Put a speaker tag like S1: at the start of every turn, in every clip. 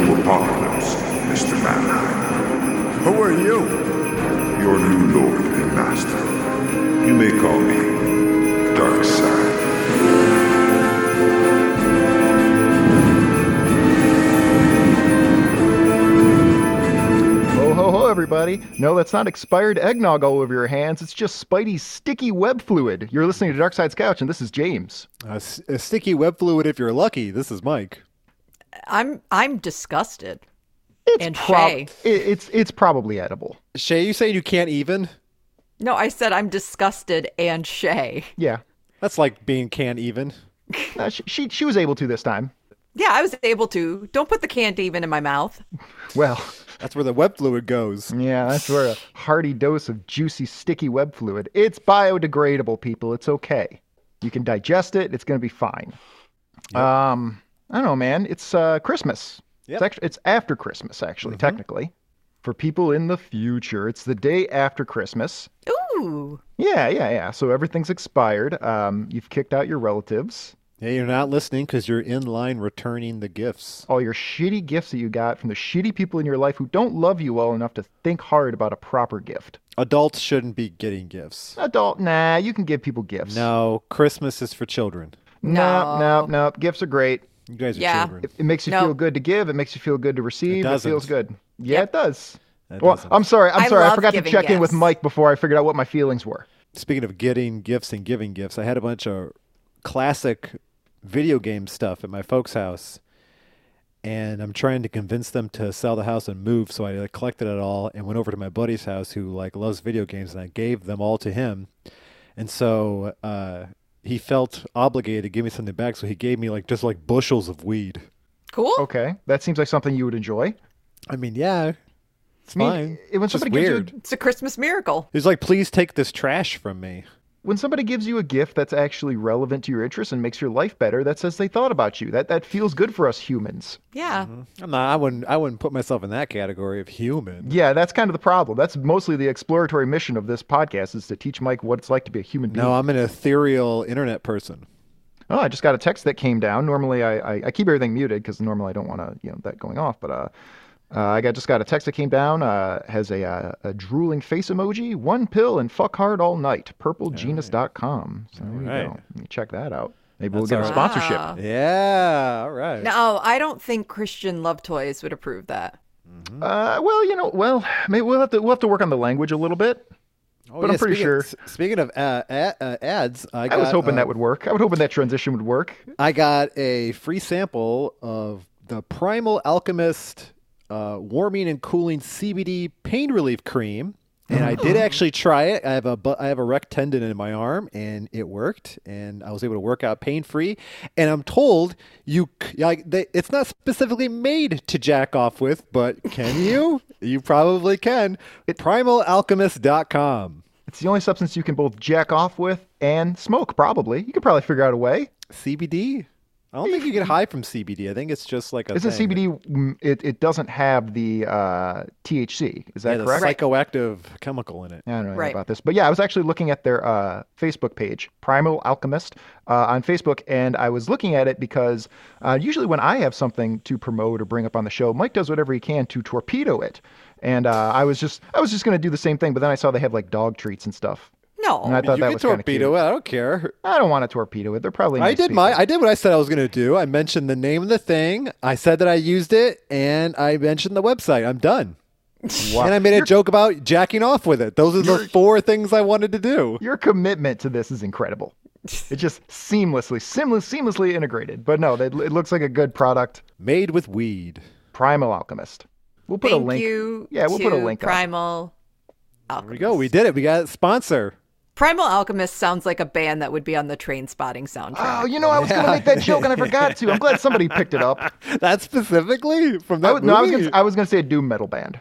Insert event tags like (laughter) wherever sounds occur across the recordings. S1: apocalypse, Mr. Mannheim.
S2: Who are you?
S1: Your new lord and master. You may call me Darkseid.
S3: Ho ho ho, everybody. No, that's not expired eggnog all over your hands. It's just Spidey's sticky web fluid. You're listening to Dark Side's Couch, and this is James.
S4: A, s- a sticky web fluid if you're lucky. This is Mike.
S5: I'm I'm disgusted.
S3: It's
S5: And
S3: prob-
S5: Shay.
S3: i- it's it's probably edible.
S4: Shay, you saying you can't even?
S5: No, I said I'm disgusted and Shay.
S3: Yeah,
S4: That's like being can't even.
S3: Uh, she, she she was able to this time.
S5: Yeah, I was able to. Don't put the can't even in my mouth.
S3: Well,
S4: That's where the web fluid goes.
S3: yeah, that's where a hearty dose of juicy sticky web fluid. It's biodegradable, people. It's okay. You can digest it. It's gonna be fine. Um, I don't know, man. It's uh, Christmas.
S4: Yep. Mm-hmm.
S3: It's, actually, it's after Christmas, actually, technically. For people in the future, it's the day after Christmas.
S5: Ooh.
S3: Yeah, yeah, yeah. So everything's expired. Um, you've kicked out your relatives.
S4: Yeah, you're not listening because you're in line returning the gifts.
S3: All your shitty gifts that you got from the shitty people in your life who don't love you well enough to think hard about a proper gift.
S4: Adults shouldn't be getting gifts.
S3: Adult, nah, you can give people gifts.
S4: No, Christmas is for children.
S3: no, no, no. Gifts are great.
S4: You guys are
S5: Yeah.
S4: children.
S3: It, it makes you
S5: No.
S3: feel good to give. It makes you feel good to receive. It,
S4: doesn't.
S3: feels good. Yeah, it does.
S4: That
S3: well,
S4: doesn't.
S3: I'm sorry. I'm
S5: I
S3: sorry. I
S5: love
S3: forgot to
S5: giving
S3: check in with
S5: gifts.
S3: Mike before I figured out what my feelings were.
S4: Speaking of getting gifts and giving gifts, I had a bunch of classic video game stuff at my folks' house, and I'm trying to convince them to sell the house and move. So I like, collected it all and went over to my buddy's house, who like loves video games, and I gave them all to him. And so uh, he felt obligated to give me something back, so he gave me like just like bushels of weed.
S5: Cool.
S3: Okay, that seems like something you would enjoy.
S4: I mean, yeah, it's
S3: mean,
S4: fine.
S3: it- when
S4: It's just
S3: somebody gives you a
S4: weird.
S5: It's a Christmas miracle.
S4: He's like, please take this trash from me.
S3: when somebody gives you a gift that's actually relevant to your interests and makes your life better, that says they thought about you. That that feels good for us humans.
S5: Yeah.
S3: Mm-hmm.
S4: I'm not. I wouldn't. I wouldn't put myself in that category of human.
S3: Yeah, that's kind of the problem. That's mostly the exploratory mission of this podcast is to teach Mike what it's like to be a human being.
S4: No, I'm an ethereal internet person.
S3: Oh, I just got a text that came down. Normally, I, I, I keep everything muted because normally I don't want to, you know, that going off. But uh, uh, I got just got a text that came down. Uh, has a, uh, a drooling face emoji, one pill, and fuck hard all night. Purplegenus.com. So there you go.
S4: right.
S3: You Check that out. Maybe we'll
S4: That's
S3: get a
S4: our-
S3: sponsorship.
S5: Wow.
S4: Yeah, all right.
S5: No, I don't think Christian Love Toys would approve that.
S3: Uh, well, you know, well, maybe we'll have to we'll have to work on the language a little bit.
S4: Oh,
S3: but I'm pretty
S4: speaking
S3: sure.
S4: s- speaking of uh, ad, uh, ads, I,
S3: I
S4: got,
S3: was hoping
S4: uh,
S3: that would work. I was hoping that transition would work.
S4: I got a free sample of the Primal Alchemist uh, warming and cooling CBD pain relief cream, and I did actually try it. I have a bu- I have a rec tendon in my arm, and it worked, and I was able to work out pain free. And I'm told you c- like they, it's not specifically made to jack off with, but (laughs) can you? you probably can. Primalalchemist.com.
S3: It's the only substance you can both jack off with and smoke. Probably, you could probably figure out a way.
S4: CBD. I don't think you get high from CBD. I think it's just like a
S3: Isn't
S4: thing.
S3: CBD? mm, It, it doesn't have the uh, THC. Is that
S4: Yeah, the
S3: correct?
S4: psychoactive chemical in it.
S3: I don't know
S5: Right.
S3: about this, but yeah, I was actually looking at their uh, Facebook page, Primal Alchemist, uh, on Facebook, and I was looking at it because uh, usually when I have something to promote or bring up on the show, Mike does whatever he can to torpedo it, and uh, I was just I was just gonna do the same thing, but then I saw they have like dog treats and stuff,
S5: No.
S3: and I thought
S4: Oh, you
S3: that
S4: can
S3: was kind of
S4: torpedo it. I don't care.
S3: I don't want to torpedo it. They're probably
S4: I
S3: nice
S4: did
S3: people.
S4: my. I did what I said I was going to do. I mentioned the name of the thing. I said that I used it, and I mentioned the website. I'm done. And I made a joke about jacking off with it. Those are the four things I wanted to do.
S3: Your commitment to this is incredible. It's just seamlessly, seamless, seamlessly integrated. But no, that, it looks like a good product.
S4: Made with weed.
S3: Primal Alchemist. We'll put
S5: Thank
S3: a link.
S5: you.
S3: Yeah, we'll put a
S5: to
S3: link up.
S5: Primal Alchemist.
S4: There we go. We did it. We got a sponsor. (laughs)
S5: Primal Alchemist sounds like a band that would be on the train spotting soundtrack.
S3: Oh, you know, I was going to make that joke and I forgot to. I'm glad somebody picked it up.
S4: (laughs) That specifically from that
S3: I was, no, I was
S4: movie?
S3: gonna, I was going to say a doom metal band.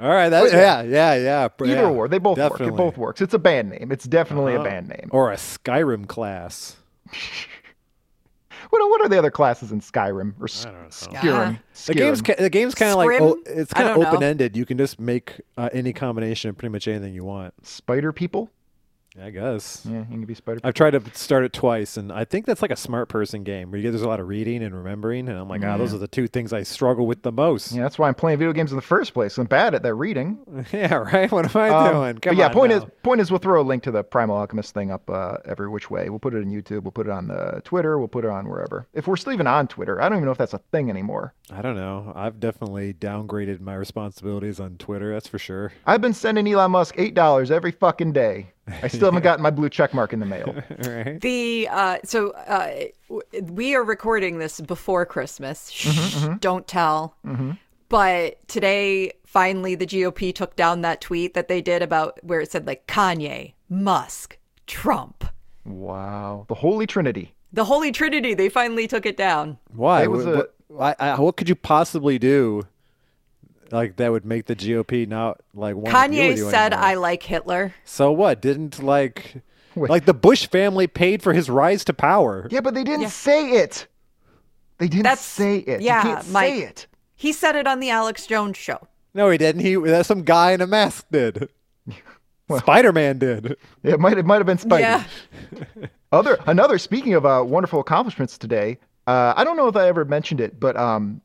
S4: All right. That, yeah, yeah, yeah.
S3: Either
S4: yeah,
S3: or, they both work. It
S4: definitely. Uh-huh.
S3: both works. It's a band name. It's definitely a band name.
S4: Or a Skyrim class.
S3: What, what are the other classes in Skyrim or S- Skyrim?
S5: Yeah.
S4: The game's
S3: Skyrim.
S4: ki- the game's kind of like
S5: Scrim?
S4: oh, it's
S5: I
S4: kind of
S5: don't know.
S4: open ended. You can just make uh, any combination of pretty much anything you want.
S3: Spider people.
S4: I guess.
S3: Yeah, you can be Spider.
S4: I've tried to start it twice, and I think that's like a smart person game where you get there's a lot of reading and remembering, and I'm like, ah, those are the two things I struggle with the most.
S3: Hmm. Yeah, that's why I'm playing video games in the first place. I'm bad at that reading.
S4: (laughs) Yeah, right. What am I
S3: Um,
S4: doing?
S3: but
S4: Come
S3: yeah,
S4: on
S3: point
S4: now.
S3: is, point is, we'll throw a link to the Primal Alchemist thing up uh, every which way. We'll put it on YouTube. We'll put it on the Twitter. We'll put it on wherever. If we're still even on Twitter, I don't even know if that's a thing anymore.
S4: I don't know. I've definitely downgraded my responsibilities on Twitter. That's for sure.
S3: I've been sending Elon Musk eight dollars every fucking day. I still
S4: (laughs)
S3: haven't gotten my blue check mark in the mail.
S4: All right.
S5: The uh, so uh, w- we are recording this before Christmas. Shh, Don't tell. But today, finally, the GOP took down that tweet that they did about where it said like Kanye, Musk, Trump,
S3: Wow, the Holy Trinity.
S5: the Holy Trinity. They finally took it down.
S4: Why?
S3: It was
S4: Wh- wh- I- I- what could you possibly do, like that would make the GOP not like want to deal
S5: Kanye
S4: with you
S5: said,
S4: anymore?
S5: "I like Hitler."
S4: So what? Didn't like
S3: Wait.
S4: like the Bush family paid for his rise to power?
S3: Yeah, but they didn't say it. They didn't
S5: That's-
S3: say it.
S5: yeah,
S3: you can't
S5: Mike.
S3: say it.
S5: He said it on the Alex Jones show.
S4: No, he didn't. He that's some guy in a mask did. Spider Man did.
S3: It might it might have been Spidey.
S5: Yeah.
S3: Other another speaking of uh, wonderful accomplishments today. Uh, I don't know if I ever mentioned it, but um,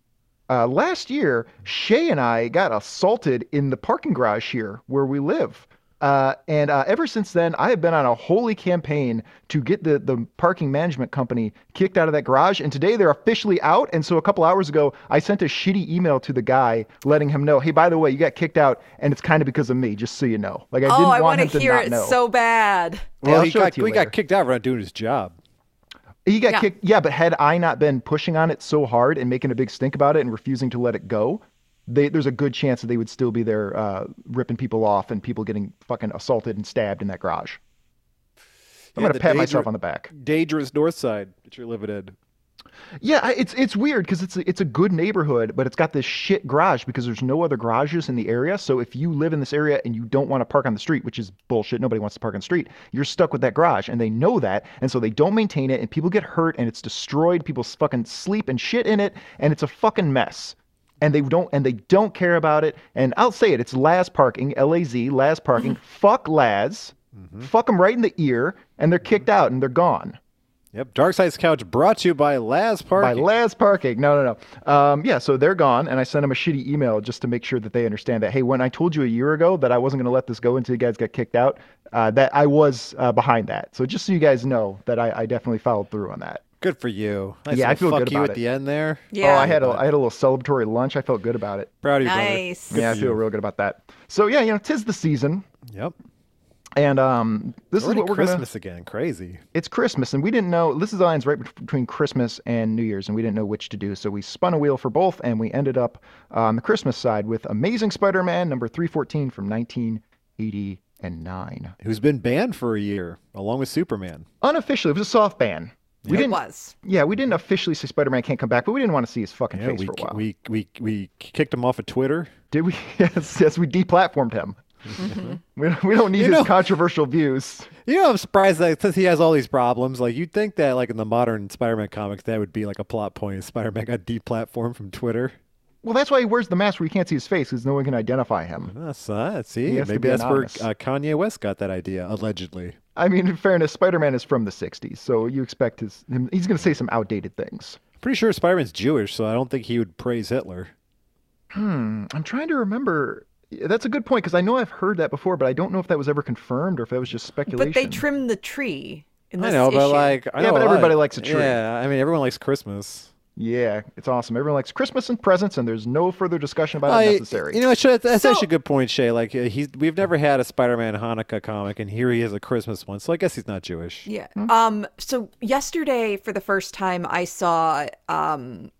S3: uh, last year Shay and I got assaulted in the parking garage here where we live. Uh, and uh, ever since then, I have been on a holy campaign to get the, the parking management company kicked out of that garage. And today they're officially out. And so a couple hours ago, I sent a shitty email to the guy letting him know, hey, by the way, you got kicked out, and it's kind of because of me, just so you know. Like I
S5: Oh,
S3: didn't
S5: I
S3: want
S5: want
S3: him
S5: to
S3: to
S5: hear
S3: not
S5: it
S3: know.
S5: so bad.
S3: I'll
S4: he
S3: show it
S4: got
S3: to you
S4: we
S3: later.
S4: got kicked out for not doing his job.
S3: He got
S5: Yeah.
S3: kicked. Yeah, but had I not been pushing on it so hard and making a big stink about it and refusing to let it go, they, there's a good chance that they would still be there uh, ripping people off and people getting fucking assaulted and stabbed in that garage. I'm
S4: Yeah,
S3: gonna
S4: the
S3: pat
S4: danger-
S3: myself on the back.
S4: Dangerous North Side that you're living in.
S3: Yeah, I- it's it's weird because it's a, it's a good neighborhood, but it's got this shit garage because there's no other garages in the area. So if you live in this area and you don't want to park on the street, which is bullshit, nobody wants to park on the street. You're stuck with that garage, and they know that, and so they don't maintain it, and people get hurt, and it's destroyed. People s- fucking sleep and shit in it, and it's a fucking mess. And they don't and they don't care about it. And I'll say it, it's Laz parking, L A Z, Laz parking. Fuck Laz, fuck them right in the ear, and they're kicked out and they're gone.
S4: Yep. Dark Side's Couch brought to you by Laz
S3: By
S4: Parking.
S3: Laz Parking. No, no, no. Um, yeah, so they're gone, and I sent them a shitty email just to make sure that they understand that. Hey, when I told you a year ago that I wasn't going to let this go until you guys got kicked out, uh, that I was uh, behind that. So just so you guys know that I, I definitely followed through on that.
S4: good for you. Nice
S3: Yeah, I
S4: little
S3: feel
S4: fuck
S3: good
S4: you
S3: about
S4: at
S3: it.
S4: the end there.
S5: Yeah.
S3: Oh, I had a I had a little celebratory lunch. I felt good about it.
S4: Proud of you, brother.
S5: nice.
S3: yeah, I feel real good about that. So yeah, you know, tis the season,
S4: Yep.
S3: and um, this is
S4: Already
S3: what we're gonna.
S4: Christmas again. Crazy.
S3: it's Christmas, and we didn't know. This is lines right bet- between Christmas and New Year's, and we didn't know which to do. So we spun a wheel for both, and we ended up uh, on the Christmas side with Amazing Spider-Man number 314 from 1989.
S4: Who's been banned for a year, along with Superman.
S3: Unofficially, it was a soft ban. We
S5: It
S3: didn't.
S5: was.
S3: Yeah, we didn't officially say Spider-Man can't come back, but we didn't want to see his fucking
S4: Yeah,
S3: face
S4: we,
S3: for a while.
S4: we we we kicked him off of Twitter.
S3: Did we? (laughs) Yes, yes, we deplatformed him. (laughs) We don't, we don't need
S4: You
S3: his
S4: know-
S3: controversial views.
S4: You know, I'm surprised that since he has all these problems, like you'd think that like in the modern Spider-Man comics, that would be like a plot point. Spider-Man got deplatformed from Twitter.
S3: Well, that's why he wears the mask where you can't see his face because no one can identify him.
S4: That's uh, see,
S3: He has to
S4: maybe
S3: be
S4: that's
S3: anonymous.
S4: where uh, Kanye West got that idea, allegedly.
S3: I mean, in fairness, Spider-Man is from the '60s, so you expect his him, he's going to say some outdated things.
S4: Pretty sure Spider-Man's Jewish, so I don't think he would praise Hitler.
S3: I'm trying to remember. That's a good point because I know I've heard that before, but I don't know if that was ever confirmed or if that was just speculation.
S5: But they trimmed the tree in
S4: I
S5: this
S4: know, but
S5: issue.
S4: like, I
S3: Yeah,
S4: know
S3: but
S4: a lot.
S3: everybody likes a tree.
S4: Yeah, I mean, everyone likes Christmas.
S3: Yeah, it's awesome. Everyone likes Christmas and presents, and there's no further discussion about it
S4: I-
S3: necessary.
S4: You know, it should, that's
S5: So-
S4: actually a good point, Shay. Like, uh, he's we've never had a Spider-Man Hanukkah comic, and here he is a Christmas one. So I guess he's not Jewish.
S5: Yeah. Um. So yesterday, for the first time, I saw um,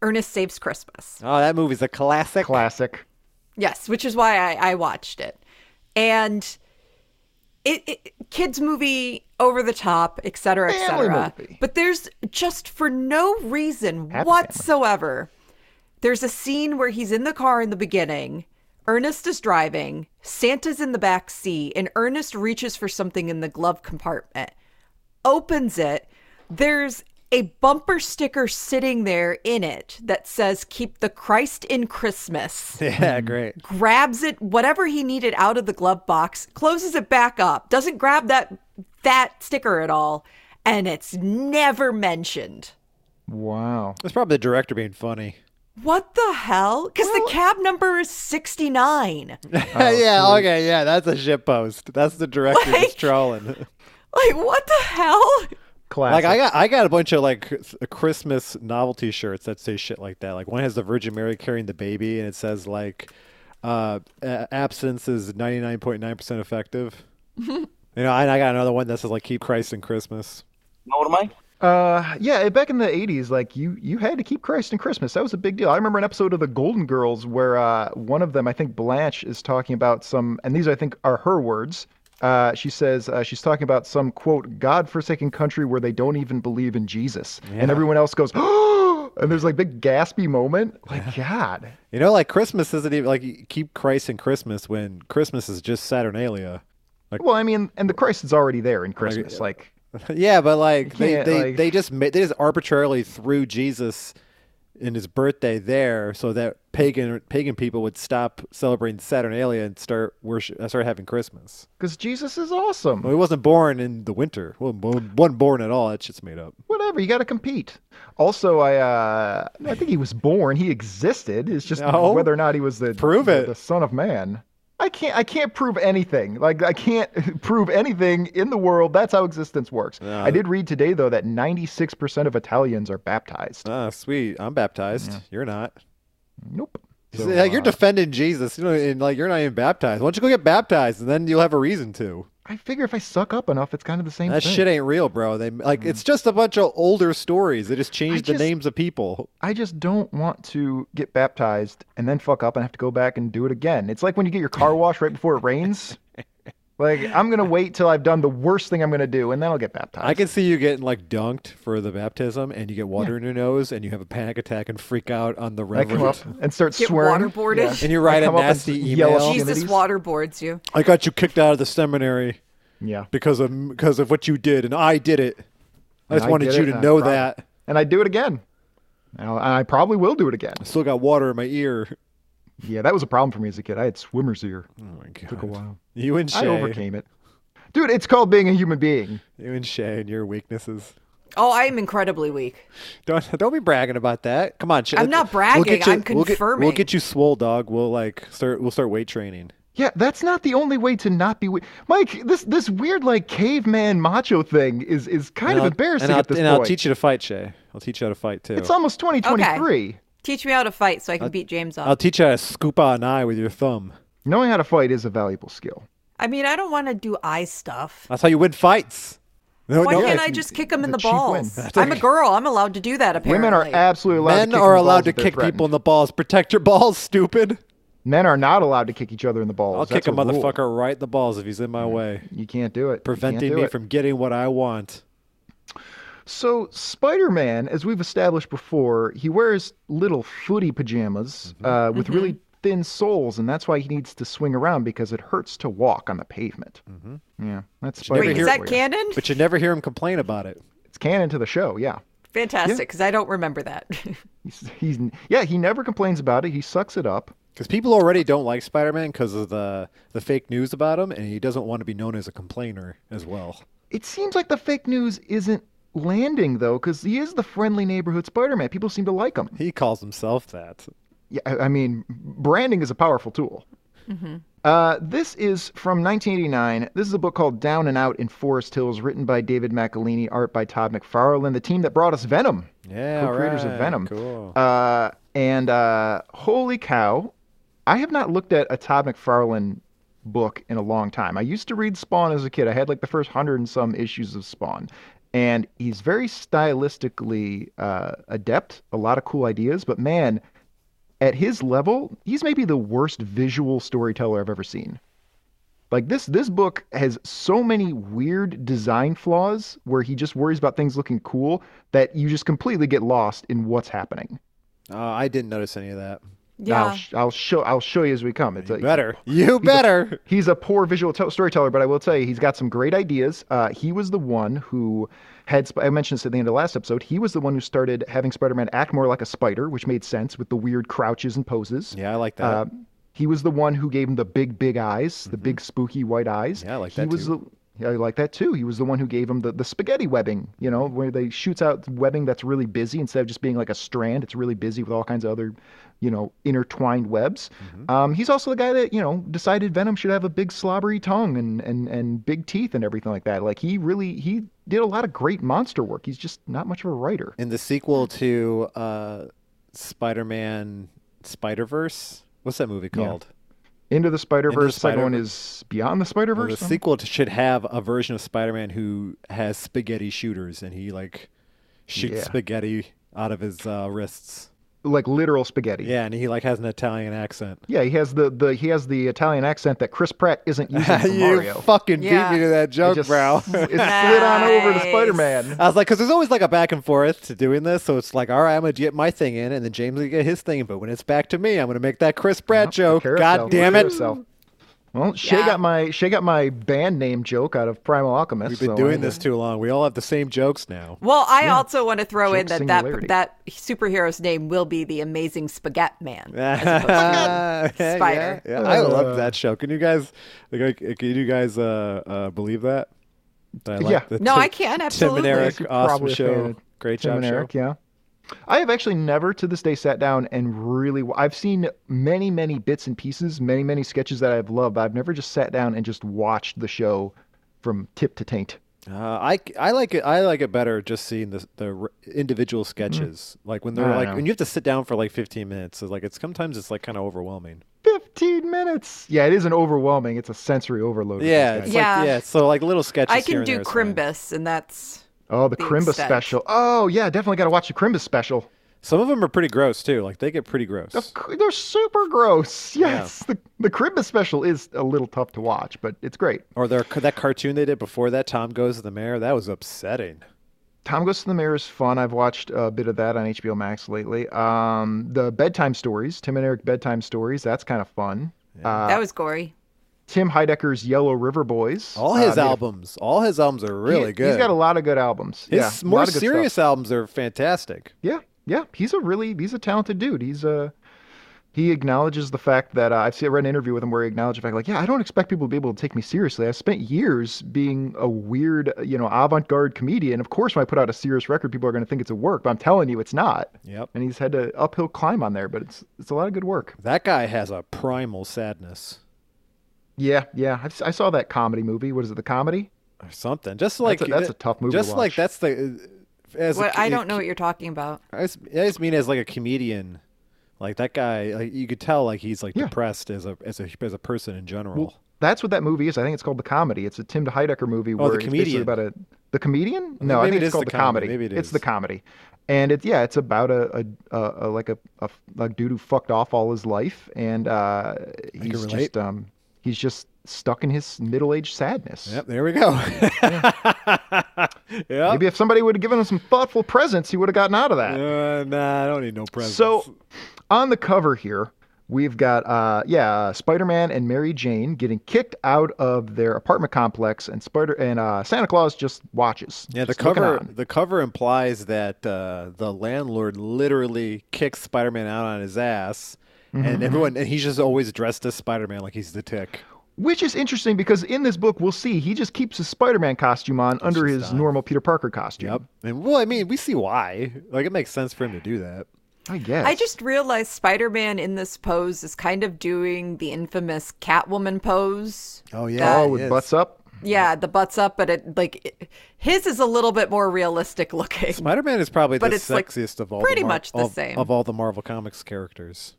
S5: Ernest Saves Christmas.
S4: Oh, that movie's a classic.
S3: Classic.
S5: Yes, which is why I, I watched it, and it, it kids movie over the top, et cetera, et
S3: Family
S5: cetera.
S3: movie.
S5: But there's just for no reason
S3: family.
S5: whatsoever. There's a scene where he's in the car in the beginning. Ernest is driving. Santa's in the back seat, and Ernest reaches for something in the glove compartment opens it, there's a bumper sticker sitting there in it that says, Keep the Christ in Christmas.
S4: (laughs) Yeah, great.
S5: grabs it whatever he needed out of the glove box closes it back up doesn't grab that that sticker at all and it's never mentioned
S3: Wow.
S4: That's probably the director being funny.
S5: what the hell because the cab number is (laughs) 69 like
S4: (laughs) yeah, okay, yeah, that's a shit post. That's the director just trolling.
S5: what the hell
S3: Classic.
S4: Like I got, I got a bunch of like Chris- Christmas novelty shirts that say shit like that. Like one has the Virgin Mary carrying the baby, and it says like, uh, a- "Absence is ninety nine point nine percent effective." you know, and I got another one that says like, "Keep Christ in Christmas."
S2: How old am I?
S3: Uh, yeah, back in the '80s, like you, you had to keep Christ in Christmas. That was a big deal. I remember an episode of The Golden Girls where uh, one of them, I think Blanche, is talking about some, and these I think are her words. Uh, she says uh, she's talking about some quote God-forsaken country where they don't even believe in Jesus, and everyone else goes, (gasps) "Oh!" and there's like big gaspy moment. Like God,
S4: You know, like Christmas isn't even like you keep Christ in Christmas when Christmas is just Saturnalia.
S3: Well, I mean, and the Christ is already there in Christmas. Like,
S4: yeah, but like they
S3: can't,
S4: they,
S3: like-
S4: they just ma- they just arbitrarily threw Jesus in his birthday there so that pagan pagan people would stop celebrating Saturnalia and start worship uh, start having Christmas.
S3: because Jesus is awesome.
S4: Well, he wasn't born in the winter. Well, bo- wasn't born at all. That shit's made up.
S3: Whatever, you got to compete. Also, I uh, I think he was born. He existed. It's just
S4: No.
S3: whether or not he was the
S4: Prove
S3: the-
S4: it.
S3: the Son of Man. I can't. I can't prove anything. Like I can't (laughs) prove anything in the world. That's how existence works. I did read today though that 96% of Italians are baptized.
S4: Ah, sweet. I'm baptized. You're not.
S3: nope. So,
S4: like, you're
S3: uh,
S4: defending Jesus, you know, and like you're not even baptized. Why don't you go get baptized, and then you'll have a reason to.
S3: I figure if I suck up enough, it's kind of the same
S4: That
S3: thing. Mm.
S4: shit ain't real, bro. They like it's just a bunch of older stories. They just changed
S3: just-
S4: the names of people.
S3: I just don't want to get baptized and then fuck up and have to go back and do it again. It's like when you get your car washed right before it
S4: (laughs)
S3: rains. Like I'm gonna wait till I've done the worst thing I'm gonna do and then I'll get baptized.
S4: I can see you getting like dunked for the baptism, and you get water in your nose, and you have a panic attack and freak out on the
S3: And I come
S4: reverend,
S3: up and start
S5: get
S3: swearing.
S5: waterboarded
S4: and you write
S3: I
S4: a
S3: come up and
S4: nasty
S3: yell at
S4: email.
S3: you.
S5: jesus
S3: Opportunities.
S5: waterboards you
S4: I got you kicked out of the seminary
S3: Yeah.
S4: because of because of what you did, and I did it. I just
S3: I
S4: wanted
S3: did
S4: you
S3: it,
S4: to
S3: and I
S4: know
S3: proud.
S4: that.
S3: And I do it again. And I'll- I probably will do it again.
S4: I still got water in my ear. (laughs)
S3: Yeah, that was a problem for me as a kid. I had swimmer's ear.
S4: Oh my god!
S3: Took a while.
S4: You and Shay,
S3: I overcame it. Dude, it's called being a human being.
S4: you and Shay, and your weaknesses.
S5: oh i am incredibly weak
S4: Don't don't be bragging about that. Come on, Shay.
S5: I'm not bragging, I'm
S4: we'll get- We'll get,
S5: confirming.
S4: you swole, dog. We'll like start. We'll start weight training.
S3: Yeah, that's not the only way to not be weak. Mike, this this weird like caveman macho thing is is kind
S4: And
S3: of
S4: I'll-
S3: embarrassing
S4: and I'll,
S3: at this
S4: and
S3: point.
S4: I'll teach you to fight, Shay. I'll teach you how to fight too.
S3: It's almost 2023.
S5: teach me how to fight so i can beat james
S4: I'll
S5: up
S4: teach you how to scoop out an eye with your thumb.
S3: Knowing how to fight is a valuable skill.
S5: i mean i don't want to do eye stuff
S4: That's how you win fights. Uh, No,
S5: why
S4: no,
S5: can't
S4: if
S5: I just kick him in the
S3: it's a cheap win.
S5: balls? I'm a girl. I'm allowed to do that. Apparently,
S3: Women are absolutely allowed to
S4: Men
S3: kick
S4: are
S3: in the balls
S4: allowed to
S3: if they're
S4: kick
S3: threatened.
S4: people in the balls. Protect your balls, (laughs) stupid.
S3: Men are not allowed to kick each other in the balls.
S4: I'll
S3: That's
S4: kick a
S3: rule.
S4: motherfucker right in the balls if he's in my way,
S3: You can't do it. You can't
S4: preventing
S3: do
S4: me
S3: it.
S4: from getting what I want.
S3: So, Spider Man, as we've established before, he wears little footy pajamas uh, with really thin soles, and that's why he needs to swing around because it hurts to walk on the pavement. Yeah, that's
S4: never
S3: Spider
S5: Wait,
S4: here
S5: is that
S4: for
S5: canon?
S4: But you never hear him complain about it.
S3: It's canon to the show, yeah.
S5: Fantastic, because I don't remember that. (laughs)
S3: He's, he's yeah, he never complains about it. He sucks it up.
S4: Because people already don't like Spider-Man because of the the fake news about him, and he doesn't want to be known as a complainer as well.
S3: It seems like the fake news isn't landing though, because he is the friendly neighborhood Spider-Man. People seem to like him.
S4: He calls himself that.
S3: Yeah, I I mean, branding is a powerful tool. Uh, this is from 1989. This is a book called Down and Out in Forest Hills, written by David McElhinney, art by Todd McFarlane, the team that brought us Venom.
S4: Yeah,
S3: Co-creators of
S4: right,
S3: Venom.
S4: Cool.
S3: Uh, and uh, holy cow, I have not looked at a Todd McFarlane book in a long time. I used to read Spawn as a kid. I had like the first hundred and some issues of Spawn, and he's very stylistically uh, adept. A lot of cool ideas, but man, at his level, he's maybe the worst visual storyteller I've ever seen. Like this this book has so many weird design flaws where he just worries about things looking cool that you just completely get lost in what's happening.
S4: Uh, I didn't notice any of that.
S3: I'll, sh- I'll show I'll show you as we come. It's a,
S4: Better.
S3: (laughs)
S4: You better.
S3: He's a poor visual t- storyteller, but I will tell you, he's got some great ideas. Uh, he was the one who had Sp- I mentioned this at the end of the last episode. He was the one who started having Spider-Man act more like a spider, which made sense with the weird crouches and poses.
S4: Yeah, I like that.
S3: Uh, he was the one who gave him the big, big eyes, the big spooky white eyes.
S4: Mm-hmm. Yeah, I like
S3: he
S4: that
S3: was The, yeah, I like that too. He was the one who gave him the, the spaghetti webbing, you know, where they shoots out webbing that's really busy instead of just being like a strand. It's really busy with all kinds of other, you know, intertwined webs.
S4: Mm-hmm.
S3: Um, he's also the guy that you know decided Venom should have a big slobbery tongue and and and big teeth and everything like that. Like he really he did a lot of great monster work. He's just not much of a writer.
S4: in the sequel to uh, Spider-Man Spider-Verse. What's that movie called?
S3: Into the Spider Verse. Second one
S4: Spider-
S3: is Beyond the Spider
S4: Well, the
S3: Verse.
S4: sequel to, should have a version of Spider-Man who has spaghetti shooters and he like shoots
S3: Yeah.
S4: spaghetti out of his uh, wrists.
S3: like literal spaghetti.
S4: Yeah, and he like has an Italian accent.
S3: (laughs) Yeah, he has the, the he has the Italian accent that Chris Pratt isn't
S4: (laughs)
S3: using for
S4: you
S3: Mario.
S4: fucking
S5: Yeah.
S4: beat me to that
S3: It
S4: joke,
S3: just (laughs)
S4: bro.
S3: s- it slid on over to
S5: Nice.
S3: Spider Man.
S4: I was like, because there's always like a back and forth to doing this, so it's like, all right, I'm gonna get my thing in, and then James will get his thing, but when it's back to me, I'm gonna make that Chris Pratt joke. God damn it!
S3: Well, Shay
S5: Yeah.
S3: got my Shay got my band name joke out of Primal Alchemist.
S4: We've
S3: so
S4: been
S3: I-
S4: doing this too long. We all have the same jokes (laughs) now.
S5: Well, I also want to throw
S3: Joke
S5: in that,
S3: singularity.
S5: that that superhero's name will be the Amazing Spaghetti Man. as opposed to-
S4: Yeah,
S5: Spider.
S4: yeah. I love that show. Can you guys, like, uh, can you guys uh, uh, believe that? That
S3: Yeah.
S4: the
S5: No,
S4: Tim-
S5: I can,
S4: Tim
S5: absolutely.
S4: and
S3: You're
S4: Eric, awesome
S3: probably a fan
S4: show.
S3: of
S4: Great
S3: Tim
S4: job,
S3: and
S4: show.
S3: Eric, yeah. I have actually never to this day sat down and really. I've seen many, many bits and pieces, many, many sketches that I've loved, but I've never just sat down and just watched the show from tip to taint.
S4: Uh, I I like it. I like it better just seeing the the r- individual sketches. Like when they're
S3: I
S4: like
S3: know.
S4: when you have to sit down for like 15 minutes. So like it's sometimes it's like kind of overwhelming.
S3: 15 minutes. Yeah, it isn't overwhelming. It's a sensory overload. with these
S4: Yeah,
S3: guys.
S4: it's
S5: Yeah.
S4: Like, yeah. So like little sketches.
S5: I
S4: here
S5: can
S4: and
S5: do
S4: there is fine.
S5: Crimbus, and that's
S3: Oh, the
S5: the
S3: Krimbus
S5: extent.
S3: special. Oh, yeah, definitely got to watch the Krimbus special.
S4: Some of them are pretty gross too. Like they get pretty gross.
S3: They're super gross. Yes, the the Krimbus special is a little tough to watch, but it's great.
S4: Or their that cartoon they did before that, Tom Goes to the Mayor. That was upsetting.
S3: Tom Goes to the Mayor is fun. I've watched a bit of that on HBO Max lately. Um, the bedtime stories, Tim and Eric bedtime stories. That's kind of fun. Uh,
S5: that was gory.
S3: Tim Heidecker's Yellow River Boys.
S4: All
S3: uh,
S4: his
S3: made a-
S4: albums, all his albums are really
S3: he-
S4: good.
S3: He's got a lot of good albums.
S4: his
S3: yeah,
S4: s-
S3: a
S4: more
S3: lot of good stuff.
S4: serious albums are fantastic.
S3: Yeah, yeah, he's a really he's a talented dude. He's a he acknowledges the fact that uh, I've seen, I read an interview with him where he acknowledged the fact like, yeah, I don't expect people to be able to take me seriously. I've spent years being a weird, you know, avant-garde comedian. Of course, when I put out a serious record, people are going to think it's a work, but I'm telling you, it's not.
S4: Yep.
S3: And he's had an uphill climb on there, but it's it's a lot of good work.
S4: That guy has a primal sadness
S3: Yeah, yeah, I've, si saw that comedy movie. What is it? The comedy?
S4: or something. Just like
S3: a- that's a tough movie to
S4: Just like
S3: watch.
S4: that's the. uh, As
S5: What,
S4: I
S5: I don't know what you're talking about.
S4: I just, I just mean as like a comedian, like that guy. Like you could tell like he's like
S3: Yeah.
S4: depressed as a as a as a person in general.
S3: That's what that movie is. I think it's called The Comedy. It's a Tim Heidecker movie
S4: Oh,
S3: where
S4: The
S3: it's basically
S4: Comedian.
S3: about a the comedian. No, I
S4: maybe
S3: think
S4: it
S3: it's
S4: is
S3: called
S4: The
S3: The Comedy.
S4: Comedy. Maybe it
S3: it's
S4: is.
S3: The Comedy, and it's yeah, it's about a a, a, a like a, a a dude who fucked off all his life, and uh, he's
S4: relate.
S3: just um he's just stuck in his middle aged sadness.
S4: Yep, there we go. (laughs) yep.
S3: Maybe if somebody would have given him some thoughtful presents, he would have gotten out of that.
S4: Uh, nah, I don't need no presents.
S3: So, on the cover here, we've got uh, yeah, uh, Spider-Man and Mary Jane getting kicked out of their apartment complex, and Spider and uh, Santa Claus just watches.
S4: Yeah, the
S3: just looking
S4: cover
S3: on.
S4: the cover implies that uh, the landlord literally kicks Spider Man out on his ass, and everyone and he's just always dressed as Spider Man, like he's the Tick.
S3: which is interesting because in this book we'll see he just keeps his Spider-Man costume on under his normal Peter Parker costume.
S4: Yep. And well, I mean, we see why. Like, it makes sense for him to do that.
S3: I guess.
S5: I just realized Spider Man in this pose is kind of doing the infamous Catwoman pose.
S4: Oh
S3: oh, with butts up.
S5: Yeah, the butts up, but it like it, his is a little bit more realistic looking.
S4: Spider Man is probably
S5: But
S4: the
S5: it's, like,
S4: sexiest of all.
S5: pretty
S4: the
S5: much the
S4: of-
S5: same.
S4: of all the Marvel Comics characters.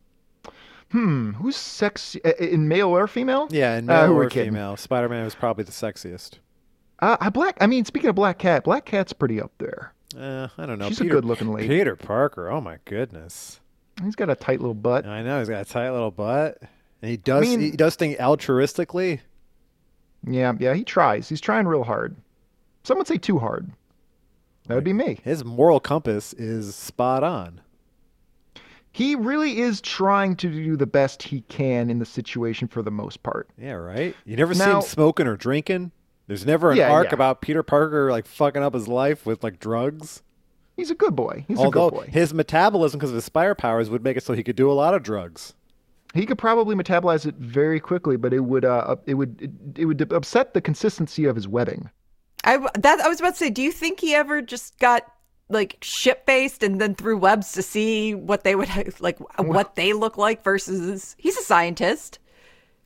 S3: Hmm, Who's sexy uh, in male or female?
S4: Yeah, and
S3: Uh,
S4: male
S3: who are we
S4: or
S3: kidding?
S4: female, Spider Man was probably the sexiest.
S3: Uh, I black. I mean, speaking of Black Cat, Black Cat's pretty up there.
S4: Uh, I don't know.
S3: She's a
S4: Peter,
S3: good-looking lady.
S4: Peter Parker. Oh my goodness.
S3: He's got a tight little butt.
S4: I know he's got a tight little butt, and he does
S3: mean-
S4: he does things altruistically.
S3: Yeah, yeah, he tries. He's trying real hard. Some would say too hard. That would be me.
S4: His moral compass is spot on.
S3: He really is trying to do the best he can in the situation for the most part.
S4: Yeah, right. You never see
S3: Now-
S4: him smoking or drinking. There's never an
S3: Yeah,
S4: arc
S3: yeah.
S4: about Peter Parker like fucking up his life with like drugs.
S3: He's a good boy. He's
S4: Although
S3: a good boy.
S4: his metabolism, because of his fire powers, would make it so he could do a lot of drugs.
S3: He could probably metabolize it very quickly, but it would uh, up- it would it, it would upset the consistency of his webbing.
S5: I w- that I was about to say, do you think he ever just got like ship based and then threw webs to see what they would (laughs) like what they look like versus he's a scientist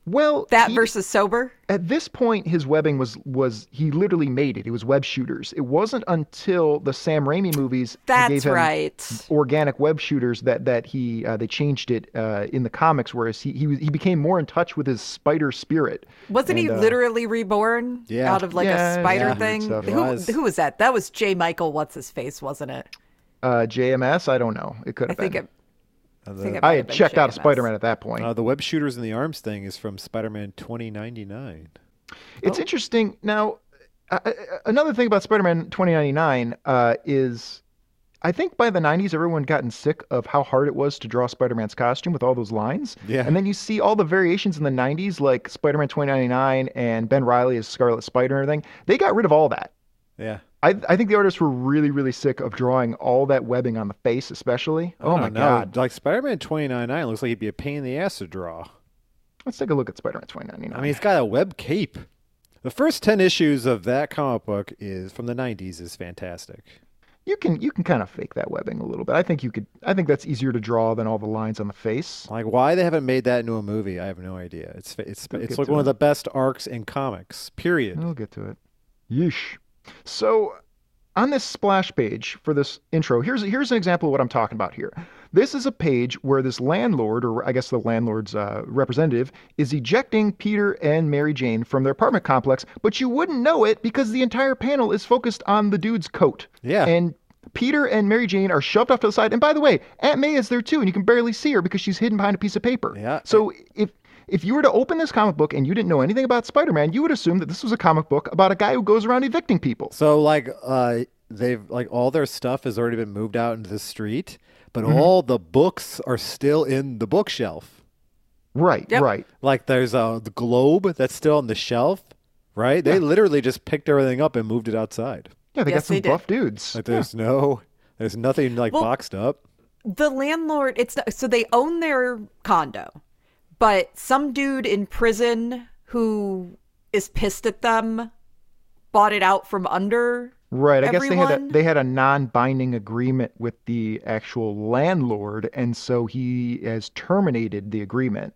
S3: Well,
S5: that
S3: he-
S5: versus sober.
S3: at this point his webbing was was he literally made it. It was web shooters. It wasn't until the Sam Raimi movies they gave
S5: That's
S3: him
S5: right.
S3: organic web shooters that that he uh, they changed it uh, in the comics. Whereas he he was- he became more in touch with his spider spirit.
S5: Wasn't he
S3: And, uh,
S5: literally reborn
S4: Yeah.
S5: out of like
S3: Yeah,
S5: a spider
S3: yeah.
S5: thing?
S3: Weird stuff.
S5: Who,
S4: Was.
S5: who was that? That was J. Michael. What's his face? Wasn't it?
S3: Uh, JMS, I don't know. It could
S5: I
S3: have
S5: think
S3: been.
S5: it. I, think it might
S3: I
S5: have
S3: had
S5: been
S3: checked out
S5: JMS.
S3: Spider Man at that point.
S4: Uh, the web shooters in the arms thing is from Spider-Man 2099. oh.
S3: It's interesting. Now, uh, uh, another thing about Spider Man 2099 uh, is I think by the 90s, everyone gotten sick of how hard it was to draw Spider Man's costume with all those lines.
S4: Yeah.
S3: And then you see all the variations in the 90s, like Spider Man 2099 and Ben Riley as Scarlet Spider and everything. They got rid of all that.
S4: Yeah.
S3: I, I think the artists were really, really sick of drawing all that webbing on the face, especially. Oh
S4: I
S3: my
S4: don't know.
S3: God.
S4: Like Spider-Man 2099 looks like he'd be a pain in the ass to draw.
S3: Let's take a look at Spider Man 2099.
S4: I mean, it's got a web cape. The first 10 issues of that comic book is from the 90s is fantastic.
S3: you can you can kind of fake that webbing a little bit. I think you could. I think that's easier to draw than all the lines on the face.
S4: Like why they haven't made that into a movie, I have no idea. It's fa- it's
S3: We'll
S4: it's
S3: get
S4: like
S3: to
S4: one of
S3: it.
S4: the best arcs in comics. Period.
S3: We'll get to it. Yeesh. So, on this splash page for this intro, here's here's an example of what I'm talking about here. This is a page where this landlord, or I guess the landlord's uh, representative, is ejecting Peter and Mary Jane from their apartment complex, but you wouldn't know it because the entire panel is focused on the dude's coat.
S5: (laughs)
S4: Yeah.
S3: And Peter and Mary Jane are shoved off to the side. And by the way, Aunt May is there too, and you can barely see her because she's hidden behind a piece of paper.
S4: Yeah.
S3: So if if you were to open this comic book and you didn't know anything about Spider-Man, you would assume that this was a comic book about a guy who goes around evicting people.
S4: So like uh they've like all their stuff has already been moved out into the street, but
S3: Mm-hmm.
S4: all the books are still in the bookshelf.
S3: Right,
S5: Yep.
S3: right.
S4: Like there's a globe that's still on the shelf, right? They literally just picked everything up and moved it outside.
S3: Yeah, they
S5: Yes,
S3: got some
S5: they did.
S3: buff dudes.
S4: Like there's no there's nothing like
S5: Well-
S4: boxed up.
S5: the landlord it's not, so they own their condo but some dude in prison who is pissed at them bought it out from under
S3: Right. I guess they had
S5: everyone-
S3: a, they had a non-binding agreement with the actual landlord, and so he has terminated the agreement.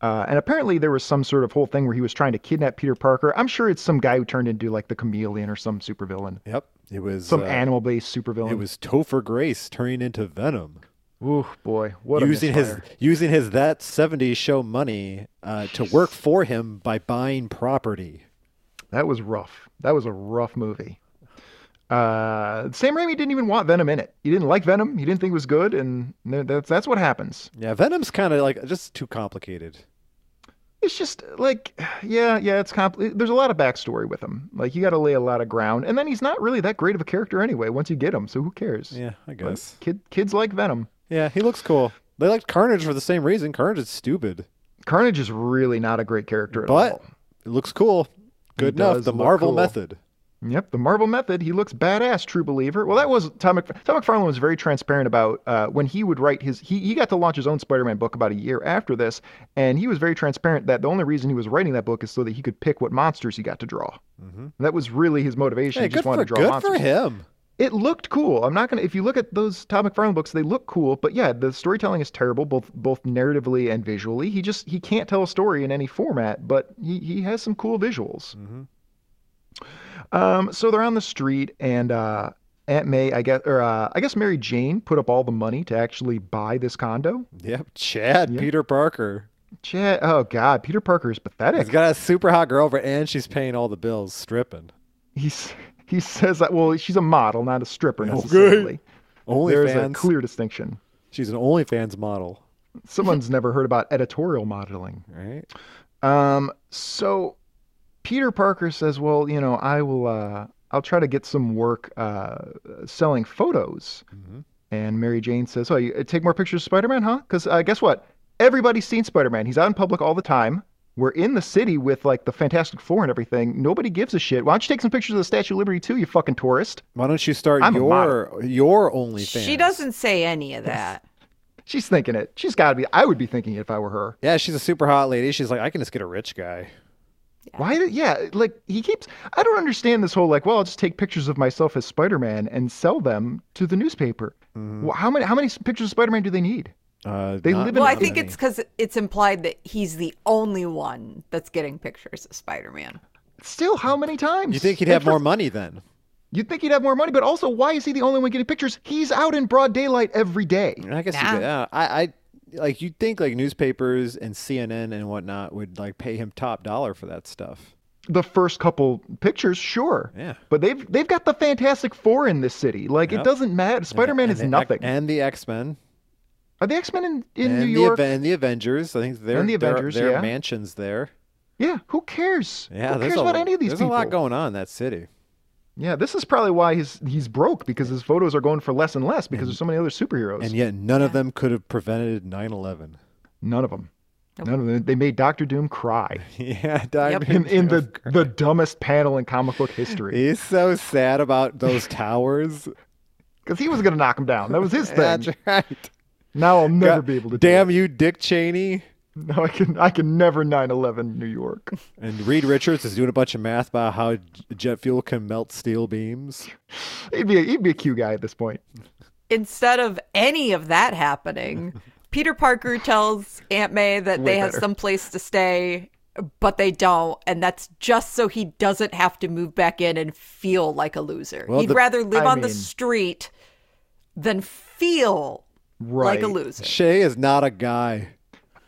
S3: Uh, and apparently there was some sort of whole thing where he was trying to kidnap Peter Parker. I'm sure it's some guy who turned into like the chameleon or some supervillain,
S4: Yep. It was
S3: some
S4: uh,
S3: animal-based supervillain.
S4: It was Topher Grace turning into Venom,
S3: Ooh, boy, what
S4: using
S3: a
S4: his
S3: misfire.
S4: using his that '70s show money uh, to work for him by buying property.
S3: That was rough. That was a rough movie. Uh, Sam Raimi didn't even want Venom in it. He didn't like Venom. He didn't think it was good, and th- that's that's what happens.
S4: Yeah, Venom's kind of like just too complicated.
S3: It's just like, yeah, yeah, it's compli There's a lot of backstory with him. Like you got to lay a lot of ground, and then he's not really that great of a character anyway. Once you get him, so who cares?
S4: Yeah, I
S3: But
S4: guess.
S3: Kid, kids like Venom.
S4: Yeah, he looks cool. They liked Carnage for the same reason. Carnage is stupid,
S3: Carnage is really not a great character at
S4: but
S3: all.
S4: it looks cool. Good enough.
S3: does
S4: The
S3: look
S4: Marvel
S3: cool.
S4: method.
S3: Yep, the Marvel method. He looks badass, true believer. Well, that was Tom. Mc, Tom McFarlane was very transparent about uh, when he would write his. He he got to launch his own Spider-Man book about a year after this, and he was very transparent that the only reason he was writing that book is so that he could pick what monsters he got to draw. That was really his motivation.
S4: Mm-hmm. Hey,
S3: he
S4: good
S3: just
S4: for
S3: wanted to draw
S4: good
S3: monsters.
S4: for him.
S3: It looked cool. I'm not gonna. If you look at those Tom McFarlane books, they look cool. But yeah, the storytelling is terrible, both both narratively and visually. He just he can't tell a story in any format. But he he has some cool visuals. Um, so they're on the street, and uh, Aunt May, I guess, or uh, I guess Mary Jane put up all the money to actually buy this condo.
S4: Yep, Chad Peter Parker.
S3: Chad, oh God, Peter Parker is pathetic.
S4: He's got a super hot girlfriend, and she's paying all the bills, stripping.
S3: He's he says that. Well, she's a model, not a stripper necessarily. There's a
S4: OnlyFans.
S3: clear distinction.
S4: she's an OnlyFans model,
S3: Someone's never heard about editorial modeling.
S4: right?
S3: Um, so Peter Parker says, "Well, you know, I will. Uh, I'll try to get some work uh, selling photos." And Mary Jane says, uh, "Oh, you take more pictures of Spider-Man, huh? Because uh, guess what? Everybody's seen Spider-Man. He's out in public all the time. We're in the city with like the Fantastic Four and everything. Nobody gives a shit. Why don't you take some pictures of the Statue of Liberty too, you fucking tourist?
S4: Why don't you start
S3: I'm a
S4: your your OnlyFans?
S5: She doesn't say any of that.
S3: She's thinking it. She's got to be. I would be thinking it if I were her.
S4: Yeah, she's a super hot lady. She's like, I can just get a rich guy.
S3: Why? Did, yeah, like he keeps. I don't understand this whole like. Well, I'll just take pictures of myself as Spider-Man and sell them to the newspaper.
S4: Mm-hmm.
S3: Well, how many? How many pictures of Spider-Man do they need?
S4: Uh,
S3: They
S4: not-
S3: live in
S5: Well, I
S3: Not
S5: think it's because it's implied that he's the only one that's getting pictures of Spider-Man.
S3: Still, how many times?
S4: You think he'd
S3: And
S4: have
S3: for-
S4: more money then?
S3: You'd think he'd have more money, but also, why is he the only one getting pictures? He's out in broad daylight every day.
S4: I guess you
S5: Nah.
S4: could. Uh, I, I like you'd think like newspapers and CNN and whatnot would like pay him top dollar for that stuff.
S3: The first couple pictures, sure.
S4: Yeah.
S3: But they've they've got the Fantastic Four in this city. Like
S4: Yep.
S3: it doesn't matter. Spider-Man
S4: And
S3: is
S4: the X-
S3: nothing.
S4: and the X Men
S3: Are the X-Men in, in
S4: and
S3: New
S4: the
S3: York?
S4: Aven- and the Avengers. I think they're
S3: And the
S4: they're-
S3: Avengers,
S4: their
S3: yeah.
S4: mansions there.
S3: Yeah. Who cares?
S4: Yeah,
S3: Who
S4: there's
S3: cares
S4: a,
S3: about any of these
S4: There's
S3: people?
S4: a lot going on in that city.
S3: Yeah, this is probably why he's he's broke because his photos are going for less and less because there's so many other superheroes.
S4: And yet none of them could have prevented 9/11.
S3: None of them. None of them. They made Doctor Doom
S4: (laughs)
S3: cry
S4: yeah, Diamond.
S3: in, in the the dumbest panel in comic book history
S4: He's so sad about (laughs) those towers.
S3: because he was going to knock him down. That was
S4: (laughs)
S3: his
S4: That's
S3: thing.
S4: right.
S3: Now I'll never
S4: God-
S3: be able to. do (laughs)
S4: Damn you, Dick Cheney.
S3: it. No, I can I can never 9/11 New York.
S4: And Reed Richards is doing a bunch of math about how j- jet fuel can melt steel beams.
S3: He'd be a, he'd be a cute guy at this point.
S5: Instead of any of
S3: (laughs)
S5: that happening, Peter Parker tells Aunt May that they have
S3: better.
S5: some place to stay, but they don't, and that's just so he doesn't have to move back in and feel like a loser.
S4: Well,
S5: He'd
S4: the-
S5: rather live
S3: I
S5: on the
S3: mean-
S5: street than feel
S3: Right.
S5: like a loser.
S4: Shay is not a guy.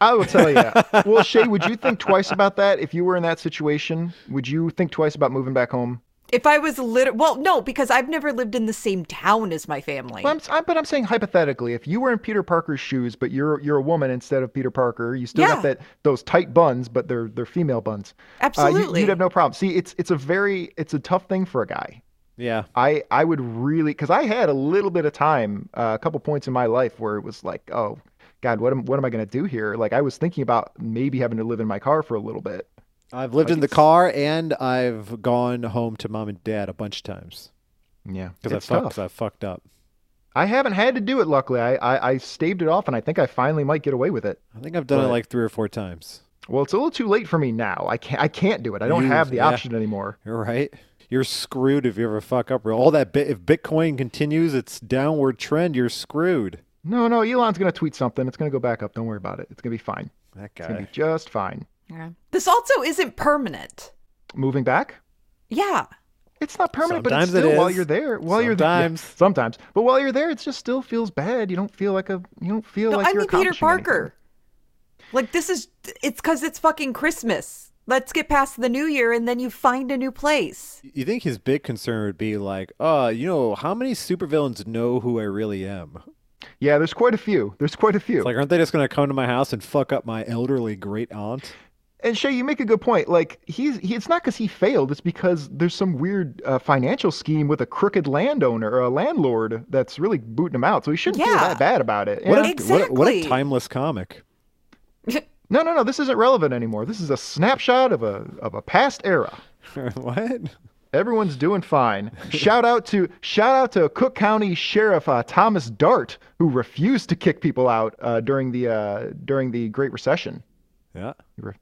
S3: I will tell you.
S4: (laughs)
S3: well, Shay, would you think twice about that if you were in that situation? Would you think twice about moving back home?
S5: If I was lit, well, no, because I've never lived in the same town as my family.
S3: Well, uh, I'm, s- I- but I'm saying hypothetically, if you were in Peter Parker's shoes, but you're you're a woman instead of Peter Parker, you still got
S5: Yeah.
S3: that those tight buns, but they're they're female buns. Uh, you,
S5: Absolutely.
S3: you'd have no problem. See, it's it's a very it's a tough thing for a guy.
S4: Yeah.
S3: I I would really because I had a little bit of time, uh, a couple points in my life where it was like, oh, God, what am what am I gonna do here? Like I was thinking about maybe having to live in my car for a little bit.
S4: I've lived in the car and I've gone home to mom and dad a bunch of times
S3: Yeah,
S4: because I
S3: it's
S4: fucked.
S3: tough.
S4: 'cause I fucked up.
S3: I haven't had to do it. Luckily, I, I I staved it off, and I think I finally might get away with it.
S4: I think I've done it
S3: But-
S4: like three or four times.
S3: Well, it's a little too late for me now. I can't. I can't do it. I don't
S4: You-
S3: have the
S4: yeah.
S3: option anymore.
S4: You're right. You're screwed if you ever fuck up. All that bit. If Bitcoin continues its downward trend, you're screwed.
S3: No, no. Elon's gonna tweet something. It's gonna go back up. Don't worry about it. It's gonna be fine.
S4: That
S3: It's gonna be
S4: guy.
S3: just fine.
S5: Yeah. This also isn't permanent.
S3: Moving back.
S5: Yeah.
S3: It's not permanent,
S4: Sometimes
S3: but
S4: it
S3: it's still while
S4: is.
S3: you're there. While you're there,
S4: Sometimes.
S3: sometimes, but while you're there, it just still feels bad. You don't feel like a. You don't feel
S5: No,
S3: like
S5: I
S3: you're
S5: mean Peter
S3: accomplishing anything.
S5: Parker. Like this is it's cuz it's fucking Christmas. Let's get past the new year and then you find a new place. (laughs)
S4: You think his big concern would be like, uh, you know, how many supervillains know who I really am?
S3: Yeah, there's quite a few. There's quite a few.
S4: Like, aren't they just going to come to my house and fuck up my elderly great aunt?
S3: and Shay, you make a good point. Like he's, he, it's not because he failed. It's because there's some weird uh, financial scheme with a crooked landowner or a landlord that's really booting him out. So he shouldn't feel
S5: Yeah.
S3: that bad about it.
S4: What
S3: Yeah.
S4: a, what, a, what a
S5: Exactly.
S4: timeless comic. (laughs)
S3: no, no, no. This isn't relevant anymore. This is a snapshot of a of a past era.
S4: what?
S3: Everyone's doing
S4: (laughs)
S3: fine. shout out to shout out to Cook County Sheriff uh, Thomas Dart, who refused to kick people out uh, during the uh, during the Great Recession.
S4: Yeah.
S3: He re-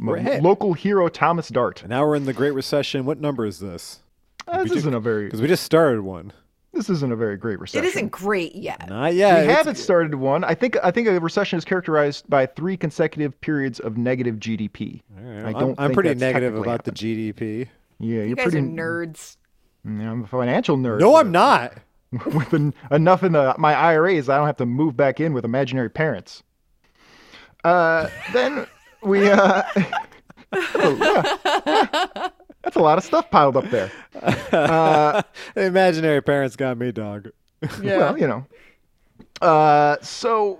S3: Mo-
S4: Right.
S3: Local hero Thomas Dart.
S4: And now we're in the Great Recession. What number is this?
S3: Uh, this
S4: do-
S3: isn't a
S4: (laughs)
S3: very
S4: Because we just started one.
S3: this isn't a very great recession.
S5: It isn't great yet.
S4: Not yet.
S3: We
S4: It's-
S3: haven't started one. I think I think a recession is characterized by three consecutive periods of negative GDP.
S4: All right,
S3: I
S4: I'm-
S3: don't.
S4: I'm,
S3: think
S4: pretty
S3: that's
S4: negative
S3: technically
S4: about
S3: happened.
S4: the GDP.
S3: Yeah, you're
S5: You guys
S3: pretty.
S5: are nerds.
S3: yeah, I'm a financial nerd.
S4: No,
S3: with
S4: I'm
S3: a-
S4: not.
S3: (laughs) with en- enough in the my IRAs, I don't have to move back in with imaginary parents. Uh, then we. Uh, (laughs) oh, yeah,
S5: (laughs)
S3: yeah. That's a lot of stuff piled up there.
S4: Imaginary parents got me, dog.
S3: Well, you know. Uh, so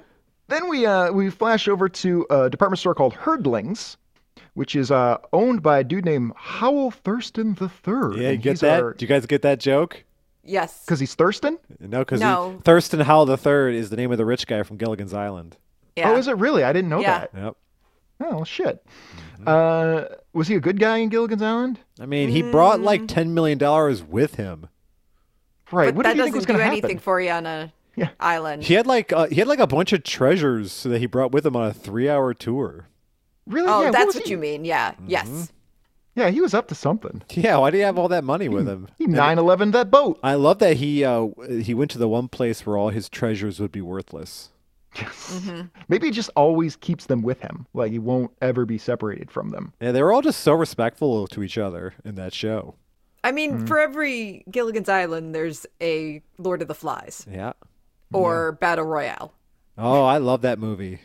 S3: then we uh, we flash over to a department store called Herdlings, which is uh, owned by a dude named Howell Thurston the Third.
S4: Yeah, you get that? Do you guys get that joke?
S5: Yes.
S3: Because he's Thurston.
S4: No, because
S5: No.
S4: Thurston Howell III is the name of the rich guy from Gilligan's Island.
S5: Yeah.
S3: Oh, is it really? I didn't know
S5: Yeah.
S3: that.
S4: Yep.
S3: Oh well, shit.
S4: Mm-hmm.
S3: Uh, was he a good guy in Gilligan's Island?
S4: I mean, he brought like ten million dollars with him.
S3: Right.
S5: But
S3: what did
S5: that
S3: you
S5: doesn't
S3: think was
S5: do
S3: going to happen?
S5: anything for you on a
S3: Yeah.
S5: island.
S4: He had like uh, he had like a bunch of treasures that he brought with him on a three-hour tour.
S3: really?
S5: Oh,
S3: yeah,
S5: that's
S3: was
S5: what
S3: he- Mm-hmm.
S5: you mean. Yeah. Yes.
S3: Yeah, he was up to something.
S4: Yeah, why did he have all that money with him?
S3: He 911 that boat.
S4: I love that he uh, he went to the one place where all his treasures would be worthless.
S3: Maybe he just always keeps them with him. Like he won't ever be separated from them.
S4: Yeah, they were all just so respectful to each other in that show.
S5: I mean,
S3: Mm-hmm.
S5: for every Gilligan's Island, there's a Lord of the Flies
S4: Yeah.
S5: or Battle Royale.
S4: Oh, I love that movie.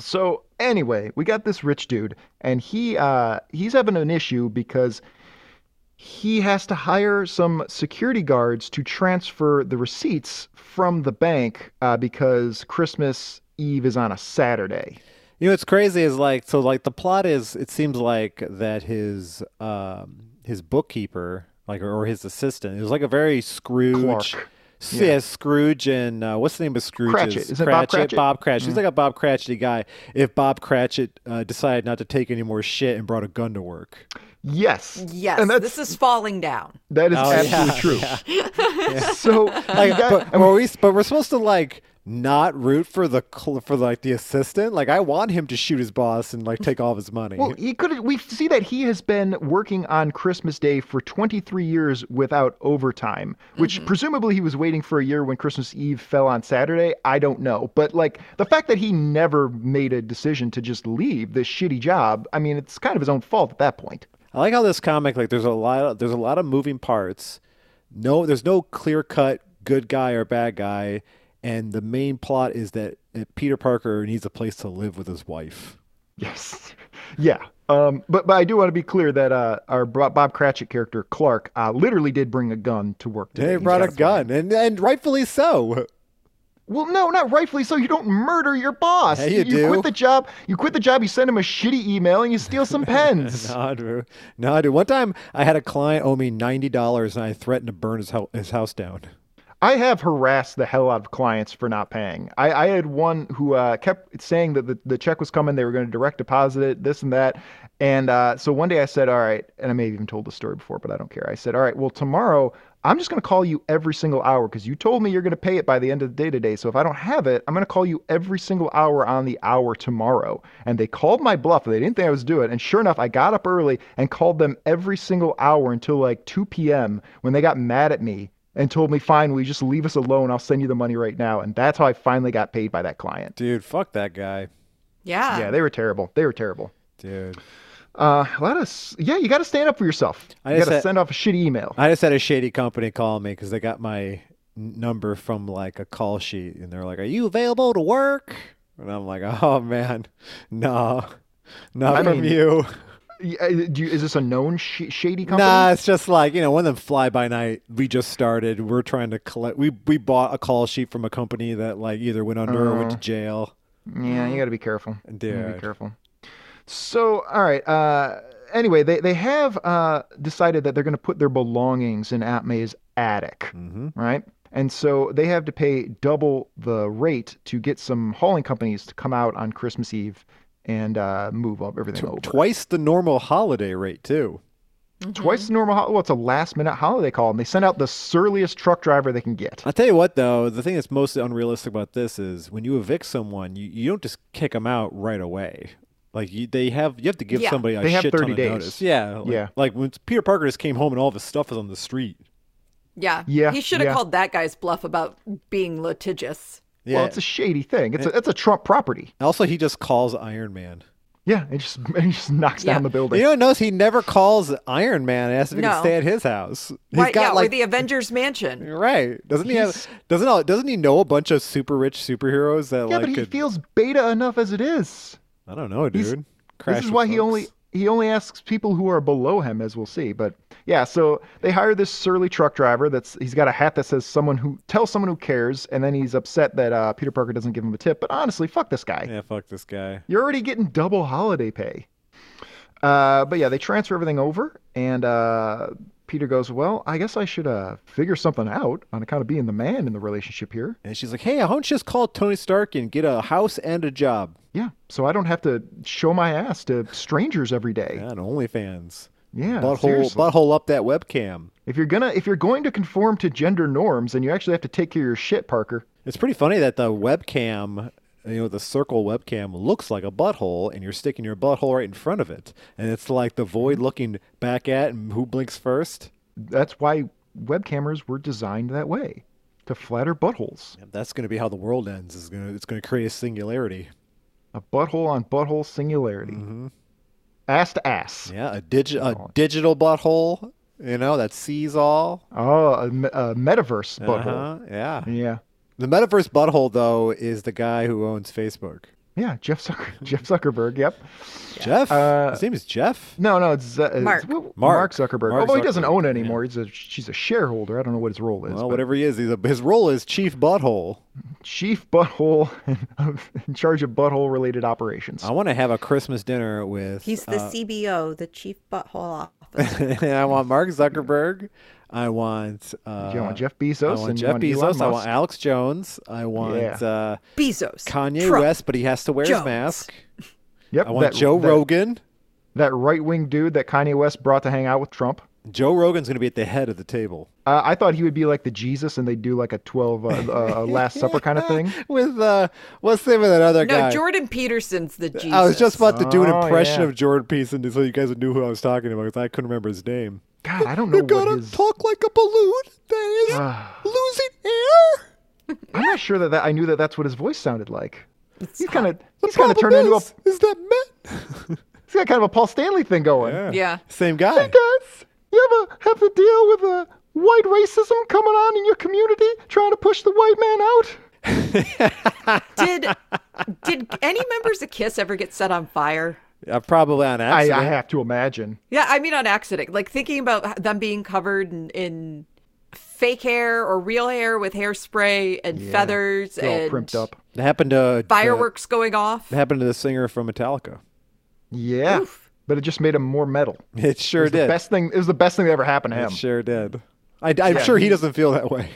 S3: So anyway, we got this rich dude, and he uh, he's having an issue because he has to hire some security guards to transfer the receipts from the bank uh, because Christmas Eve is on a Saturday.
S4: You know, what's crazy is like so like the plot is it seems like that his um his bookkeeper like or, or his assistant it was like a very Scrooge.
S3: Clark.
S4: S- Yeah. Scrooge and uh, what's the name of Scrooge?
S3: Cratchit. Is it Bob Cratchit? Mm-hmm.
S4: Bob Cratchit. He's like a Bob Cratchit guy. If Bob Cratchit uh, decided not to take any more shit and brought a gun to work,
S3: Yes.
S5: Yes.
S3: And that's,
S5: This is falling down.
S3: that is
S4: Oh, yeah,
S3: absolutely true.
S4: (laughs)
S3: So
S4: like,
S3: you got-
S4: but, but we but we're supposed to like not root for the cl- for like the assistant. Like I want him to shoot his boss and like take all of his money.
S3: Well, he could. We see that he has been working on Christmas Day for 23 years without overtime, which presumably he was waiting for a year when Christmas Eve fell on Saturday. I don't know, but like the fact that he never made a decision to just leave this shitty job. I mean, it's kind of his own fault at that point.
S4: I like how this comic like there's a lot of, there's a lot of moving parts. No, there's no clear cut good guy or bad guy, and the main plot is that uh, Peter Parker needs a place to live with his wife.
S3: Yes. (laughs) Yeah. Um, but but I do want to be clear that uh, our Bo- Bob Cratchit character Clark uh, literally did bring a gun to work. Today.
S4: They brought a gun, and and rightfully so. (laughs)
S3: Well, no, not rightfully so. You don't murder your boss.
S4: Yeah, you do.
S3: quit the job. You quit the job. You send him a shitty email and you steal
S4: (laughs)
S3: some pens.
S4: No, Drew. No, dude. One time I had a client owe me ninety dollars, and I threatened to burn his ho- his house down.
S3: I have harassed the hell out of clients for not paying. I, I had one who uh, kept saying that the, the check was coming, they were going to direct deposit it, this and that. And uh, so one day I said, All right, and I may have even told the story before, but I don't care. I said, All right, well, tomorrow I'm just going to call you every single hour because you told me you're going to pay it by the end of the day today. So if I don't have it, I'm going to call you every single hour on the hour tomorrow. And they called my bluff. They didn't think I was doing it. And sure enough, I got up early and called them every single hour until like 2 p.m. when they got mad at me and told me, "Fine, will you just leave us alone? I'll send you the money right now." And that's how I finally got paid by that client.
S4: Dude, fuck that guy.
S5: Yeah.
S3: Yeah, they were terrible. They were terrible.
S4: Dude,
S3: Uh, a lot of s- yeah, you got to stand up for yourself.
S4: I
S3: you
S4: just
S3: got to
S4: had-
S3: send off a shitty email.
S4: I just had a shady company call me because they got my n- number from like a call sheet, and they're like, "Are you available to work?" And I'm like, (laughs) "Oh man, no, not
S3: I
S4: from
S3: mean,
S4: you."
S3: Y- uh, do you- is this a known sh- shady company?
S4: Nah, it's just like you know, one of them fly by night. We just started. We're trying to collect. We we bought a call sheet from a company that like either went under or
S3: Uh-huh.
S4: went to jail.
S3: Yeah, you got to be careful. You gotta be
S4: Dude.
S3: careful. So, all right. Uh, anyway, they, they have uh, decided that they're going to put their belongings in Aunt May's attic,
S4: Mm-hmm.
S3: right? And so they have to pay double the rate to get some hauling companies to come out on Christmas Eve and uh, move up everything over.
S4: Twice the normal holiday rate too.
S5: Mm-hmm.
S3: Twice the normal. Ho- well, it's a last minute holiday call, and they send out the surliest truck driver they can get.
S4: I'll tell you what, though, the thing that's mostly unrealistic about this is when you evict someone, you, you don't just kick them out right away. Like you, they have, you have to give
S5: Yeah.
S4: somebody a
S3: They have
S4: shit ton
S3: 30
S4: of
S3: days.
S4: notice. Yeah, like,
S3: Yeah.
S4: Like when Peter Parker just came home and all of his stuff was on the street.
S5: Yeah.
S3: Yeah,
S5: He should have
S3: yeah.
S5: called that guy's bluff about being litigious.
S4: Yeah.
S3: Well, it's a shady thing. It's a, it's a Trump property.
S4: also, he just calls Iron Man.
S3: Yeah, it just (laughs) it just knocks
S5: Yeah.
S3: down the building.
S4: you know, notice he never calls Iron Man and asks if he can
S5: No.
S4: stay at his house. He's
S5: Why,
S4: got
S5: yeah, or
S4: like
S5: the Avengers Mansion.
S4: right. Doesn't he
S3: He's-
S4: have? Doesn't all- doesn't he know a bunch of super rich superheroes that
S3: Yeah,
S4: like?
S3: but he
S4: could-
S3: feels beta enough as it is.
S4: I don't know, dude. Crash
S3: this is
S4: with
S3: why he
S4: folks.
S3: only he only asks people who are below him, as we'll see. But yeah, so they hire this surly truck driver. That's he's got a hat that says "someone who tells someone who cares," and then he's upset that uh, Peter Parker doesn't give him a tip. But honestly, fuck this guy.
S4: Yeah, fuck this guy.
S3: You're already getting double holiday pay. Uh, but yeah, they transfer everything over, and uh, Peter goes, "Well, I guess I should uh, figure something out on account of being the man in the relationship here."
S4: And she's like, hey, why don't you just call Tony Stark and get a house and a job?
S3: Yeah, so I don't have to show my ass to strangers every day.
S4: Yeah, and OnlyFans.
S3: Yeah,
S4: butthole,
S3: seriously.
S4: butthole up that webcam.
S3: If you're gonna, if you're going to conform to gender norms, then you actually have to take care of your shit, Parker.
S4: It's pretty funny that the webcam, you know, the circle webcam looks like a butthole, and you're sticking your butthole right in front of it, and it's like the
S3: Mm-hmm.
S4: void looking back at and who blinks first.
S3: That's why web cameras were designed that way, to flatter buttholes.
S4: And that's going to be how the world ends. Is going to it's going to create a singularity.
S3: A butthole on butthole singularity. Ass to ass.
S4: Mm-hmm. Yeah, a digi-
S3: Oh.
S4: a digital butthole. You know that sees all.
S3: Oh, a, me- a metaverse butthole. Mm-hmm.
S4: Uh-huh, Yeah.
S3: Yeah.
S4: The metaverse butthole though is the guy who owns Facebook.
S3: Yeah, Jeff Zucker, (laughs) Jeff Zuckerberg. Yep.
S4: Jeff.
S3: Uh,
S4: His name is Jeff.
S3: No, no, it's, uh,
S5: Mark.
S3: it's Mark.
S4: Mark.
S3: Zuckerberg.
S4: Mark
S3: Although he doesn't
S4: Zuckerberg,
S3: own it anymore, he's a she's a shareholder. I don't know what his role is.
S4: Well,
S3: but
S4: whatever he is, he's a, his role is chief butthole.
S3: Chief butthole (laughs) in charge of butthole related operations.
S4: I want to have a Christmas dinner with.
S2: He's the CBO, the chief butthole officer.
S4: and (laughs) I want Mark Zuckerberg. I want. Uh,
S3: you want Jeff Bezos
S4: I want
S3: and you
S4: Jeff
S3: want
S4: Bezos.
S3: Elon
S4: I
S3: Musk.
S4: want Alex Jones. I want
S3: Yeah.
S4: uh,
S5: (laughs) Bezos.
S4: Kanye
S5: Trump.
S4: West, but he has to wear his
S5: Jones.
S4: mask.
S3: yep.
S4: I
S3: that,
S4: want Joe
S3: that,
S4: Rogan.
S3: That right wing dude that Kanye West brought to hang out with Trump.
S4: Joe Rogan's going to be at the head of the table
S3: Uh, I thought he would be like the Jesus, and they do like a twelve uh,
S4: (laughs)
S3: uh, Last Supper kind of thing.
S4: (laughs) with uh, what's the name of that other
S5: No,
S4: guy?
S5: Jordan Peterson's the Jesus.
S4: I was just about to do an
S3: Oh,
S4: impression
S3: yeah.
S4: of Jordan Peterson so you guys knew who I was talking about because I couldn't remember his name.
S3: God, I don't know
S4: You
S3: what
S4: gotta
S3: his.
S4: talk like a balloon that is (sighs) losing air.
S3: I'm not sure that, that I knew that that's what his voice sounded like. He's kind of
S4: The
S3: he's kind of
S4: problem
S3: turned into a
S4: is, is that Matt?
S3: he's got kind of a Paul Stanley thing going.
S5: Yeah.
S4: Same guy.
S3: guys, you ever have to deal with a white racism coming on in your community, trying to push the white man out?
S5: Did did any members of Kiss ever get set on fire?
S4: Uh, probably on
S3: I,
S4: accident.
S3: I have to imagine.
S5: Yeah, I mean on accident. Like thinking about them being covered in, in fake hair or real hair with hairspray and feathers
S3: They're all
S5: and
S3: primped up.
S4: It happened to to-
S5: fireworks
S4: (laughs)
S5: going off. (laughs)
S4: it happened to the singer from Metallica. (laughs)
S3: Yeah, but it just made him more metal.
S4: It sure
S3: It was the
S4: did.
S3: best thing. It was the best thing that ever happened to him.
S4: It sure did. I, am sure he doesn't feel that way.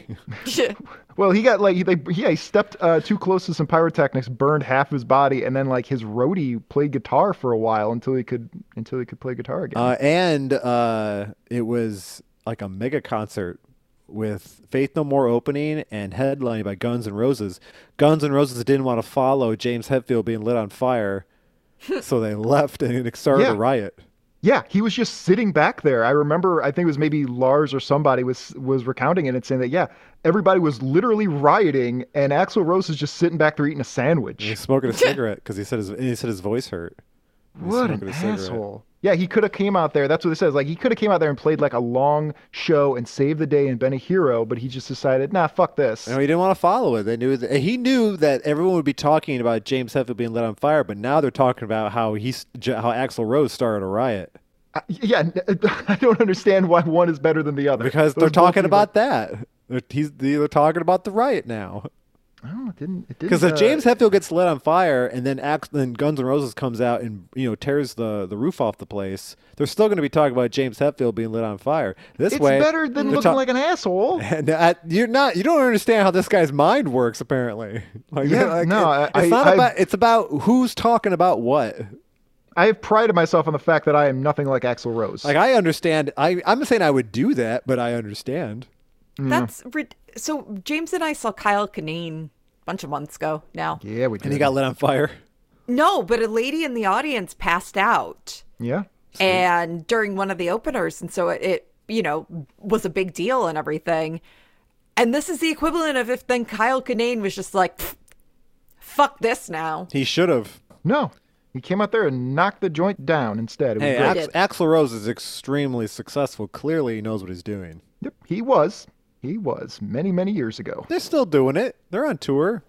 S3: Well, he got like he- they, yeah, he stepped uh, too close to some pyrotechnics, burned half his body, and then like his roadie played guitar for a while until he could until he could play guitar again.
S4: uh, and uh, it was like a mega concert with Faith No More opening and headlined by Guns N' Roses. Guns N' Roses didn't want to follow James Hetfield being lit on fire, so they left and it started
S3: Yeah.
S4: a riot.
S3: Yeah, he was just sitting back there. I remember, I think it was maybe Lars or somebody was was recounting it and saying that yeah, everybody was literally rioting, and Axl Rose is just sitting back there eating a
S4: He
S3: sandwich.
S4: was smoking a cigarette because he said his and he said his voice hurt. He was
S3: What
S4: smoking
S3: an
S4: a cigarette.
S3: asshole! Yeah, he could have came out there. That's what it says. Like he could have came out there and played like a long show and saved the day and been a hero, but he just decided, nah, fuck this.
S4: No, he didn't want to follow it. They knew that, he knew that everyone would be talking about James Hetfield being lit on fire, but now they're talking about how he's how Axl Rose started a riot
S3: I- yeah, n- (laughs) I don't understand why one is better than the other
S4: because
S3: Those
S4: they're talking
S3: both
S4: about that. They're, he's, they're talking about the riot now.
S3: people- Oh, it didn't. It didn't.
S4: Because if
S3: uh,
S4: James Hetfield gets lit on fire and then Ax, then Guns N' Roses comes out and you know tears the, the roof off the place, they're still going to be talking about James Hetfield being lit on fire. This
S3: it's
S4: way,
S3: better than
S4: they're
S3: looking
S4: ta-
S3: like an asshole.
S4: (laughs) And I, you're not. You don't understand how this guy's mind works. Apparently, (laughs) like,
S3: Yeah,
S4: like,
S3: no,
S4: it-
S3: I-
S4: it's not
S3: I-
S4: about. It's about who's talking about what.
S3: I have prided myself on the fact that I am nothing like Axl Rose.
S4: Like I understand. I I'm not saying I would do that, but I understand.
S5: That's rid- so James and I saw Kyle Kinane a bunch of months ago now.
S3: yeah, we did.
S4: And he got lit on fire.
S5: No, but a lady in the audience passed out.
S3: yeah.
S5: and during one of the openers and so it, it you know was a big deal and everything and this is the equivalent of if then kyle kinane was just like "Pfft, fuck this now
S4: He should have.
S3: No, he came out there and knocked the joint down instead. It was
S4: Hey,
S3: great.
S4: Ax, Axl Rose is extremely successful. Clearly, he knows what he's doing.
S3: Yep, he was. He was many, many years ago.
S4: They're still doing it. They're on tour.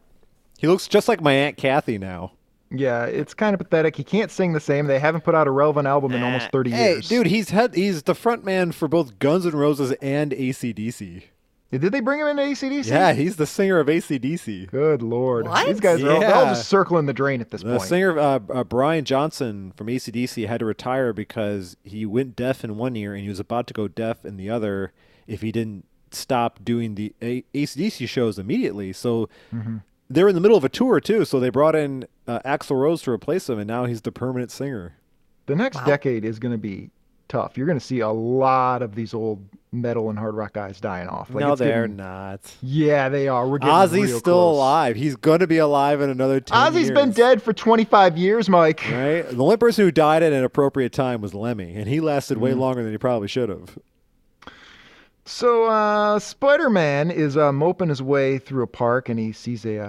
S4: He looks just like my aunt Kathy now.
S3: Yeah, it's kind of pathetic. He can't sing the same. They haven't put out a relevant album in almost 30
S4: Hey,
S3: years.
S4: dude, he's head. He's the front man for both Guns N' Roses and ACDC.
S3: Did they bring him into ACDC?
S4: Yeah, he's the singer of ACDC.
S3: Good lord.
S5: What?
S3: These guys are all, they're all
S4: Yeah.
S3: just circling the drain at this
S4: The
S3: point.
S4: singer uh, uh, Brian Johnson from ACDC had to retire because he went deaf in one ear and he was about to go deaf in the other if he didn't stop doing the A- ACDC shows immediately. So they're in the middle of a tour too. So they brought in uh, Axl Rose to replace him, and now he's the permanent singer.
S3: the next decade is going to be tough. You're going to see a lot of these old metal and hard rock guys dying off. Like,
S4: no,
S3: it's
S4: they're
S3: getting-
S4: not.
S3: Yeah, they are. We're getting
S4: Ozzy's
S3: real
S4: still
S3: close.
S4: alive. He's going to be alive in another 10
S3: Ozzy's
S4: years.
S3: been dead for 25 years, Mike.
S4: Right? The only person who died at an appropriate time was Lemmy, and he lasted way longer than he probably should have.
S3: So uh, Spider-Man is uh, moping his way through a park, and he sees a,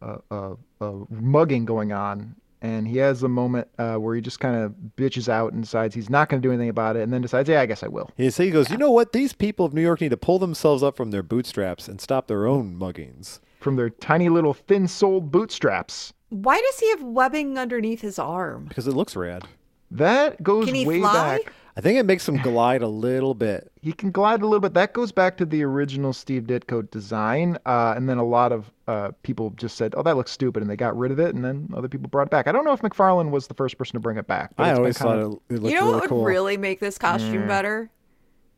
S3: uh, a, a, a mugging going on. And he has a moment uh, where he just kind of bitches out and decides he's not going to do anything about it, and then decides, yeah, I guess I will.
S4: He, so he goes, You know what? These people of New York need to pull themselves up from their bootstraps and stop their own muggings.
S3: From their tiny little thin-soled bootstraps,
S5: Why does he have webbing underneath his arm?
S4: Because it looks rad.
S3: that goes
S5: Can he
S3: way
S5: fly?
S3: back.
S4: I think it makes them glide a little bit.
S3: He can glide a little bit. That goes back to the original Steve Ditko design, uh, and then a lot of uh, people just said, "Oh, that looks stupid," and they got rid of it, and then other people brought it back. I don't know if McFarlane was the first person to bring it back. but
S4: I
S3: it's been
S4: always
S3: kind
S4: thought
S3: of-
S4: it, it looked
S5: You know
S4: really
S5: what would
S4: cool.
S5: really make this costume better?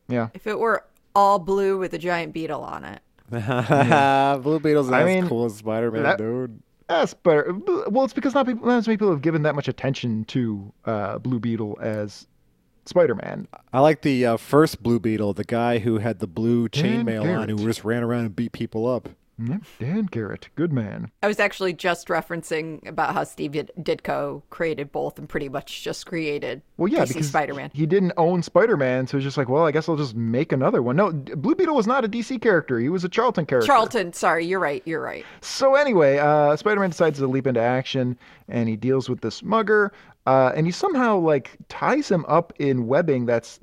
S3: yeah.
S5: If it were all blue with a giant beetle on it.
S4: (laughs) Blue Beetle's
S3: I
S4: not as
S3: mean,
S4: cool as Spider Man,
S3: that-
S4: dude.
S3: That's better. Well, it's because not, people, not as many people have given that much attention to uh, Blue Beetle as Spider-Man.
S4: I like the uh, first Blue Beetle, the guy who had the blue
S3: Dan
S4: chainmail on, who
S3: Garrett.
S4: just ran around and beat people up.
S3: Yep, Dan Garrett, good man.
S5: I was actually just referencing about how Steve Did- Ditko created both and pretty much just created
S3: Well, yeah,
S5: DC
S3: because
S5: Spider-Man.
S3: he didn't own Spider-Man, so it's just like, well, I guess I'll just make another one. No, D- Blue Beetle was not a DC character; he was a Charlton character.
S5: Charlton, sorry, you're right, you're right.
S3: So anyway, uh, Spider-Man decides to leap into action, and he deals with this mugger, uh, and he somehow like ties him up in webbing that's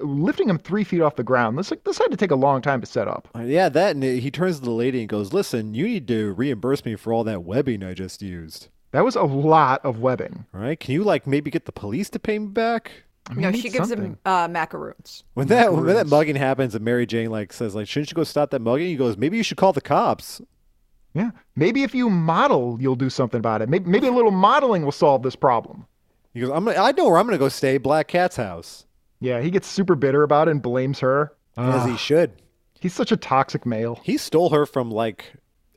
S3: lifting him three feet off the ground. This like this had to take a long time to set up.
S4: Uh, Yeah, that. And he turns to the lady and goes, Listen, you need to reimburse me for all that webbing I just used.
S3: That was a lot of webbing.
S4: All right? Can you, like, maybe get the police to pay me back?
S5: no,
S3: we
S5: she
S3: need
S5: gives
S3: something.
S5: him uh, macaroons.
S4: When that when that
S3: Macaroons.
S4: mugging happens and Mary Jane like says like shouldn't you go stop that mugging? He goes maybe you should call the cops.
S3: Yeah. Maybe if you model, you'll do something about it. Maybe, maybe a little modeling will solve this problem.
S4: He goes I'm gonna, I know where I'm gonna go stay Black Cat's house
S3: Yeah, he gets super bitter about it and blames her.
S4: as he should.
S3: He's such a toxic male.
S4: He stole her from like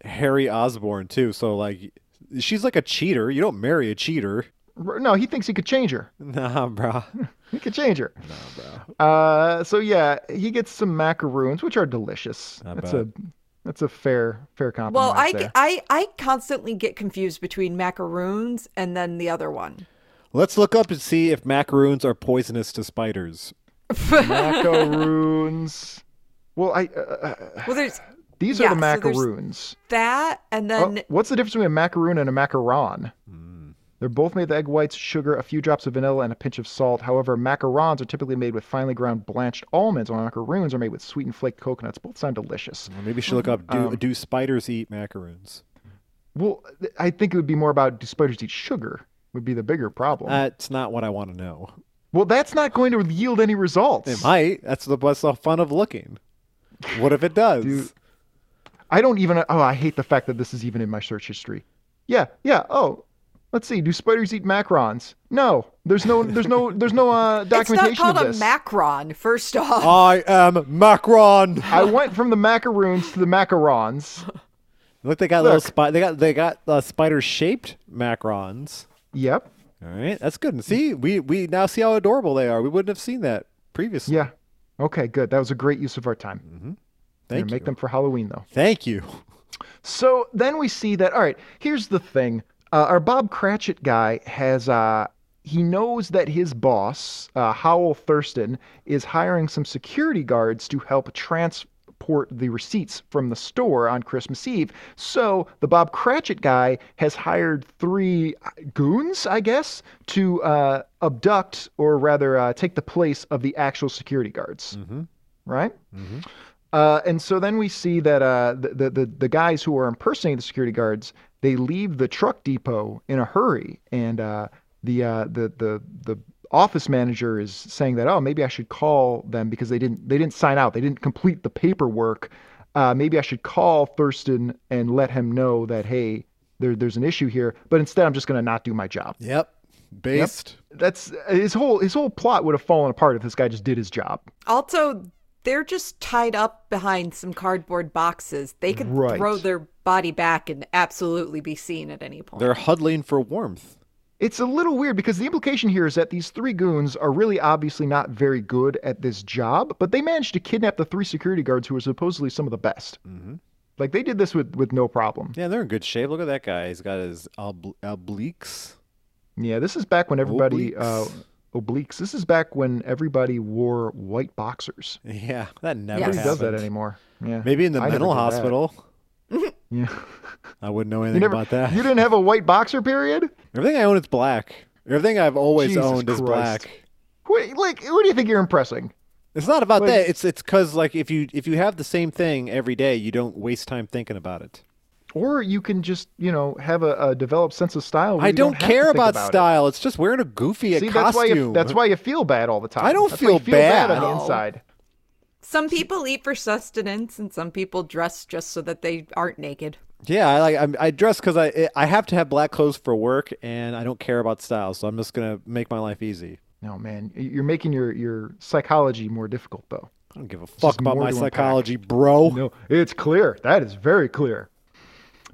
S4: Harry Osborne too. So like she's like a cheater. You don't marry a cheater.
S3: R- No, he thinks he could change her.
S4: Nah, brah.
S3: He could change her. Uh, so yeah, he gets some macaroons, which are delicious. that's a that's a fair fair compliment.
S5: Well, I, (laughs)
S3: there.
S5: I, I constantly get confused between macaroons and then the other one.
S4: Let's look up and see if macaroons are poisonous to spiders.
S3: macaroons. Well, I uh, uh,
S5: Well, there's
S3: these
S5: Yeah,
S3: are
S5: so
S3: the
S5: there's-
S3: macaroons.
S5: that, and
S3: Oh,
S5: then
S3: what's the difference between a macaroon and a macaron? They're both made with egg whites, sugar, a few drops of vanilla, and a pinch of salt. However, macarons are typically made with finely ground blanched almonds, while macaroons are made with sweetened flaked coconuts. Both sound delicious.
S4: Well, maybe you should look up do,
S3: Um,
S4: do spiders eat macaroons?
S3: Well, th- I think it would be more about do spiders eat sugar? Would be the bigger problem.
S4: That's not what I want to know.
S3: well, that's not going to yield any results.
S4: It might. That's the that's the fun of looking. What if it does?
S3: Dude. I don't even. Oh, I hate the fact that this is even in my search history. Yeah, yeah. Oh, let's see. Do spiders eat macarons? No. There's no. There's no. There's no uh,
S5: (laughs) it's not
S3: documentation
S5: called
S3: of
S5: a
S3: this. Oh.
S5: macron, first off.
S4: I am Macron.
S3: I went from the macaroons to the
S5: (laughs)
S3: macarons.
S4: Look, they got little
S3: Look.
S4: spider. They got they got uh, spider shaped macrons.
S3: Yep.
S4: All right, that's good. See, we we now see how adorable they are. We wouldn't have seen that previously.
S3: Yeah. Okay. Good. That was a great use of our time. Mm-hmm.
S4: Thank
S3: Make
S4: you.
S3: them for Halloween though.
S4: Thank you.
S3: So then we see that. All right, here's the thing. Uh, our Bob Cratchit guy has. Uh, he knows that his boss, uh, Howell Thurston, is hiring some security guards to help transport the receipts from the store on Christmas Eve. So the Bob Cratchit guy has hired three uh, goons, I guess, to uh, abduct or rather uh, take the place of the actual security guards. Right? Uh, and so then we see that uh, the, the- the the guys who are impersonating the security guards they leave the truck depot in a hurry, and uh, the uh, the the the office manager is saying that oh maybe I should call them because they didn't they didn't sign out they didn't complete the paperwork uh, maybe I should call Thurston and let him know that, hey, there, there's an issue here. But instead, I'm just going to not do my job.
S4: Yep. Based.
S3: That's his whole his whole plot would have fallen apart if this guy just did his job.
S5: Also, they're just tied up behind some cardboard boxes. They could
S3: Right.
S5: throw their body back and absolutely be seen at any point.
S4: They're huddling for warmth.
S3: It's a little weird because the implication here is that these three goons are really obviously not very good at this job, but they managed to kidnap the three security guards who were supposedly some of the best.
S4: Mm-hmm.
S3: Like they did this with, with no problem.
S4: Yeah, they're in good shape. Look at that guy. He's got his obl- obliques. (laughs)
S3: Yeah, this is back when everybody uh,
S4: Obliques.
S3: obliques. This is back when everybody wore white boxers.
S4: Yeah, that never
S5: Yes.
S3: Nobody
S5: It
S3: does that
S4: happened.
S3: anymore. Yeah,
S4: Maybe in the
S3: I never
S4: mental
S3: did that.
S4: hospital.
S3: Yeah.
S4: I wouldn't know
S3: you
S4: anything
S3: never
S4: about that.
S3: You didn't have a white boxer period.
S4: Everything I own is black. Everything I've always
S3: Jesus
S4: owned is
S3: Christ.
S4: black.
S3: Who, like, who do you think you're impressing?
S4: It's not about
S3: Like-
S4: that. It's it's because like if you if you have the same thing every day, you don't waste time thinking about it.
S3: Or you can just, you know, have a, a developed sense of style. where
S4: I
S3: you
S4: don't,
S3: have to
S4: care
S3: think
S4: about,
S3: about it.
S4: style. It's just wearing a goofy
S3: See,
S4: a
S3: that's why
S4: costume.
S3: you, that's why you feel bad all the time.
S4: I don't
S3: That's why you
S4: feel bad.
S3: on the
S4: No.
S3: inside.
S5: some people eat for sustenance and some people dress just so that they aren't naked.
S4: Yeah, I like I'm, I dress because I I have to have black clothes for work, and I don't care about style, so I'm just gonna make my life easy.
S3: No, man, you're making your your psychology more difficult though.
S4: I don't give a fuck about
S3: more
S4: my
S3: to unpack.
S4: psychology, bro.
S3: No, it's clear. That is very clear.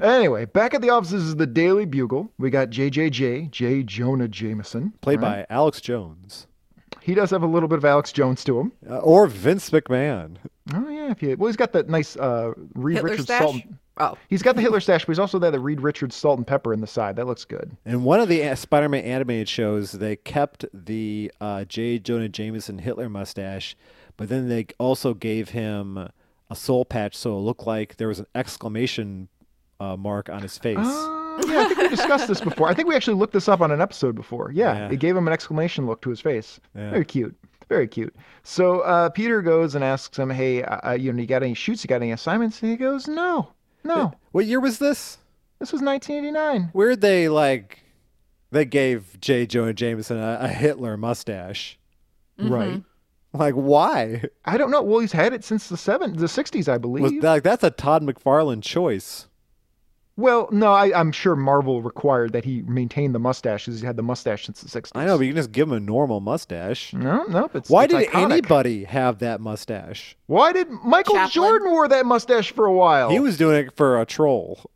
S3: Anyway, back at the offices is the Daily Bugle. We got JJJ, J. Jonah Jameson.
S4: Played by Alex Jones
S3: He does have a little bit of Alex Jones to him.
S4: uh, or Vince McMahon.
S3: Oh yeah, if you well, he's got that nice uh, Reed
S5: Hitler
S3: Richards
S5: stash?
S3: salt. and-
S5: Oh,
S3: He's got the Hitler stash, but he's also got the Reed Richards salt and pepper in the side. That looks good.
S4: In one of the uh, Spider-Man animated shows, they kept the uh, J. Jonah Jameson Hitler mustache, but then they also gave him a soul patch, so it looked like there was an exclamation uh, mark on his face.
S3: (gasps) Uh, yeah, I think we discussed this before. I think we actually looked this up on an episode before. Yeah,
S4: Yeah.
S3: it gave him an exclamation look to his face.
S4: Yeah.
S3: Very cute. Very cute. So uh, Peter goes and asks him, "Hey, uh, uh, you know, you got any shoots? You got any assignments?" And he goes, "No, no.
S4: What year was this?
S3: This was 1989."
S4: Where'd they like? They gave J. Jonah Jameson a, a Hitler mustache. Mm-hmm.
S3: Right.
S4: Like, why?
S3: I don't know. Well, he's had it since the seven, the 60s, I believe.
S4: Was that, like, that's a Todd McFarlane choice.
S3: Well, no, I, I'm sure Marvel required that he maintain the mustache because he had the mustache since the 60s.
S4: I know, but you can just give him a normal mustache.
S3: No, no, it's
S4: Why
S3: it's
S4: did
S3: iconic.
S4: anybody have that mustache?
S3: Why did Michael
S5: Chaplin?
S3: Jordan wore that mustache for a while?
S4: He was doing it for a troll.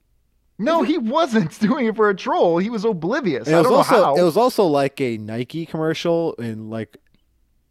S3: No, he wasn't (laughs) doing it for a troll. He was oblivious.
S4: And
S3: I
S4: it was
S3: don't
S4: also
S3: know how.
S4: it was also like a Nike commercial, and like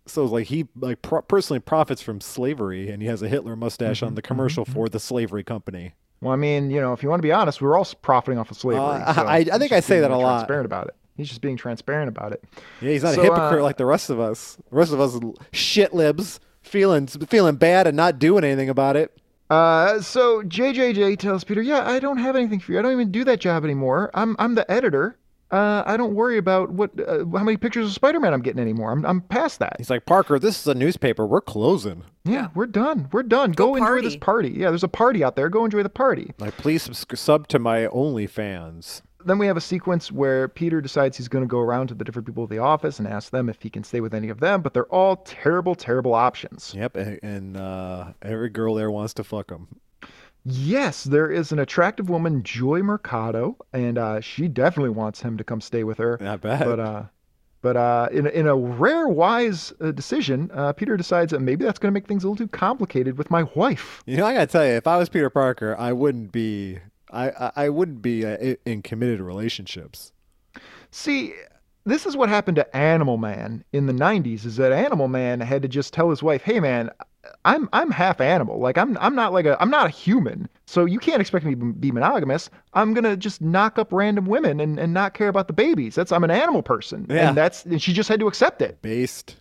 S4: so it was like he like pro- personally profits from slavery, and he has a Hitler
S3: Mm-hmm,
S4: mustache on the commercial for the slavery company.
S3: well, I mean, you know, if you want to be honest, we're all s- profiting off of slavery.
S4: Uh,
S3: so
S4: I- I
S3: he's
S4: think
S3: just
S4: I say
S3: being
S4: that a
S3: more
S4: lot.
S3: Transparent about it. He's just being transparent about it.
S4: Yeah, he's not
S3: So,
S4: a hypocrite
S3: uh,
S4: like the rest of us. The rest of us l- shit libs feeling feeling bad and not doing anything about it.
S3: Uh, so JJJ tells Peter, "Yeah, I don't have anything for you. I don't even do that job anymore. I'm I'm the editor. Uh, I don't worry about what uh, how many pictures of Spider-Man I'm getting anymore. I'm I'm past that.
S4: He's like Parker, this is a newspaper. We're closing.
S3: Yeah, we're done. We're done. Go,
S5: Go
S3: enjoy this party. Yeah, there's a party out there. Go enjoy the party."
S4: Like, please subsc- sub to my OnlyFans.
S3: then we have a sequence where Peter decides he's going to go around to the different people of the office and ask them if he can stay with any of them, but they're all terrible, terrible options.
S4: Yep, and, and uh, every girl there wants to fuck him.
S3: Yes, there is an attractive woman, Joy Mercado, and uh, she definitely wants him to come stay with
S4: (laughs)
S3: her.
S4: Not bad.
S3: But uh, but uh, in a- in a rare wise uh, decision, uh, Peter decides that maybe that's going to make things a little too complicated with my wife.
S4: You know, I gotta tell you, if I was Peter Parker, I wouldn't be, I, I, I wouldn't be uh, i- in committed relationships.
S3: See, this is what happened to Animal Man in the '90s. Is that Animal Man had to just tell his wife, "Hey, man, I'm I'm half animal. Like I'm I'm not like a I'm not a human. So you can't expect me to be monogamous. I'm gonna just knock up random women and, and not care about the babies. That's I'm an animal person.
S4: Yeah.
S3: And that's and she just had to accept it.
S4: Based.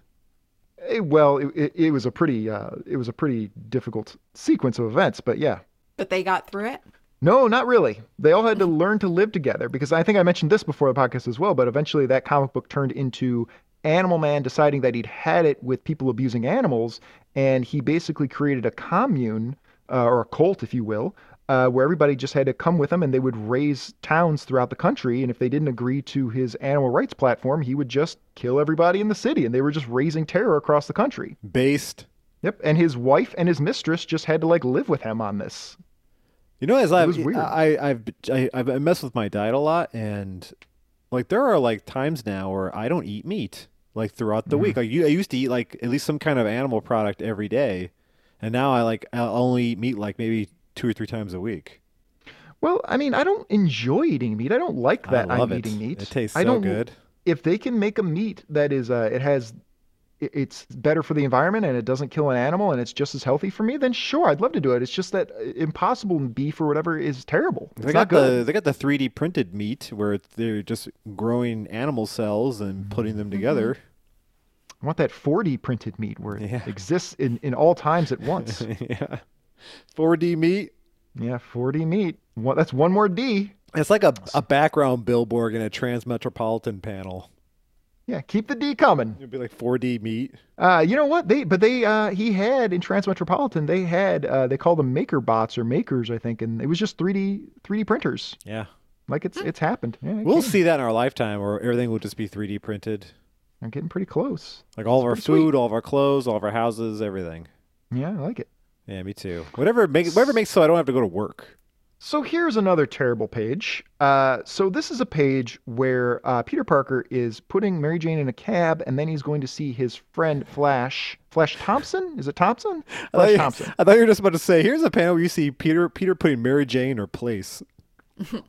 S3: Eh, well, it, it, it was a pretty uh, it was a pretty difficult sequence of events. But yeah,
S5: but they got through it.
S3: no, not really. They all had to learn to live together because I think I mentioned this before the podcast as well, but eventually that comic book turned into Animal Man deciding that he'd had it with people abusing animals, and he basically created a commune uh, or a cult, if you will, uh, where everybody just had to come with him and they would raise towns throughout the country. And if they didn't agree to his animal rights platform, he would just kill everybody in the city, and they were just raising terror across the country.
S4: Based.
S3: Yep. And his wife and his mistress just had to like live with him on this.
S4: You know, as I've
S3: was weird.
S4: I, I've I, I've I mess with my diet a lot, and like there are like times now where I don't eat meat like throughout the
S3: Mm-hmm.
S4: week. Like you, I used to eat like at least some kind of animal product every day, and now I like I only eat meat like maybe two or three times a week.
S3: Well, I mean, I don't enjoy eating meat. I don't like
S4: I
S3: that
S4: love
S3: am
S4: it.
S3: eating meat.
S4: It tastes
S3: I
S4: so
S3: don't,
S4: good.
S3: If they can make a meat that is, uh, it has, i- it's better for the environment and it doesn't kill an animal and it's just as healthy for me, then sure, I'd love to do it. It's just that uh, impossible beef or whatever is terrible. It's
S4: They
S3: not
S4: got
S3: good.
S4: the they got the three D printed meat where it's- they're just growing animal cells and putting
S3: Mm-hmm. (laughs)
S4: them together.
S3: I want that 4D printed meat where it
S4: Yeah. (laughs)
S3: exists in, in all times at once.
S4: yeah, four D meat.
S3: yeah, 4D meat. One, that's one more D.
S4: It's like a, a background billboard in a transmetropolitan panel.
S3: Yeah, keep the D coming.
S4: It'd be like 4D meat.
S3: Uh, you know what? They but they uh, he had in Transmetropolitan they had uh, they called them maker bots or makers I think, and it was just 3D 3D printers.
S4: Yeah.
S3: Like it's it's happened. Yeah, it
S4: We'll
S3: came.
S4: see that in our lifetime where everything will just be 3D printed.
S3: I'm getting pretty close.
S4: Like all of our
S3: That's pretty sweet.
S4: food, all of our clothes, all of our houses, everything.
S3: Yeah, I like it.
S4: Yeah, me too. Whatever make, whatever makes so I don't have to go to work.
S3: So here's another terrible page. Uh, so this is a page where uh, Peter Parker is putting Mary Jane in a cab, and then he's going to see his friend Flash. Flash Thompson? Is it Thompson? Flash
S4: I thought, you,
S3: Thompson.
S4: (laughs) I thought you were just about to say, here's a panel where you see Peter Peter putting Mary Jane or place.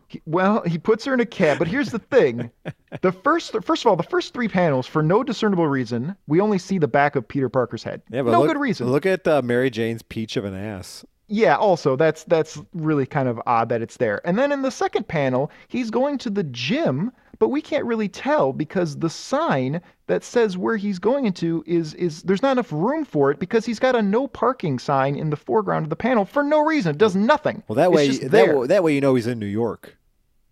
S3: He- Well, he puts her in a cab, but here's the thing:
S4: (laughs)
S3: the first, first of all, the first three panels, for no discernible reason, we only see the back of Peter Parker's head. no
S4: look,
S3: good reason.
S4: Look at uh, Mary Jane's peach of an ass.
S3: Yeah, also that's that's really kind of odd that it's there. And then in the second panel, he's going to the gym, but we can't really tell because the sign that says where he's going into is is there's not enough room for it because he's got a no parking sign in the foreground of the panel for no reason. It does nothing.
S4: Well, that
S3: It's
S4: way
S3: just
S4: that,
S3: there.
S4: wa- that way you know he's in New York.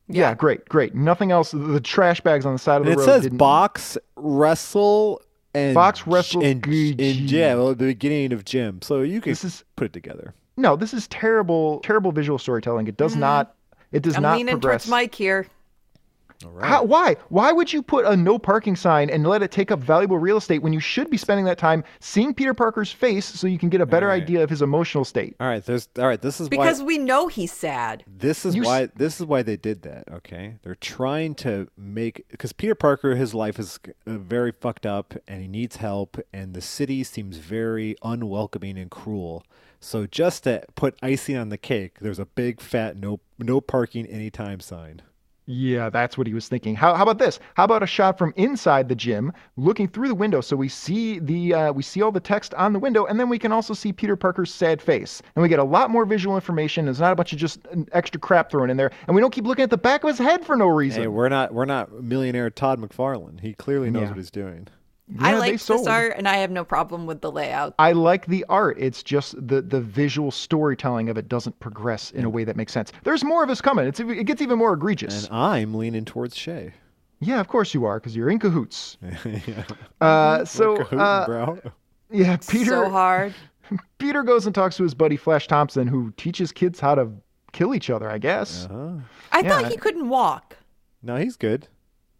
S3: yeah, great, great. Nothing else. The, the trash bags on the side of
S4: And
S3: the
S4: it
S3: road.
S4: says
S3: didn't-
S4: box wrestle and
S3: Box, wrestle,
S4: and,
S3: GG.
S4: and yeah, well, the beginning of gym. So you can
S3: This is
S4: put it together.
S3: no. This is terrible. Terrible visual storytelling. It does not. It does
S5: I'm
S3: not
S5: leaning
S3: progress.
S5: towards Mike here.
S4: All right.
S3: How, why? Why would you put a no parking sign and let it take up valuable real estate when you should be spending that time seeing Peter Parker's face so you can get a better
S4: Alright.
S3: idea of his emotional state?
S4: All right, there's all right. This is
S5: Because
S4: why
S5: we know he's sad.
S4: this is
S3: You s-
S4: why this is why they did that. Okay, they're trying to make because Peter Parker, his life is uh, very fucked up, and he needs help, and the city seems very unwelcoming and cruel. So just to put icing on the cake, there's a big fat no no parking anytime sign.
S3: Yeah, that's what he was thinking. How, how about this? How about a shot from inside the gym, looking through the window, so we see the uh, we see all the text on the window, and then we can also see Peter Parker's sad face, and we get a lot more visual information. There's not a bunch of just uh, extra crap thrown in there, and we don't keep looking at the back of his head for no reason.
S4: Hey, we're not we're not millionaire Todd McFarlane. He clearly knows
S3: Yeah.
S4: what he's doing.
S3: Yeah,
S5: I
S3: they
S5: like this
S3: sold.
S5: art, and I have no problem with the layout.
S3: I like the art. It's just the the visual storytelling of it doesn't progress in a way that makes sense. There's more of us coming. It's it gets even more egregious.
S4: And uh, I'm leaning towards Shay.
S3: yeah, of course you are, because you're in
S4: (laughs)
S3: cahoots. Uh, so
S4: Cahootin',
S3: uh,
S4: bro.
S3: yeah, (laughs) Peter
S5: so hard.
S3: Peter goes and talks to his buddy Flash Thompson, who teaches kids how to kill each other. I guess
S4: Uh-huh.
S5: I
S3: Yeah.
S5: thought he couldn't walk.
S4: No, he's good.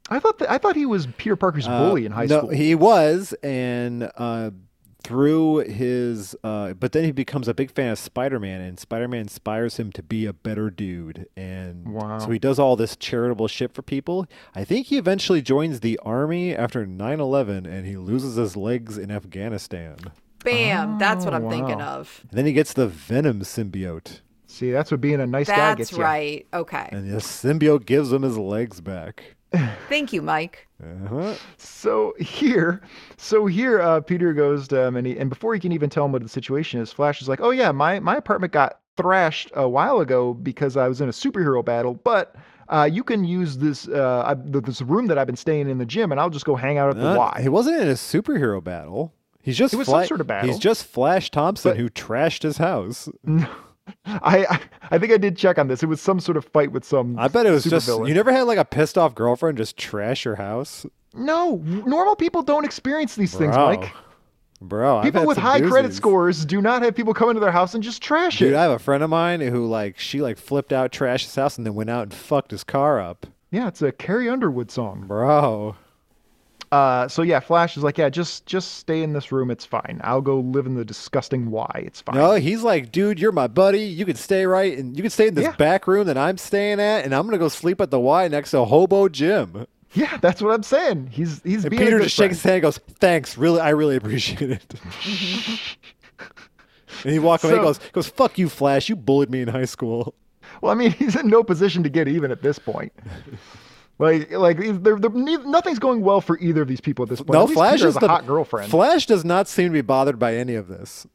S3: I thought that I thought he was Peter Parker's
S4: Uh,
S3: bully in high
S4: no,
S3: school.
S4: He was, and uh, through his, uh, but then he becomes a big fan of Spider-Man, and Spider-Man inspires him to be a better dude, and
S3: Wow.
S4: so he does all this charitable shit for people. I think he eventually joins the army after 9/11, and he loses his legs in Afghanistan.
S5: Bam. that's what I'm
S3: Oh,
S5: thinking
S3: wow.
S5: of.
S4: And then he gets the Venom symbiote,
S3: See, that's what being a nice guy
S5: That's
S3: gets you.
S5: right. Okay.
S4: and the symbiote gives him his legs back.
S5: Thank you, Mike.
S4: Uh-huh.
S3: So here, so here, uh, Peter goes to him, and, he, and before he can even tell him what the situation is, Flash is like, "Oh yeah, my my apartment got thrashed a while ago because I was in a superhero battle, but." Uh, you can use this uh, I, th- this room that I've been staying in the gym, and I'll just go hang out at the
S4: Uh,
S3: Y.
S4: He wasn't in a superhero battle. He's just
S3: It was some
S4: Fla-
S3: sort of battle.
S4: He's just Flash Thompson
S3: But-
S4: who trashed his house.
S3: I, I I think I did check on this. It was some sort of fight with some.
S4: I bet it was just
S3: supervillain.
S4: you never had like a pissed off girlfriend just trash your house,
S3: no, normal people don't experience these things,
S4: bro.
S3: Mike.
S4: Bro, I've
S3: People
S4: had
S3: with
S4: some
S3: high credit
S4: doozies.
S3: scores do not have people come into their house and just trash
S4: Dude,
S3: it.
S4: I have a friend of mine who like she like flipped out, trashed his house, and then went out and fucked his car up,
S3: yeah, it's a Carrie Underwood song.
S4: bro.
S3: Uh, so yeah, Flash is like, yeah, just just stay in this room. It's fine. I'll go live in the disgusting Y. It's fine.
S4: No, he's like, dude, you're my buddy. You can stay right, and you can stay in this
S3: Yeah.
S4: back room that I'm staying at, and I'm gonna go sleep at the Y next to Hobo Jim.
S3: Yeah, that's what I'm saying. He's he's
S4: And
S3: being a
S4: Peter
S3: good
S4: just
S3: friend.
S4: shakes his hand, and goes, "Thanks, really, I really appreciate
S3: (laughs)
S4: it." and he walks away.
S3: So-
S4: and goes, "Goes, fuck you, Flash. You bullied me in high school."
S3: Well, I mean, (laughs) he's in no position to get even at this
S4: (laughs)
S3: point. Like, like they're, they're, neith- nothing's going well for either of these people at this point.
S4: no,
S3: At least
S4: Flash
S3: Peter
S4: is
S3: has a
S4: the
S3: hot girlfriend.
S4: Flash does not seem to be bothered by any of this.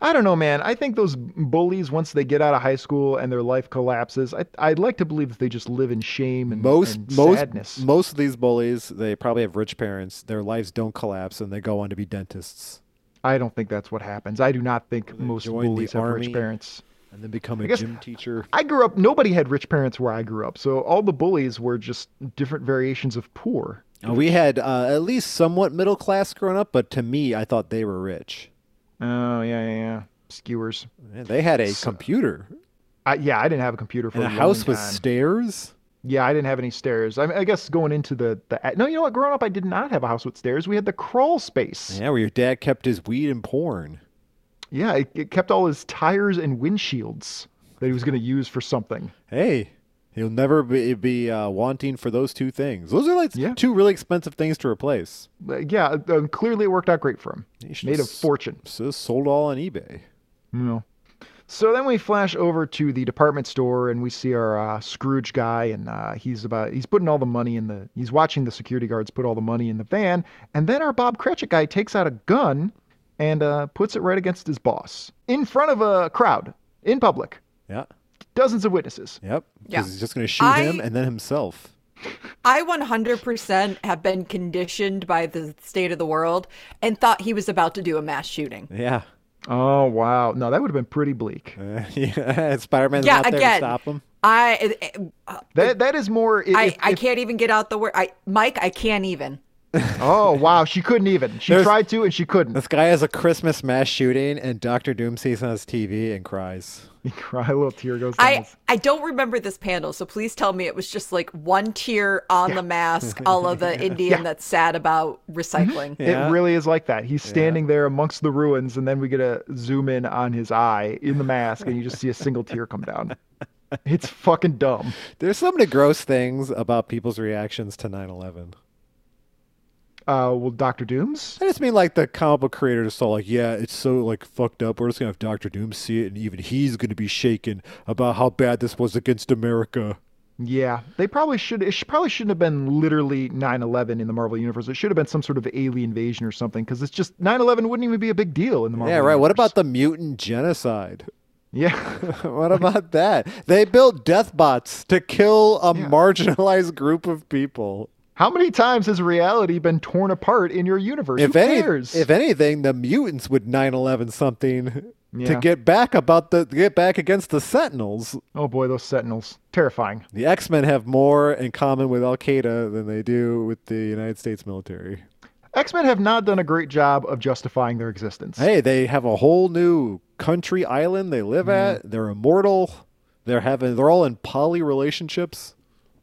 S3: I don't know, man. I think those bullies, once they get out of high school and their life collapses, I, I'd like to believe that they just live in shame and,
S4: Most,
S3: and
S4: most,
S3: sadness.
S4: most of these bullies, they probably have rich parents. Their lives don't collapse, and they go on to be dentists
S3: I don't think that's what happens. I do not think most
S4: join the
S3: bullies have
S4: army.
S3: rich parents.
S4: and then become a
S3: guess-
S4: gym teacher.
S3: I grew up, nobody had rich parents where I grew up. So all the bullies were just different variations of poor.
S4: Uh, We had uh, at least somewhat middle class growing up, but to me, I thought they were rich.
S3: Oh, yeah, yeah, yeah. Skewers.
S4: Man, They had a computer
S3: I, yeah, I didn't have a computer for
S4: and a
S3: a
S4: house
S3: long
S4: with
S3: time.
S4: stairs.
S3: Yeah, I didn't have any stairs. I, mean, I guess going into the, the no, you know what? Growing up, I did not have a house with stairs. We had the crawl space.
S4: Yeah, where your dad kept his weed and porn.
S3: Yeah, it, it kept all his tires and windshields that he was going to use for something.
S4: Hey, he'll never be, be uh, wanting for those two things. Those are like
S3: Yeah.
S4: two really expensive things to replace.
S3: But yeah, uh, clearly it worked out great for him.
S4: You should
S3: Made a
S4: s-
S3: fortune.
S4: So sold all on eBay.
S3: You know. So then we flash over to the department store and we see our uh, Scrooge guy, and uh, he's about he's putting all the money in the he's watching the security guards put all the money in the van, and then our Bob Cratchit guy takes out a gun and uh, puts it right against his boss in front of a crowd in public,
S4: Yeah.
S3: dozens of witnesses.
S4: Yep.
S5: Yeah.
S4: Because he's just going to shoot
S5: I-
S4: him and then himself.
S5: I 100% have been conditioned by the state of the world and thought he was about to do a mass shooting.
S4: Yeah. (laughs)
S3: Oh wow, no, that would have been pretty bleak.
S4: Uh, yeah. (laughs) Spider Man's
S5: yeah,
S4: not there
S5: again.
S4: to stop him.
S5: I I,
S3: That that is more. i-
S5: I,
S3: if-
S5: I
S3: if-
S5: can't even get out the word. I Mike, I can't even.
S3: (laughs) oh wow, she couldn't even. She
S4: There's-
S3: tried to and she couldn't. (laughs)
S4: This guy has a Christmas mass shooting, and Doctor Doom sees on his TV and cries.
S3: You cry, a little tear goes down.
S5: I
S3: his-
S5: I don't remember this panel, so please tell me it was just like one tear on
S3: (laughs)
S5: the mask, all of the Indian that's sad about recycling.
S4: Yeah.
S3: It really is like that. He's standing there amongst the ruins, and then we get a zoom in on his eye in the mask, and you just see a single tear come
S4: (laughs)
S3: down. It's fucking dumb.
S4: There's so many gross things about people's reactions to 9 11.
S3: Uh, well, Doctor Doom's.
S4: I just mean like the comic book creators saw like, yeah, it's so like fucked up. We're just gonna have Doctor Doom see it, and even he's gonna be shaken about how bad this was against America.
S3: Yeah, they probably should. It sh- probably shouldn't have been literally 9/11 in the Marvel universe. It should have been some sort of alien invasion or something, because it's just 9/11 wouldn't even be a big deal in the Marvel.
S4: Yeah, right. What
S3: universe.
S4: about the mutant genocide? (laughs)
S3: Yeah, (laughs)
S4: what about that? They built death bots to kill a marginalized group of people.
S3: how many times has reality been torn apart in your universe?
S4: If
S3: Who
S4: any,
S3: cares?
S4: if anything, the mutants would 9/11 something to
S3: Yeah.
S4: get back about the to get back against the Sentinels.
S3: oh boy, those Sentinels, terrifying.
S4: The X Men have more in common with Al Qaeda than they do with the United States military.
S3: X Men have not done a great job of justifying their existence.
S4: Hey, they have a whole new country island they live at. They're immortal. They're having. They're all in poly relationships.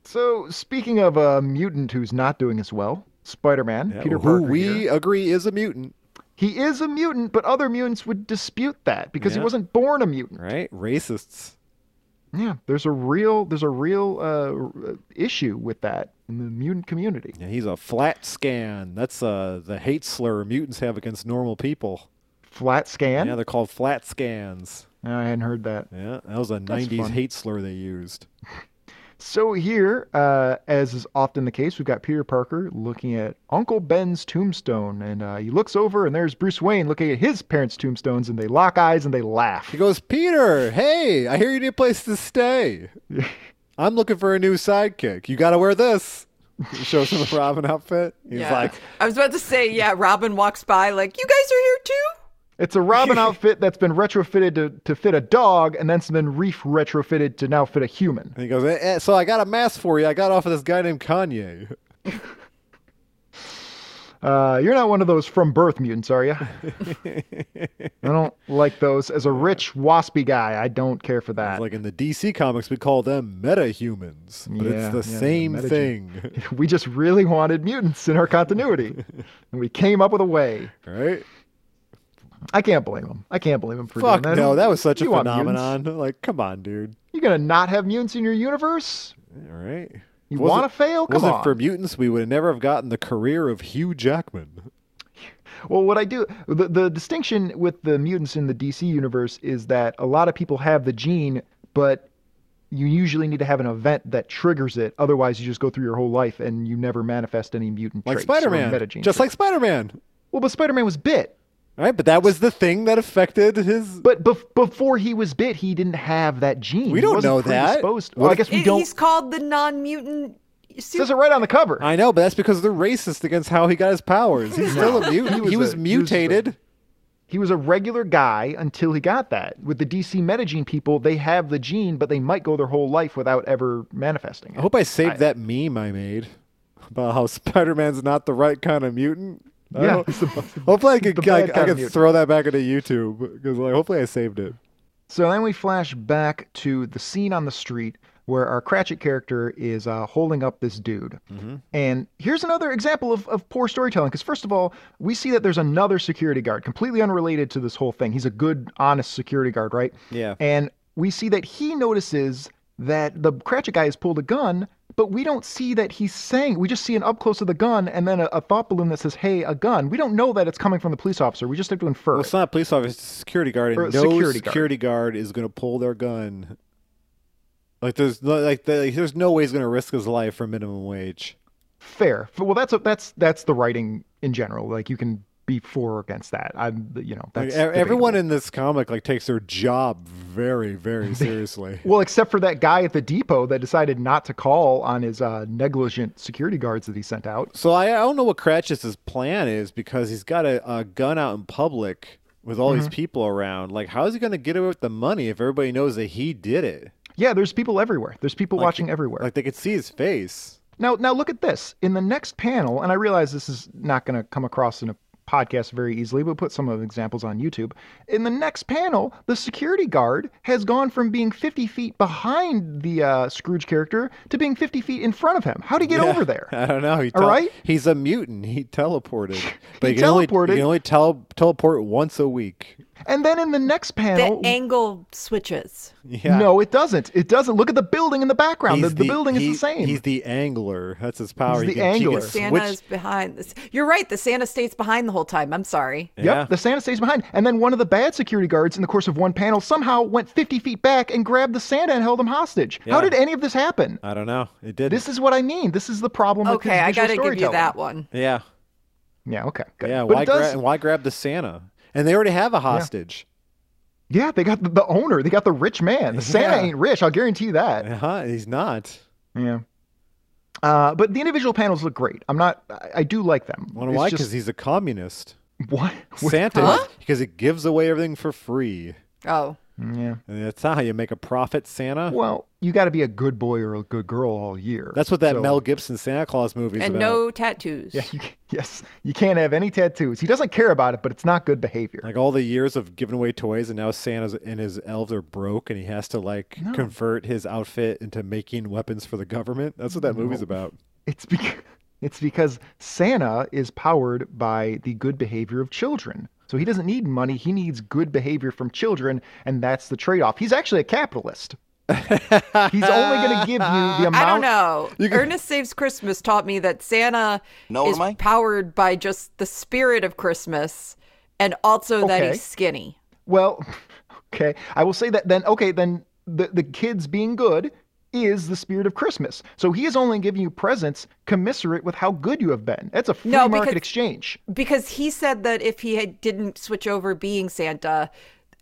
S3: So, speaking of a mutant who's not doing as well, Spider Man, Peter
S4: who
S3: Parker.
S4: we
S3: here.
S4: agree is a mutant,
S3: He is a mutant, but other mutants would dispute that because
S4: Yeah.
S3: he wasn't born a mutant.
S4: right? Racists.
S3: Yeah, there's a real there's a real uh, r- issue with that in the mutant community.
S4: Yeah, he's a flat scan. That's uh, the hate slur mutants have against normal people.
S3: Flat scan?
S4: Yeah, they're called flat scans.
S3: No, I hadn't heard that.
S4: Yeah, that was a '90s
S3: fun.
S4: hate slur they used.
S3: So here, uh, as is often the case, we've got Peter Parker looking at Uncle Ben's tombstone, and uh, he looks over, and there's Bruce Wayne looking at his parents' tombstones, and they lock eyes and they laugh.
S4: He goes, Peter, hey, I hear you need a place to (laughs) stay. I'm looking for a new sidekick. You got to wear this. He shows him a Robin outfit. He's
S5: Yeah.
S4: like,
S5: I was about to say, yeah, Robin walks by like, you guys are here too?
S3: It's a Robin outfit that's been retrofitted to, to fit a dog, and then it's been reef retrofitted to now fit a human.
S4: and he goes, eh, eh, so I got a mask for you. I got off of this guy named Kanye.
S3: Uh, you're not one of those from birth mutants, are
S4: (laughs)
S3: you? I don't like those. As a rich, waspy guy, I don't care for that.
S4: Like in the DC comics, we call them metahumans, but
S3: Yeah,
S4: it's the
S3: yeah,
S4: same
S3: metagen- (laughs)
S4: thing,
S3: we just really wanted mutants in our continuity,
S4: (laughs)
S3: and we came up with a way.
S4: right?
S3: I can't blame him. I can't blame him for
S4: Fuck
S3: doing that.
S4: no, that was such a
S3: You want mutants.
S4: phenomenon. Like, come on, dude.
S3: You're gonna not have mutants in your universe?
S4: All right.
S3: You
S4: Wasn't-
S3: want to fail? Come
S4: wasn't
S3: on.
S4: for mutants, we would never have gotten the career of Hugh Jackman.
S3: Well, what I do, the, the distinction with the mutants in the DC universe is that a lot of people have the gene, but you usually need to have an event that triggers it. Otherwise, you just go through your whole life and you never manifest any mutant
S4: Like
S3: traits or
S4: Spider Man.
S3: metagene
S4: Just
S3: traits.
S4: like Spider Man.
S3: well, but Spider Man was bit.
S4: All right, but that was the thing that affected his.
S3: But bef- before he was bit, he didn't have that gene.
S4: We
S3: He
S4: don't
S3: wasn't
S4: know that.
S3: predisposed-
S4: What
S3: Well, I
S4: if-
S3: guess we
S5: It-
S3: don't.
S5: He's called the non-mutant.
S3: It says it right on the cover.
S4: I know, but that's because they're racist against how he got his powers. He's still a mutant.
S3: was a-
S4: He was,
S3: he was a-
S4: mutated.
S3: He was a regular guy until he got that. With the DC metagene people, they have the gene, but they might go their whole life without ever manifesting it.
S4: I hope I saved that meme I made about how (laughs) Spider Man's not the right kind of mutant. I
S3: Yeah,
S4: don't-
S3: he's the-
S4: (laughs) hopefully I could
S3: the
S4: I,
S3: bad
S4: I
S3: kind of
S4: could
S3: mutant.
S4: throw that back into YouTube because like hopefully I saved it.
S3: So then we flash back to the scene on the street where our Cratchit character is uh, holding up this dude.
S4: Mm-hmm.
S3: And here's another example of, of poor storytelling. Because, first of all, we see that there's another security guard completely unrelated to this whole thing. He's a good, honest security guard, right?
S4: Yeah.
S3: And we see that he notices that the Cratchit guy has pulled a gun, but we don't see that he's saying. We just see an up close of the gun and then a, a thought balloon that says, hey, a gun. We don't know that it's coming from the police officer. We just have to infer.
S4: Well,
S3: it.
S4: it's not a police officer; it's a security guard, and
S3: Or a
S4: no security,
S3: security guard.
S4: guard. is going to pull their gun. Like there's no, like, the, like there's no way he's going to risk his life for minimum wage.
S3: fair F- well that's a, that's that's the writing in general like you can be for or against that i'm you know
S4: Like,
S3: that's
S4: e- everyone in this comic like takes their job
S3: (laughs)
S4: very, very seriously.
S3: debatable. well except for that guy at the depot that decided not to call on his uh, negligent security guards that he sent out
S4: So I, I don't know what Cratchit's plan is because he's got a, a gun out in public with all
S3: Mm-hmm.
S4: these people around. Like, how is he going to get away with the money if everybody knows that he did it?
S3: yeah there's people everywhere there's people watching everywhere
S4: Like, they could see his face.
S3: Now, now look at this. In the next panel, and I realize this is not going to come across in a podcast very easily. We'll put some of the examples on YouTube. In the next panel, the security guard has gone from being 50 feet behind the uh, Scrooge character to being 50 feet in front of him. How do you get over there?
S4: (laughs) I don't know. He
S3: All
S4: tel-
S3: right.
S4: He's a mutant. He teleported.
S3: (laughs)
S4: But
S3: He
S4: he, can only-
S3: teleported.
S4: he can only tel- teleport once a week. (laughs)
S3: And then in the next
S5: The
S3: panel,
S5: angle switches.
S4: Yeah.
S3: no, it doesn't. It doesn't. Look at the building in the background. The,
S4: He's
S3: the building is
S4: he-
S3: the same.
S4: He's the angler. That's his power.
S3: He's
S4: He
S3: the
S4: can- he can
S3: angler.
S5: Santa
S4: switch-
S5: is behind this. You're right. The Santa stays behind the whole time. I'm sorry.
S3: Yep,
S4: Yeah.
S3: the Santa stays behind. And then one of the bad security guards in the course of one panel somehow went 50 feet back and grabbed the Santa and held him hostage. How
S4: Yeah.
S3: did any of this happen?
S4: I don't know. It did.
S3: This is what I mean. This is the problem with
S5: Okay, I
S3: got
S5: gotta
S3: to
S5: give you that one.
S4: Yeah.
S3: Yeah, okay. Good.
S4: Yeah.
S3: But it
S4: Why,
S3: does-
S4: gra- why grab the Santa? And they already have a hostage.
S3: yeah, they got the, the owner. They got the rich man. The Santa
S4: Yeah.
S3: ain't rich. I'll guarantee you that.
S4: Uh-huh, he's not.
S3: Yeah. Uh, but the individual panels look great. I'm not. I, I do like them.
S4: Wonder
S3: It's
S4: why? Because
S3: just-
S4: he's a communist.
S3: (laughs) what?
S4: Santa, because he gives away everything for free.
S5: Oh,
S3: Yeah.
S4: And that's not how you make a profit, Santa.
S3: Well, you got to be a good boy or a good girl all year.
S4: That's what that
S3: So-
S4: Mel Gibson Santa Claus movie is
S5: and
S4: about.
S5: no tattoos.
S3: Yeah, (laughs) you, yes, you can't have any tattoos. He doesn't care about it, but it's not good behavior.
S4: like all the years of giving away toys, and now Santa's and his elves are broke, and he has to like convert his outfit into making weapons for the government. That's what that movie's about.
S3: It's because it's because Santa is powered by the good behavior of children. So he doesn't need money. He needs good behavior from children, and that's the trade-off. He's actually a
S5: (laughs)
S3: capitalist. He's only going to give you the amount.
S5: I don't know. Ernest Saves Christmas taught me that Santa
S6: No,
S5: is
S6: am I?
S5: powered by just the spirit of Christmas and also that
S3: Okay.
S5: he's skinny.
S3: Well, (laughs) okay. I will say that then. Okay, then the the kids being good is the spirit of Christmas. So he is only giving you presents commensurate with how good you have been. That's a free
S5: No,
S3: market
S5: because-
S3: exchange.
S5: Because he said that if he had, didn't switch over being Santa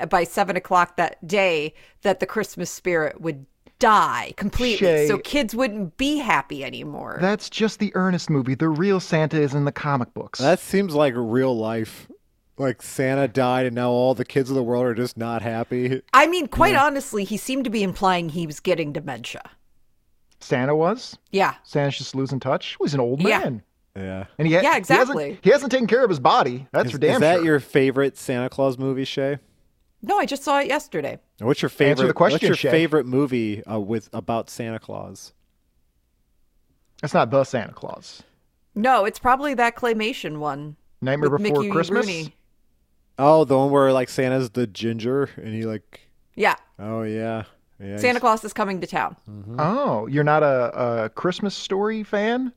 S5: by seven o'clock that day, that the Christmas spirit would die completely.
S3: Shay-
S5: So kids wouldn't be happy anymore.
S3: That's just the Ernest movie. The real Santa is in the comic books.
S4: That seems like real life. Like Santa died, and now all the kids of the world are just not happy.
S5: I mean, quite honestly, he seemed to be implying he was getting dementia.
S3: Santa was.
S5: Yeah.
S3: Santa's just losing touch. Well, he's an old
S5: Yeah.
S3: man.
S4: Yeah.
S3: And he ha-
S5: Yeah,
S3: He
S5: exactly.
S3: hasn't, he hasn't taken care of his body. That's
S4: Is,
S3: for
S4: is
S3: damn
S4: that
S3: sure.
S4: your favorite Santa Claus movie, Shay?
S5: No, I just saw it yesterday.
S4: Or What's your favorite?
S3: the
S4: what's
S3: question,
S4: your
S3: Shay.
S4: favorite movie uh, with about Santa Claus?
S3: That's not the Santa Claus.
S5: No, it's probably that claymation one.
S3: Nightmare
S5: with
S3: Before
S5: Mickey
S3: Christmas.
S5: Rooney.
S4: Oh, the one where like Santa's the ginger and he like.
S5: Yeah,
S4: Oh yeah. Yeah.
S5: Santa Claus is coming to town.
S4: Mm-hmm.
S3: Oh, you're not a, a Christmas Story fan?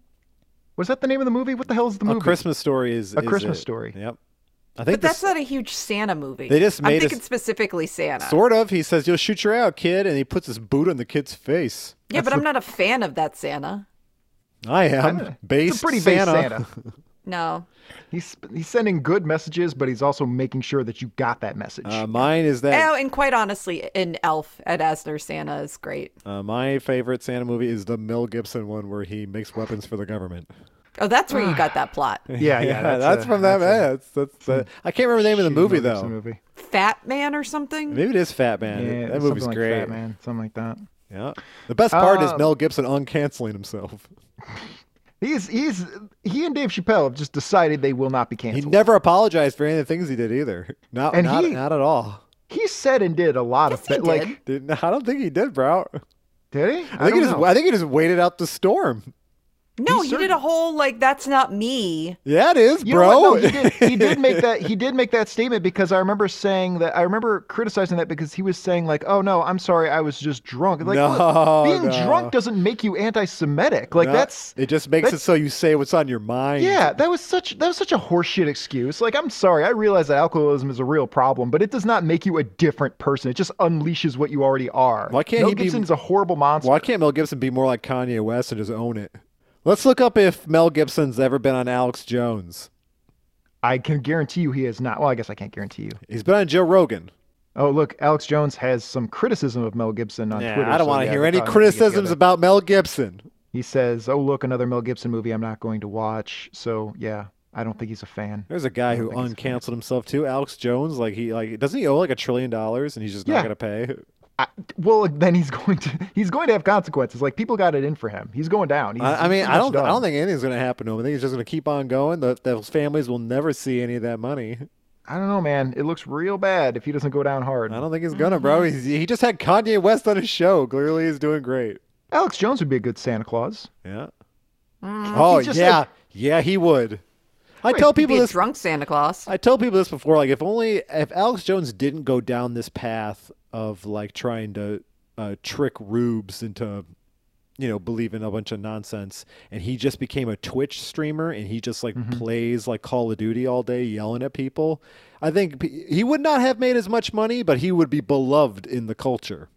S3: Was that the name of the movie? What the hell is the movie?
S4: A Christmas Story is
S3: A
S4: is
S3: Christmas
S4: it.
S3: Story.
S4: Yep. I think
S5: But that's
S4: that's
S5: not a huge Santa movie.
S4: They just made
S5: I'm
S4: us-
S5: thinking specifically Santa.
S4: sort of. He says, "You'll shoot your eye out, kid," and he puts his boot on the kid's face.
S5: yeah, but I'm not a fan of that Santa.
S4: I
S3: I don't know.
S4: am base
S3: it's a pretty
S4: Santa.
S3: base
S4: (laughs)
S3: Santa.
S5: No.
S3: he's he's sending good messages, but he's also making sure that you got that message.
S4: Uh, mine is that.
S5: Oh, and quite honestly, an elf at Asner Santa is great.
S4: Uh, my favorite Santa movie is the Mel Gibson one where he makes weapons for the government.
S5: Oh, that's where you got
S4: (sighs)
S5: that plot.
S4: (laughs)
S3: yeah, yeah,
S4: that's,
S3: a-
S4: from that. yeah, that's, that's, uh, I can't remember the name of the
S3: shitty
S4: movie
S3: Mel Gibson
S4: though.
S3: movie.
S5: Fat Man or something?
S4: Maybe it is Fat Man.
S3: Yeah,
S4: that
S3: something
S4: movie's
S3: like
S4: great.
S3: that, man. Something like that.
S4: Yeah. The best part is
S3: Um,
S4: Mel Gibson uncanceling himself.
S3: He's he's he and Dave Chappelle have just decided they will not be
S4: He
S3: canceled.
S4: never apologized for any of the things he did either. (laughs) Not
S3: And
S4: not,
S3: he-
S4: not at all.
S3: He said and did a lot
S5: Yes,
S3: of
S5: he
S3: thi- like
S5: did.
S4: Did, (laughs) I don't think he did, bro.
S3: did he? I,
S4: I, think
S3: don't
S4: he just
S3: know.
S4: I think he just waited out the storm.
S5: No,
S3: He's
S5: he did a whole, like, that's not me.
S4: Yeah, it is,
S3: You know
S4: bro.
S3: what? No,
S4: (laughs)
S3: he, did, he did make that he did make that statement because I remember saying that I remember criticizing that because he was saying like, "Oh no, I'm sorry, I was just drunk." Like,
S4: No,
S3: look, being
S4: no.
S3: drunk doesn't make you anti-Semitic. Like
S4: No,
S3: that's
S4: it. Just makes it
S3: that's-
S4: so you say what's on your mind.
S3: yeah, that was such that was such a horseshit excuse. Like, I'm sorry, I realize that alcoholism is a real problem, but it does not make you a different person. It just unleashes what you already are.
S4: Why can't
S3: Mel
S4: he be-
S3: Gibson's a horrible monster.
S4: Why can't Mel Gibson be more like Kanye West and just own it? Let's look up if Mel Gibson's ever been on Alex Jones.
S3: I can guarantee you he is not. Well, I guess I can't guarantee you.
S4: He's been on Joe Rogan.
S3: Oh, look, Alex Jones has some criticism of Mel Gibson on
S4: Nah,
S3: Twitter.
S4: I don't
S3: so
S4: want to
S3: yeah,
S4: hear
S3: they're
S4: any
S3: probably gonna get
S4: criticisms
S3: together.
S4: about Mel Gibson.
S3: He says, "Oh, look, another Mel Gibson movie I'm not going to watch." So, yeah, I don't think he's a fan.
S4: There's a guy who uncanceled himself too, Alex Jones. Like he like doesn't he owe like a trillion dollars and he's just
S3: Yeah.
S4: not gonna pay?
S3: I, well, (laughs) then he's going to he's going to have consequences. Like people got it in for him. He's going down. He's,
S4: I, I mean,
S3: he's
S4: I don't
S3: done.
S4: I don't think anything's gonna happen to him. I think he's just gonna keep on going. The, those families will never see any of that money.
S3: I don't know, man. It looks real bad if he doesn't go down hard.
S4: I don't think he's gonna, bro.
S3: Mm-hmm.
S4: He's, he just had Kanye West on his show. Clearly, he's doing great.
S3: Alex Jones would be a good Santa Claus.
S4: Yeah. Oh
S3: He's Mm. just
S4: yeah,
S3: like-
S4: yeah, he would. I
S3: Wait,
S4: tell
S5: He'd
S4: people
S5: be a
S4: this.
S5: drunk Santa Claus.
S4: I tell people this before. Like, if only if Alex Jones didn't go down this path of like trying to uh, trick rubes into, you know, believing a bunch of nonsense, and he just became a Twitch streamer and he just like plays like Call of Duty all day, yelling at people. I think p- he would not have made as much money, but he would be beloved in the culture.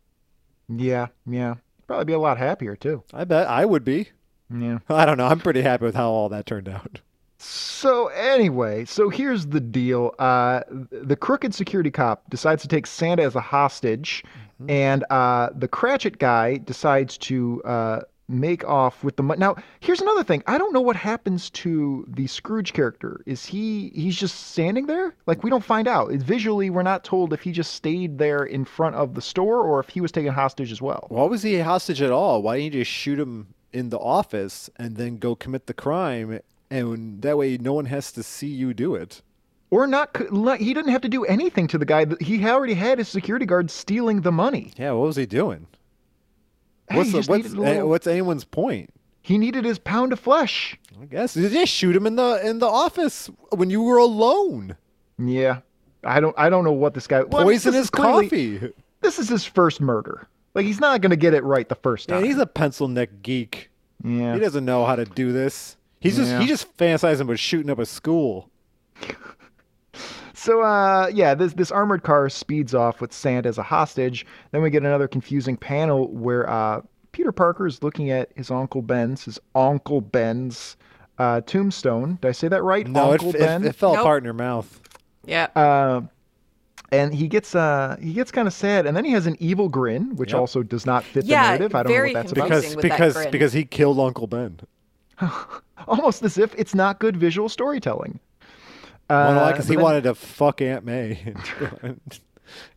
S3: Yeah, yeah. Probably be a lot happier too.
S4: I bet I would be. (laughs)
S3: Yeah.
S4: I don't know. I'm pretty happy with how all that turned out.
S3: So anyway, so here's the deal. Uh, the crooked security cop decides to take Santa as a hostage, and uh, the Cratchit guy decides to uh, make off with the money. Now, here's another thing. I don't know what happens to the Scrooge character. Is he he's just standing there? Like we don't find out. Visually, we're not told if he just stayed there in front of the store or if he was taken hostage as well.
S4: Why was he hostage at all? Why didn't you just shoot him in the office and then go commit the crime? And that way, no one has to see you do it.
S3: Or not? c- like, He didn't have to do anything to the guy. He already had his security guard stealing the money.
S4: Yeah, what was he doing?
S3: Hey,
S4: what's
S3: he
S4: the,
S3: just
S4: what's,
S3: needed a little-
S4: eh, what's anyone's point?
S3: He needed his pound of flesh.
S4: I guess you just shoot him in the in the office when you were alone.
S3: Yeah, I don't. I don't know what this guy. Well, I mean, this
S4: Poison
S3: is
S4: his
S3: clearly-
S4: coffee.
S3: This is his first murder. Like he's not going to get it right the first
S4: Man,
S3: time.
S4: he's a pencil neck geek.
S3: Yeah.
S4: He doesn't know how to do this. He's just
S3: Yeah.
S4: he just fantasizing about shooting up a school.
S3: So, uh, yeah, this this armored car speeds off with Santa as a hostage. Then we get another confusing panel where uh, Peter Parker is looking at his Uncle Ben's his Uncle Ben's uh, tombstone. Did I say that right?
S4: No, it,
S3: Uncle
S4: it-
S3: Ben.
S4: it fell
S5: Nope.
S4: apart in her mouth.
S5: Yeah.
S3: Uh, and he gets uh, he gets kind of sad, and then he has an evil grin, which
S4: Yep.
S3: also does not fit
S5: Yeah,
S3: the narrative. I don't know
S5: very
S3: what that's about.
S4: Because
S5: confusing with that
S4: because
S5: grin.
S4: because he killed Uncle Ben.
S3: (laughs) almost as if it's not good visual storytelling.
S4: Well,
S3: Uh,
S4: because
S3: but
S4: he
S3: then-
S4: (laughs) wanted to fuck Aunt May.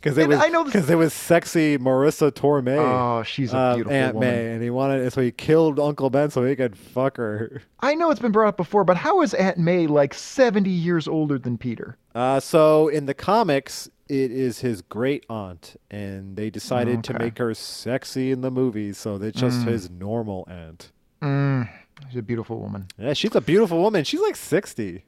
S4: because it
S3: And
S4: was
S3: I know this-
S4: because it was sexy Marissa Torme.
S3: Oh, she's a
S4: uh,
S3: beautiful
S4: Aunt
S3: woman.
S4: May, and he wanted so he killed Uncle Ben so he could fuck her.
S3: I know it's been brought up before, but how is Aunt May like 70 years older than Peter?
S4: Uh, so in the comics, it is his great aunt, and they decided to
S3: Okay. Hmm.
S4: make her sexy in the movie, so they just his normal aunt. Mm,
S3: She's a beautiful woman.
S4: Yeah, she's a beautiful woman. She's like sixty.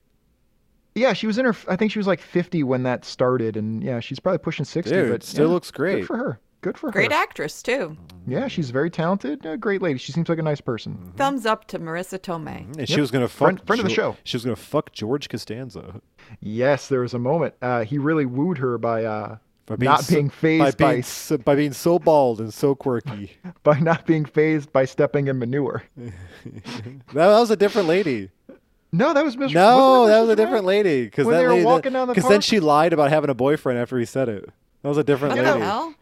S3: Yeah, she was in her. I think she was like 50 when that started, and yeah, she's probably pushing 60.
S4: Dude,
S3: but
S4: still
S3: yeah,
S4: looks great.
S3: Good for her. Good for
S5: Great
S3: her.
S5: actress too.
S4: Mm-hmm.
S3: Yeah, she's very talented. A great lady. She seems like a nice person.
S5: Thumbs up to Marissa Tomei.
S4: And she was gonna fuck
S3: Friend- friend of the
S4: Geo-
S3: show.
S4: She was gonna fuck George Costanza
S3: Yes, there was a moment. Uh, he really wooed her by uh,
S4: by
S3: not
S4: so-
S3: being phased
S4: by
S3: by,
S4: being, so, by being so bald and so quirky.
S3: (laughs) by not being phased by stepping in manure.
S4: that was a different lady.
S3: No, that was Mr.
S4: No,
S3: wasn't
S4: that was a
S3: Mr. Durant?
S4: different lady. Because
S3: When
S4: that
S3: they were
S4: lady,
S3: walking down the
S4: because then
S3: park?
S4: she lied about having a boyfriend after he said it. That was a different
S5: What
S4: lady.
S5: the hell?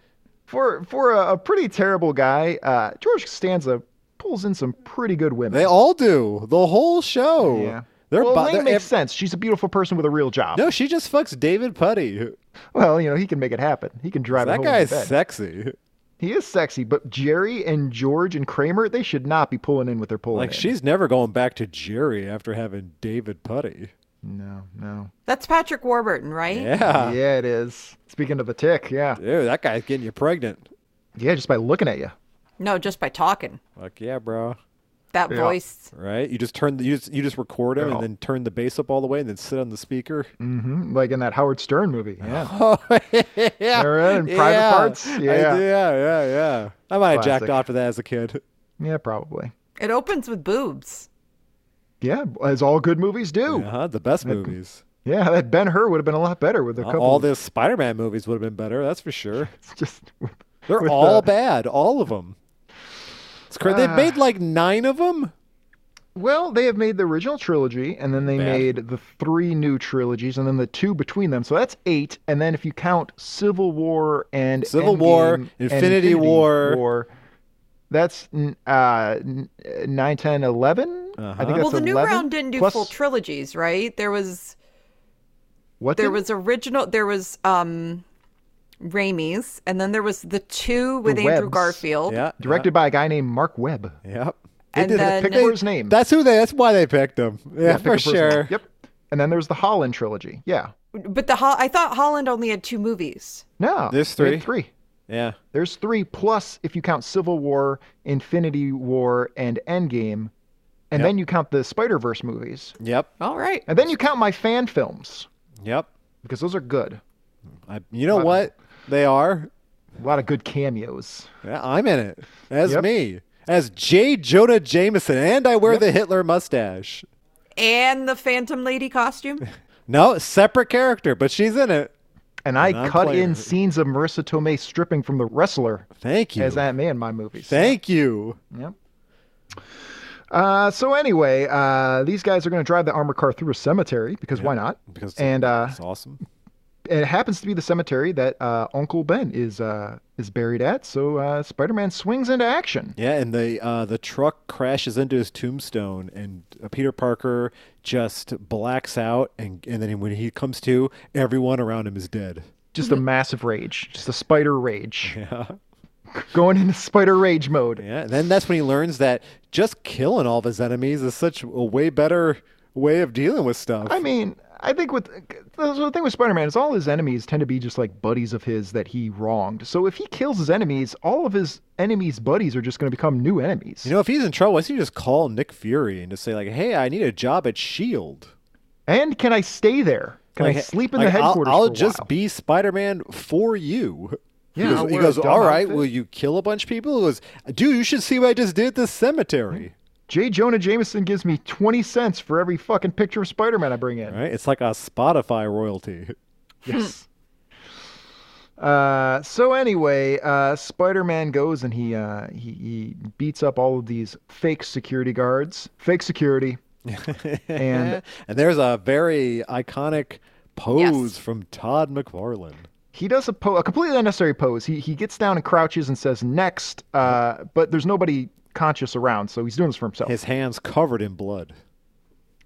S3: For for a, a pretty terrible guy, uh, George Costanza pulls in some pretty good women.
S4: They all do. The whole show.
S3: yeah.
S4: They're
S3: well,
S4: bo-
S3: Elaine
S4: they're
S3: makes
S4: ev-
S3: sense. She's a beautiful person with a real job.
S4: No, she just fucks David Putty.
S3: Well, you know, he can make it happen. He can drive it
S4: That
S3: home
S4: guy's
S3: in bed.
S4: sexy.
S3: He is sexy, but Jerry and George and Kramer, they should not be pulling in with their pulling.
S4: Like
S3: in.
S4: she's never going back to Jerry after having David Putty.
S3: no, no.
S5: That's Patrick Warburton, right?
S4: Yeah.
S3: yeah, it is. Speaking of the tick, yeah,
S4: Dude, that guy's getting you pregnant.
S3: yeah, just by looking at you.
S5: No, just by talking.
S4: Like, yeah, bro.
S5: That
S3: Yeah.
S5: voice.
S4: Right? You just turn the, you just you just record him
S3: Yeah.
S4: and then turn the bass up all the way and then sit on the speaker.
S3: hmm Like in that Howard Stern movie. Yeah.
S4: (laughs) Oh yeah.
S3: They're in private
S4: yeah.
S3: parts?
S4: I-
S3: Yeah.
S4: yeah, yeah, yeah. I might have jacked
S3: Classic.
S4: off to that as a kid.
S3: yeah, probably.
S5: It opens with boobs.
S3: Yeah, as all good movies do.
S4: Uh huh. The best movies.
S3: Yeah, that Ben Hur would have been a lot better with a couple.
S4: Uh, All
S3: of-
S4: the Spider-Man movies would have been better. That's
S3: (laughs)
S4: for sure.
S3: it's (laughs) just
S4: They're
S3: with
S4: all
S3: the-
S4: bad, all of them. It's crazy. They've
S3: Ah.
S4: made like nine of them.
S3: well, they have made the original trilogy, and then they
S4: Bad.
S3: made the three new trilogies, and then the two between them. So that's eight. And then if you count Civil War and
S4: Civil War,
S3: Endgame and
S4: Infinity War.
S3: that's n- uh, n- nine, ten, eleven.
S4: Uh-huh.
S3: I think that's
S5: well, the new
S3: 11,
S5: round didn't do
S3: plus-
S5: full trilogies, right? There was
S3: What
S5: there
S3: did-
S5: was original there was um Raimi's and then there was the two with
S3: The
S5: Andrew
S3: Webbs. Oh,
S5: Garfield.
S4: Yeah.
S3: directed by a guy named Mark Webb.
S4: Yep.
S5: And then
S3: Pick for his name.
S4: That's who they. That's why they picked them. Yeah,
S3: pick
S4: for
S3: a first name.
S4: sure.
S3: Yep. And then there's the Holland trilogy. Yeah.
S5: but the Ho- I thought Holland only had two movies.
S3: No.
S4: There's
S3: they had
S4: three.
S3: Three.
S4: Yeah.
S3: There's three plus if you count Civil War, Infinity War, and Endgame, and then you count the Spider Verse movies,
S4: Yep.
S5: All right.
S3: and then you count my fan films
S4: Yep.
S3: because those are good.
S4: I, you know what? They are.
S3: A lot of good cameos.
S4: Yeah, I'm in it as
S3: Yep.
S4: me, as J. Jonah Jameson, and I wear the Hitler mustache.
S5: And the Phantom
S3: (laughs)
S5: Lady costume?
S4: No, separate character, but she's in it.
S3: And I
S4: I'm
S3: cut
S4: playing
S3: in
S4: it.
S3: scenes of Marissa Tomei stripping from the wrestler
S4: Thank you.
S3: as Aunt May in my movies.
S4: Thank you.
S3: Yep. Uh, so anyway, uh, these guys are going to drive the armored car through a cemetery because why not?
S4: Because
S3: and uh,
S4: it's awesome.
S3: it happens to be the cemetery that uh, Uncle Ben is uh, is buried at. So uh, Spider-Man swings into action.
S4: Yeah, and the uh, the truck crashes into his tombstone, and uh, Peter Parker just blacks out, and and then when he comes to, everyone around him is dead.
S3: Just
S4: Mm-hmm.
S3: a massive rage, just a spider
S4: (laughs)
S3: rage. Yeah. Going into spider rage mode.
S4: Yeah, and then that's when he learns that just killing all of his enemies is such a way better way of dealing with stuff.
S3: I mean, I think with that's the thing with Spider-Man is all his enemies tend to be just like buddies of his that he wronged. So if he kills his enemies, all of his enemies' buddies are just going to become new enemies.
S4: you know, if he's in trouble, why doesn't he just call Nick Fury and just say like, "Hey, I need a job at Shield."
S3: and can I stay there? Can I
S4: Like,
S3: sleep in
S4: like,
S3: the headquarters?
S4: I'll, I'll
S3: for a
S4: just
S3: while?
S4: be Spider-Man for you.
S3: Yeah,
S4: (laughs) he goes,
S3: I'll
S4: he
S3: wear a
S4: goes,
S3: dumb
S4: all right.
S3: outfit."
S4: Will you kill a bunch of people? He goes, dude, you should see what I just did at this cemetery.
S3: J. Jonah Jameson gives me 20 cents for every fucking picture of Spider Man I bring in.
S4: Right? It's like a Spotify royalty. (laughs)
S3: Yes. (laughs) Uh, so anyway, uh, Spider-Man goes and he, uh, he he beats up all of these fake security guards, fake
S4: (laughs)
S3: security, and
S4: And there's a very iconic pose
S5: Yes.
S4: from Todd McFarlane.
S3: he does a, po- a completely unnecessary pose. He he gets down and crouches and says next, uh, but there's nobody conscious around, so he's doing this for himself.
S4: His hands covered in blood.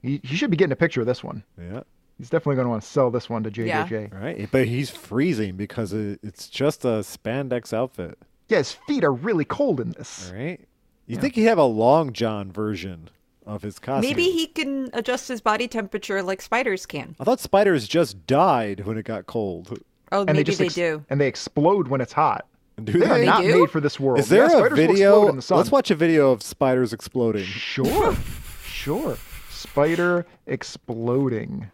S3: He, he should be getting a picture of this one.
S4: Yeah.
S3: He's definitely going to want to sell this one to JJJ.
S4: All right, but he's freezing because it, it's just a spandex outfit.
S3: Yeah, his feet are really cold in this.
S4: All right, you think he'd have a long john version of his costume?
S5: Maybe he can adjust his body temperature like spiders can.
S4: I thought spiders just died when it got cold.
S5: Oh,
S3: And
S5: maybe
S3: they just ex-
S5: do.
S3: And they explode when it's hot.
S4: Do
S3: They are
S4: they?
S3: not
S5: do?
S3: made for this world.
S4: Is there
S3: Yeah,
S4: a
S3: spiders will explode
S4: video?
S3: in the sun.
S4: Let's watch a video of spiders exploding.
S3: Sure, sure. Spider exploding,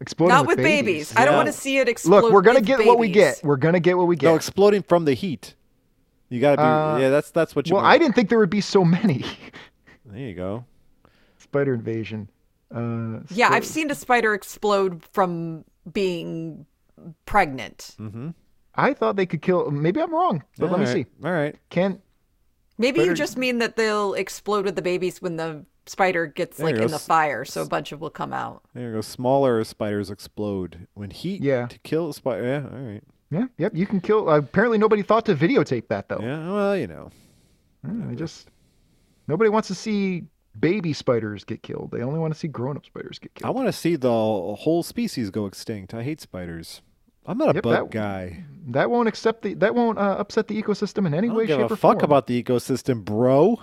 S3: exploding
S5: Not
S3: Oh, with,
S5: with babies. I don't
S4: Yeah.
S5: want to see it explode.
S3: Look, we're gonna
S5: with
S3: get what we
S5: babies.
S3: get. We're gonna get what we get.
S4: No, exploding from the heat. You gotta be.
S3: Uh,
S4: yeah, that's that's what you.
S3: well,
S4: meant.
S3: I didn't think there would be so many. (laughs)
S4: There you go.
S3: Spider invasion. Uh,
S5: Yeah, I've seen a spider explode from being pregnant.
S3: I thought they could kill. Maybe I'm wrong, but let me
S4: All right,
S3: see.
S4: All right.
S3: Can
S5: Maybe you just mean that they'll explode with the babies when the spider gets
S4: There
S5: like
S4: you
S5: in
S4: go.
S5: the fire, so a bunch of will come out.
S4: There you go. Smaller spiders explode when heat.
S3: Yeah.
S4: To kill a spider. Yeah. All right.
S3: yeah, yep. You can kill. apparently, nobody thought to videotape that though.
S4: Yeah. Well, you know.
S3: I just nobody wants to see baby spiders get killed. They only want to see grown-up spiders get
S4: I
S3: killed.
S4: want to see the whole species go extinct. I hate spiders. I'm not a
S3: Yep,
S4: bug
S3: that-
S4: guy.
S3: That won't accept the. That won't uh, upset the ecosystem in any
S4: I don't
S3: way,
S4: give
S3: shape,
S4: a
S3: or
S4: fuck
S3: form.
S4: about the ecosystem, bro.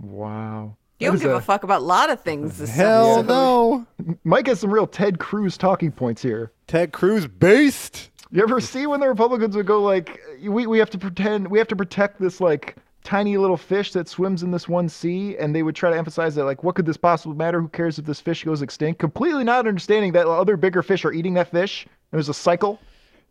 S3: Wow.
S5: You don't
S3: That is
S5: give a, fuck about a lot of things. This
S4: Hell
S5: episode.
S4: no.
S3: Mike has some real Ted Cruz talking points here.
S4: Ted Cruz based.
S3: You ever see when the Republicans would go like, we, we have to pretend, we have to protect this like tiny little fish that swims in this one sea, and they would try to emphasize that like, what could this possibly matter? Who cares if this fish goes extinct? Completely not understanding that other bigger fish are eating that fish. There's a cycle.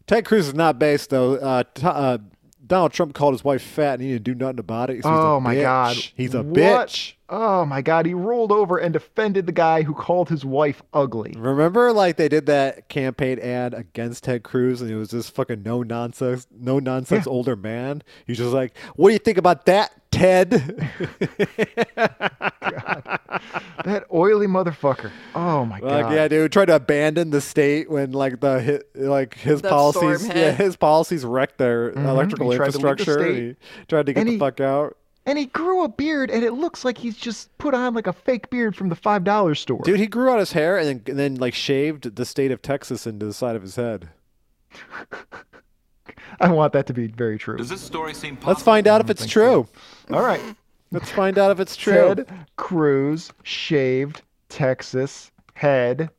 S4: Ted Cruz is not based though. Uh, t- uh, Donald Trump called his wife fat and he didn't do nothing about it. so he's a
S3: oh my
S4: bitch.
S3: god,
S4: he's a
S3: What?
S4: bitch.
S3: Oh my god, he rolled over and defended the guy who called his wife ugly.
S4: Remember, like they did that campaign ad against Ted Cruz, and it was this fucking no nonsense, no nonsense older man. He's just like, "What do you think about that, Ted?"
S3: (laughs) That oily motherfucker. Oh my
S4: like,
S3: god.
S4: yeah, dude, tried to abandon the state when like the hit, like his
S5: The storm
S4: policies,
S5: hit.
S4: yeah, his policies wrecked their electrical
S3: Mm-hmm. He tried to leave the
S4: infrastructure. and
S3: state.
S4: he tried to get
S3: And
S4: the
S3: he-
S4: fuck out.
S3: And he grew a beard, and it looks like he's just put on like a fake beard from the five dollar store.
S4: Dude, he grew out his hair and then, and then like shaved the state of Texas into the side of his head.
S3: I want that to be very true.
S6: Does this story seem possible?
S4: Let's find out if it's true.
S3: All right,
S4: Let's find
S3: (laughs)
S4: out if it's (laughs) true.
S3: Ted Cruz shaved Texas head.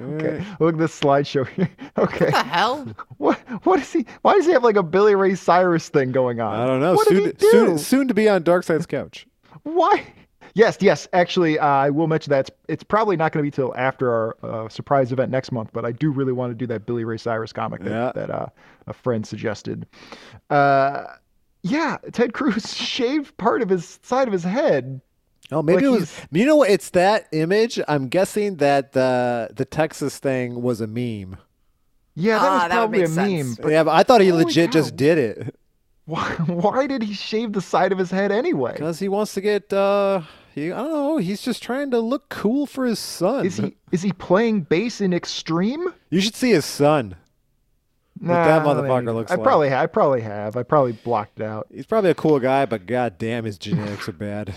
S3: okay, look at this slideshow here. (laughs)
S4: (laughs)
S3: okay,
S5: What the
S3: (laughs)
S5: hell?
S3: what what is he? Why does he have like a Billy Ray Cyrus thing going on?
S4: I don't know.
S3: What
S4: soon,
S3: did he do?
S4: soon, soon to be on Dark Side's couch.
S3: Why? Yes, yes. Actually, uh, I will mention that it's, it's probably not going to be till after our uh, surprise event next month, but I do really want to do that Billy Ray Cyrus comic that,
S4: Yeah.
S3: that uh, a friend suggested. Uh, yeah, Ted Cruz (laughs) shaved part of his side of his head.
S4: Oh,
S3: Like
S4: maybe it was. You know, what? it's that image. I'm guessing that the the Texas thing was a meme.
S3: Yeah, that
S5: Ah,
S3: was
S5: that would
S3: probably
S5: make
S3: a meme.
S5: sense.
S3: But
S4: yeah, but I thought he
S3: Holy
S4: legit just
S3: cow.
S4: did it
S3: why, why did he shave the side of his head anyway?
S4: because he wants to get. uh he, I don't know. He's just trying to look cool for his son.
S3: Is he is he playing bass in extreme?
S4: You should see his son.
S3: Nah,
S4: that
S3: I don't think
S4: motherfucker
S3: he-
S4: looks
S3: I
S4: like.
S3: probably I probably have. I probably blocked it out.
S4: He's probably a cool guy, but goddamn, his genetics
S3: (laughs)
S4: are bad.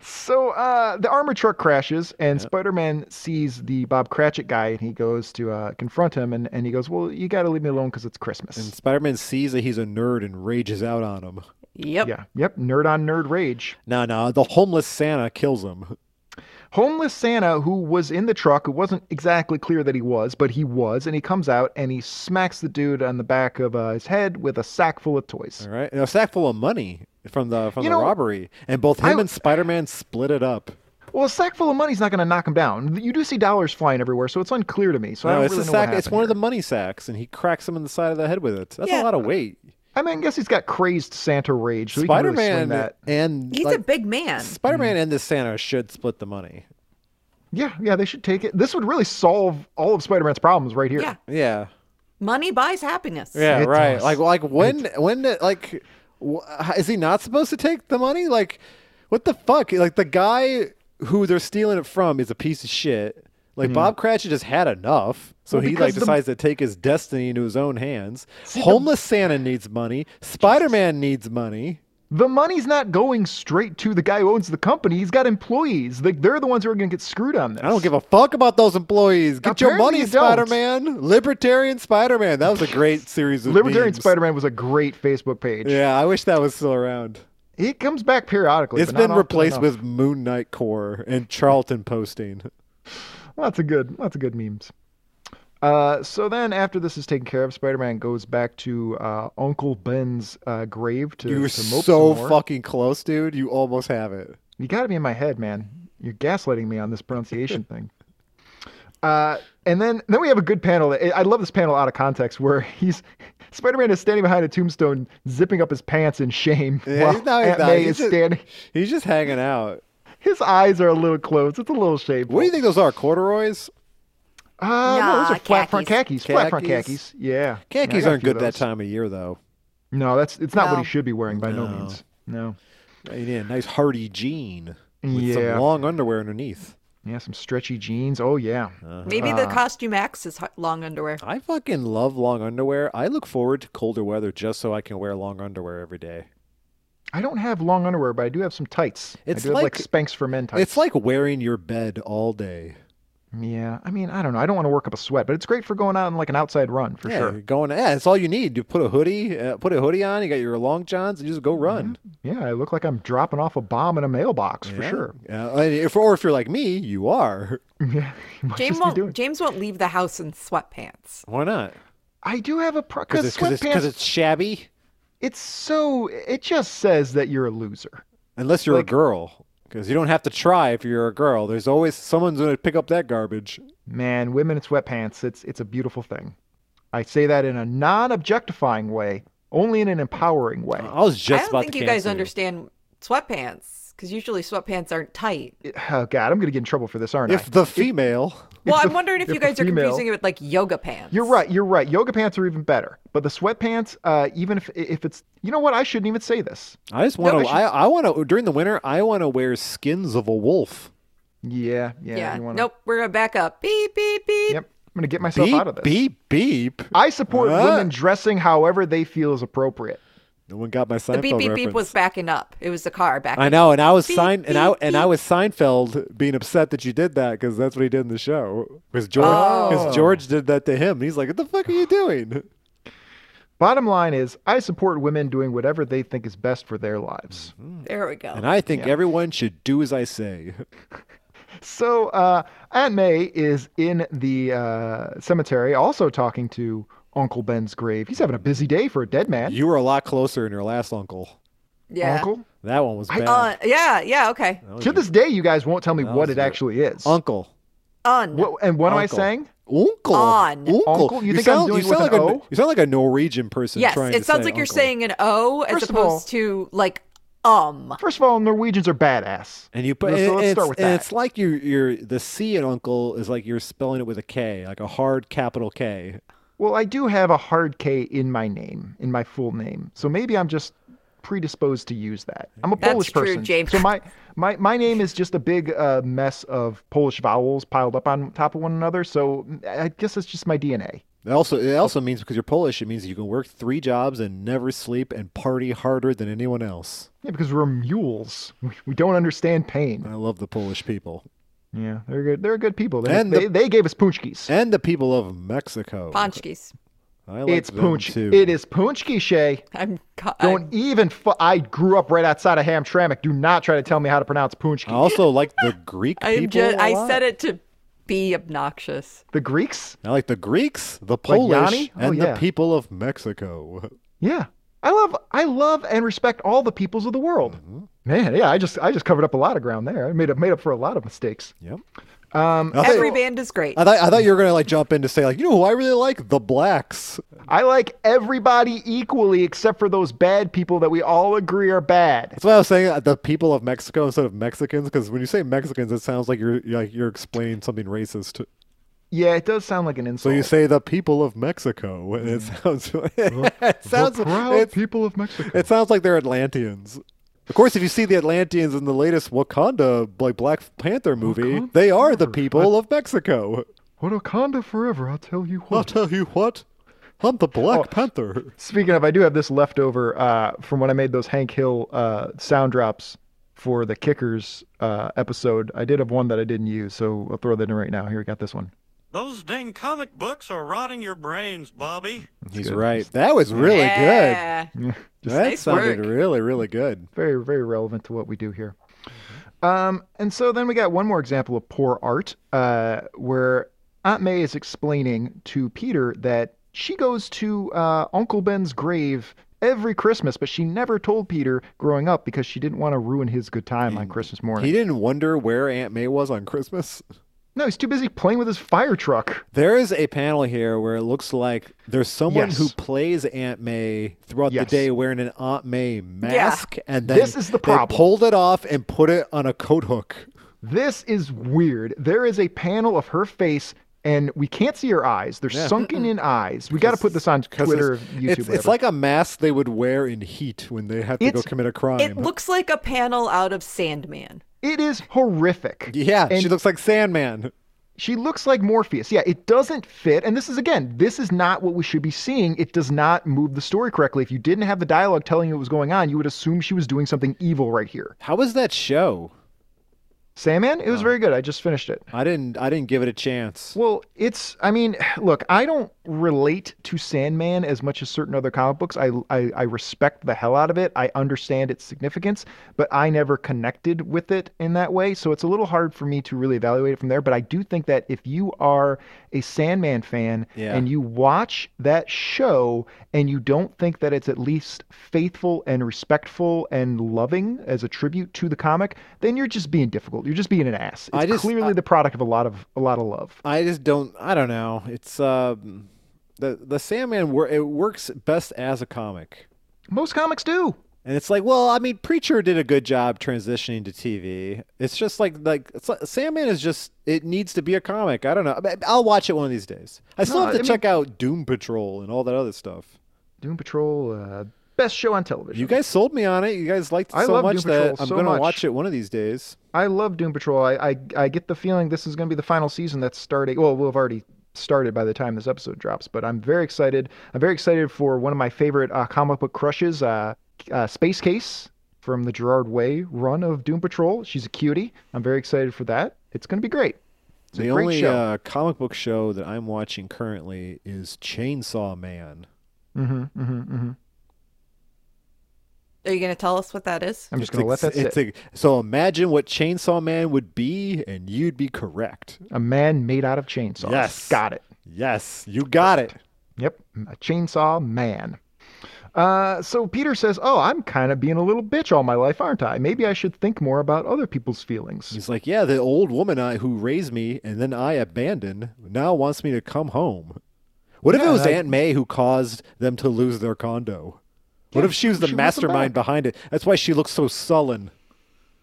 S3: So uh, the armored truck crashes, and Spider-Man sees the Bob Cratchit guy, and he goes to uh, confront him, and, and he goes, "Well, you got to leave me alone because it's Christmas."
S4: And Spider-Man sees that he's a nerd and rages out on him.
S5: Yep.
S3: yeah, yep, nerd on nerd rage.
S4: No, no, the homeless Santa kills him.
S3: Homeless Santa, who was in the truck, it wasn't exactly clear that he was, but he was, and he comes out and he smacks the dude on the back of uh, his head with a sack full of toys.
S4: All right, and a sack full of money from the from
S3: You
S4: the
S3: know,
S4: robbery, and both him
S3: I-
S4: and Spider Man split it up.
S3: Well, a sack full of money's not going to knock him down. You do see dollars flying everywhere, so it's unclear to me. So I
S4: No,
S3: don't
S4: it's
S3: really
S4: a
S3: know
S4: sack.
S3: what
S4: It's
S3: happened
S4: one of
S3: here.
S4: the money sacks, and he cracks him in the side of the head with it. That's a
S5: Yeah.
S4: lot of weight.
S3: I mean, I guess he's got crazed Santa rage. So he can
S4: Spider
S3: really swing
S4: Man
S3: that.
S4: and
S5: He's a big Mm. man.
S4: Spider Man and the Santa should split the money.
S3: Yeah, yeah, they should take it. This would really solve all of Spider-Man's problems right here.
S5: Yeah.
S4: Yeah,
S5: Money buys happiness.
S4: yeah,
S3: It
S4: right.
S3: does.
S4: Like, like when when like wh- is he not supposed to take the money? Like, what the fuck? Like the guy who they're stealing it from is a piece of shit. Like Bob Cratchit just had enough, so
S3: Mm-hmm. Well,
S4: he
S3: because
S4: like
S3: the-
S4: decides to take his destiny into his own hands. Homeless Santa needs money. Spider Man needs money.
S3: the money's not going straight to the guy who owns the company. He's got employees. Like they're the ones who are going to get screwed on this.
S4: I don't give a fuck about those employees. Get your
S3: Apparently
S4: money,
S3: you don't.
S4: Spider Man. Libertarian Spider Man. That was a great series of
S3: Libertarian
S4: memes.
S3: Spider-Man was a great Facebook page.
S4: Yeah, I wish that was still around.
S3: It comes back periodically.
S4: It's
S3: but not
S4: been
S3: often
S4: replaced
S3: enough.
S4: with Moon Knight Core and Charlton posting.
S3: lots of good lots of good memes uh, so then after this is taken care of spider-man goes back to uh, uncle ben's uh, grave to,
S4: You were
S3: to mope
S4: so
S3: some more.
S4: fucking close, dude. You almost have it.
S3: you gotta be in my head man you're gaslighting me on this
S4: (laughs)
S3: pronunciation thing uh, and then then we have a good panel I- i love this panel out of context where (laughs) he's spider-man is standing behind a tombstone zipping up his pants in shame
S4: Yeah,
S3: while
S4: he's not- he's
S3: Aunt
S4: not.
S3: May
S4: He's
S3: is
S4: just-
S3: standing
S4: He's just hanging out.
S3: his eyes are a little closed it's a little shameful
S4: What do you think those are? Corduroys?
S3: uh, no, those
S5: Nah,
S3: are flat front khakis, flat front
S4: Khakis.
S3: khakis yeah
S4: Khakis
S3: Yeah, I got a
S4: aren't
S3: few of
S4: good that
S3: those.
S4: time of year, though.
S3: No, that's it's not what
S5: No.
S3: he should be wearing by no,
S4: No.
S3: means. No.
S4: You need a nice hearty jean with
S3: Yeah.
S4: some long underwear underneath.
S3: Yeah, some stretchy jeans. Oh yeah.
S5: Maybe the costume X is h- long underwear.
S4: I fucking love long underwear. I look forward to colder weather just so I can wear long underwear every day.
S3: I don't have long underwear, but I do have some tights.
S4: It's
S3: I do have,
S4: like-
S3: Spanx for men tights.
S4: It's like wearing your bed all day.
S3: yeah. I mean, I don't know. I don't want to work up a sweat, but it's great for going out on like an outside run for
S4: yeah,
S3: sure.
S4: you're going. Yeah, it's all you need. You put a hoodie, uh, put a hoodie on. You got your long johns, and you just go run.
S3: Yeah, I look like I'm dropping off a bomb in a mailbox for
S4: Yeah.
S3: sure. (laughs)
S4: Yeah, and if or if you're like me, you are.
S3: Yeah. you might
S5: James
S3: just be doing-
S5: won't, James won't leave the house in sweatpants.
S4: Why not?
S3: I do have a pro because
S4: it's
S3: sweatpants.
S4: it's, 'cause it's shabby.
S3: it's so. It just says that you're a loser.
S4: Unless you're
S3: Like-
S4: a girl, because you don't have to try if you're a girl. There's always someone's going to pick up that garbage.
S3: Man, women in sweatpants, it's it's a beautiful thing. I say that in a non-objectifying way, only in an empowering way.
S4: I was just
S5: I don't
S4: about
S5: think
S4: to
S5: you guys
S4: cancel
S5: understand sweatpants because usually sweatpants aren't tight.
S3: Oh god, I'm gonna get in trouble for this, aren't I?
S4: If the female,
S5: Well,
S3: the-
S5: I'm wondering if
S3: if
S5: you
S3: the
S5: guys are
S3: female-
S5: confusing it with like yoga pants.
S3: You're right. You're right. Yoga pants are even better, but the sweatpants, uh, even if if it's, you know what? I shouldn't even say this.
S4: I just want to.
S3: I should-
S4: I, I want to during the winter. I want to wear skins of a wolf.
S3: Yeah, yeah.
S5: Yeah.
S3: you wanna-
S5: Nope. We're gonna back up. Beep beep beep.
S3: Yep. I'm gonna get myself
S4: Beep
S3: out of this.
S4: beep beep.
S3: I support
S4: Ah.
S3: women dressing however they feel is appropriate.
S4: No one got my Seinfeld
S5: The beep beep beep
S4: reference.
S5: was backing up. It was the car backing.
S4: I know, and I was
S5: Beep,
S4: Sein- and I
S5: beep,
S4: and I was Seinfeld being upset that you did that because that's what he did in the show. Because George,
S3: Oh.
S4: because George did that to him. He's like, "What the fuck are you doing?"
S3: Bottom line is, I support women doing whatever they think is best for their lives.
S4: Mm-hmm.
S5: Up. There we go.
S4: And I think everyone should do as I say.
S3: So uh, Aunt May is in the uh, cemetery, also talking to Uncle Ben's grave. He's having a busy day for a dead man.
S4: You were a lot closer in your last uncle.
S5: yeah.
S3: Uncle.
S4: That one was bad.
S5: Uh, yeah. Yeah. Okay.
S4: That
S3: To
S4: was your-
S3: this day, you guys won't tell me
S4: Oh, That
S3: what it
S4: was your-
S3: actually is.
S4: uncle.
S5: On.
S3: What, and what am I
S4: Uncle.
S3: saying?
S4: Uncle.
S5: On.
S4: Uncle.
S3: Uncle? You think I'm
S4: sound,
S3: doing
S4: you
S3: with
S4: sound like
S3: an
S4: a
S3: O?
S4: you sound like a Norwegian person
S5: yes.
S4: trying
S5: It
S4: to
S5: sounds
S4: say
S5: like you're
S4: uncle.
S5: saying an O as
S3: First of
S5: opposed
S3: all-
S5: to like um.
S3: First of all, Norwegians are badass.
S4: And you put
S3: So
S4: and
S3: let's
S4: it's,
S3: start with
S4: and
S3: that.
S4: it's like you you're the C in uncle is like you're spelling it with a K, like a hard capital K.
S3: Well, I do have a hard K in my name, in my full name, so maybe I'm just predisposed to use that. I'm a
S5: That's
S3: Polish
S5: true,
S3: person,
S5: James.
S3: so my my my name is just a big uh, mess of Polish vowels piled up on top of one another. So I guess it's just my DNA.
S4: It also it also means because you're Polish, it means you can work three jobs and never sleep and party harder than anyone else.
S3: Yeah, because we're mules. We, we don't understand pain.
S4: I love the Polish people
S3: Yeah, they're good. They're good people. They,
S4: And
S3: they,
S4: the-
S3: they gave us punchkis.
S4: and the people of Mexico.
S5: Ponchkis.
S4: I like
S3: It's
S4: them
S3: punch.
S4: too.
S3: It is punchki, Shay.
S5: I'm. ca-
S3: Don't
S5: I'm
S3: even. Fu- I grew up right outside of Hamtramck. Do not try to tell me how to pronounce
S4: I
S3: punchki.
S4: also like
S5: (laughs)
S4: the Greek people.
S5: I'm just,
S4: a
S5: I
S4: lot.
S5: said it to be obnoxious.
S3: The Greeks?
S4: I like the Greeks, the
S3: Yanni?
S4: Polish,
S3: Oh,
S4: and
S3: yeah.
S4: the people of Mexico. (laughs)
S3: Yeah. I love. I love and respect all the peoples of the world.
S4: Mm-hmm.
S3: Man, yeah. I just. I just covered up a lot of ground there. I made up. Made up for a lot of mistakes.
S4: Yep.
S3: Um,
S4: I
S5: Every
S4: thought,
S5: band is great.
S4: I thought I thought you were gonna like jump in to say like you know who I really like the blacks.
S3: I like everybody equally except for those bad people that we all agree are bad.
S4: That's why I was saying uh, the people of Mexico instead of Mexicans, because when you say Mexicans, it sounds like you're like you're explaining something racist.
S3: Yeah, it does sound like an
S4: So
S3: insult.
S4: you say the people of Mexico, and it sounds (laughs) it
S3: Mm.
S4: sounds
S3: the proud
S4: it's-
S3: people of Mexico.
S4: it sounds like they're Atlanteans. Of course, if you see the Atlanteans in the latest Wakanda like Black Panther movie,
S3: Wakanda
S4: they are the
S3: forever.
S4: people of Mexico.
S3: Wakanda forever. I'll tell you
S4: (laughs) I'll
S3: what.
S4: tell you what. I'm the Black Panther.
S3: Speaking of, I do have this leftover uh, from when I made those Hank Hill uh, sound drops for the Kickers uh, episode. I did have one that I didn't use, so I'll throw that in right now. Here, we got this one.
S6: Those dang comic books are rotting your brains, Bobby.
S4: He's right. That was really
S5: yeah.
S4: good. That
S5: Nice
S4: sounded
S5: work.
S4: really, really good.
S3: Very, very relevant to what we do here.
S4: Mm-hmm.
S3: Um, and so then we got one more example of poor art, uh, where Aunt May is explaining to Peter that she goes to uh, Uncle Ben's grave every Christmas, but she never told Peter growing up because she didn't want to ruin his good time on Christmas morning.
S4: Mm. He didn't wonder where Aunt May was on Christmas.
S3: No, he's too busy playing with his fire truck.
S4: There is a panel here where it looks like there's someone
S3: Yes.
S4: who plays Aunt May throughout
S3: Yes.
S4: the day wearing an Aunt May mask, and then
S3: This is the problem.
S4: They pulled it off and put it on a coat hook.
S3: This is weird. There is a panel of her face, and we can't see her eyes. They're sunken in eyes. We got to put this on Twitter,
S4: it's,
S3: YouTube.
S4: it's, it's
S3: whatever.
S4: like a mask they would wear in heat when they have to go
S3: It's-
S4: commit a crime.
S5: It looks like a panel out of Sandman.
S3: it is horrific.
S4: yeah,
S3: and
S4: she looks like Sandman.
S3: she looks like Morpheus. Yeah, it doesn't fit. And this is again, this is not what we should be seeing. It does not move the story correctly. If you didn't have the dialogue telling you what was going on, you would assume she was doing something evil right here.
S4: How was that show?
S3: Sandman, it was very good. I just finished it.
S4: I didn't. I didn't give it a chance.
S3: Well, it's. I mean, (sighs) look, I don't relate to Sandman as much as certain other comic books. I, I I respect the hell out of it. I understand its significance, but I never connected with it in that way. So it's a little hard for me to really evaluate it from there. But I do think that if you are a Sandman fan
S4: Yeah.
S3: and you watch that show and you don't think that it's at least faithful and respectful and loving as a tribute to the comic, then you're just being difficult. You're just being an ass. It's
S4: I just-
S3: clearly
S4: I-
S3: the product of a lot of a lot of love.
S4: I just don't. I don't know. It's um, the the Sandman. Wor- it works best as a comic.
S3: Most comics do.
S4: And it's like, well, I mean, Preacher did a good job transitioning to TV. It's just like, like it's like- Sandman is just it needs to be a comic. I don't know. I mean, I'll watch it one of these days. I still
S3: No,
S4: have to
S3: I mean-
S4: check out Doom Patrol and all that other stuff.
S3: Doom Patrol, uh, best show on television.
S4: You guys sold me on it. You guys liked it
S3: I
S4: so
S3: love
S4: much
S3: Doom
S4: that
S3: Patrol
S4: I'm
S3: so
S4: gonna
S3: much.
S4: watch it one of these days.
S3: I love Doom Patrol. I, I I get the feeling this is going to be the final season that's starting. Well, we'll have already started by the time this episode drops, but I'm very excited. I'm very excited for one of my favorite uh, comic book crushes, uh, uh, Space Case from the Gerard Way run of Doom Patrol. She's a cutie. I'm very excited for that. It's going to be great. It's a
S4: the
S3: great
S4: only
S3: show.
S4: uh, comic book show that I'm watching currently is Chainsaw Man.
S3: hmm hmm hmm
S5: Are you going to tell us what that is?
S3: I'm just
S4: It's
S3: going to let
S4: ex-
S3: that sit.
S4: it's ex- so imagine what Chainsaw Man would be, and you'd be correct.
S3: a man made out of chainsaws.
S4: Yes.
S3: got it.
S4: Yes, you got it.
S3: Yep, a chainsaw man. Uh, so Peter says, "Oh, I'm kind of being a little bitch all my life, aren't I? Maybe I should think more about other people's feelings."
S4: He's like, yeah, the old woman I who raised me and then I abandoned now wants me to come home. What if it was
S3: I-
S4: Aunt May who caused them to lose their condo? What if she was the
S3: she wants them
S4: mastermind behind it? That's why she looks so sullen.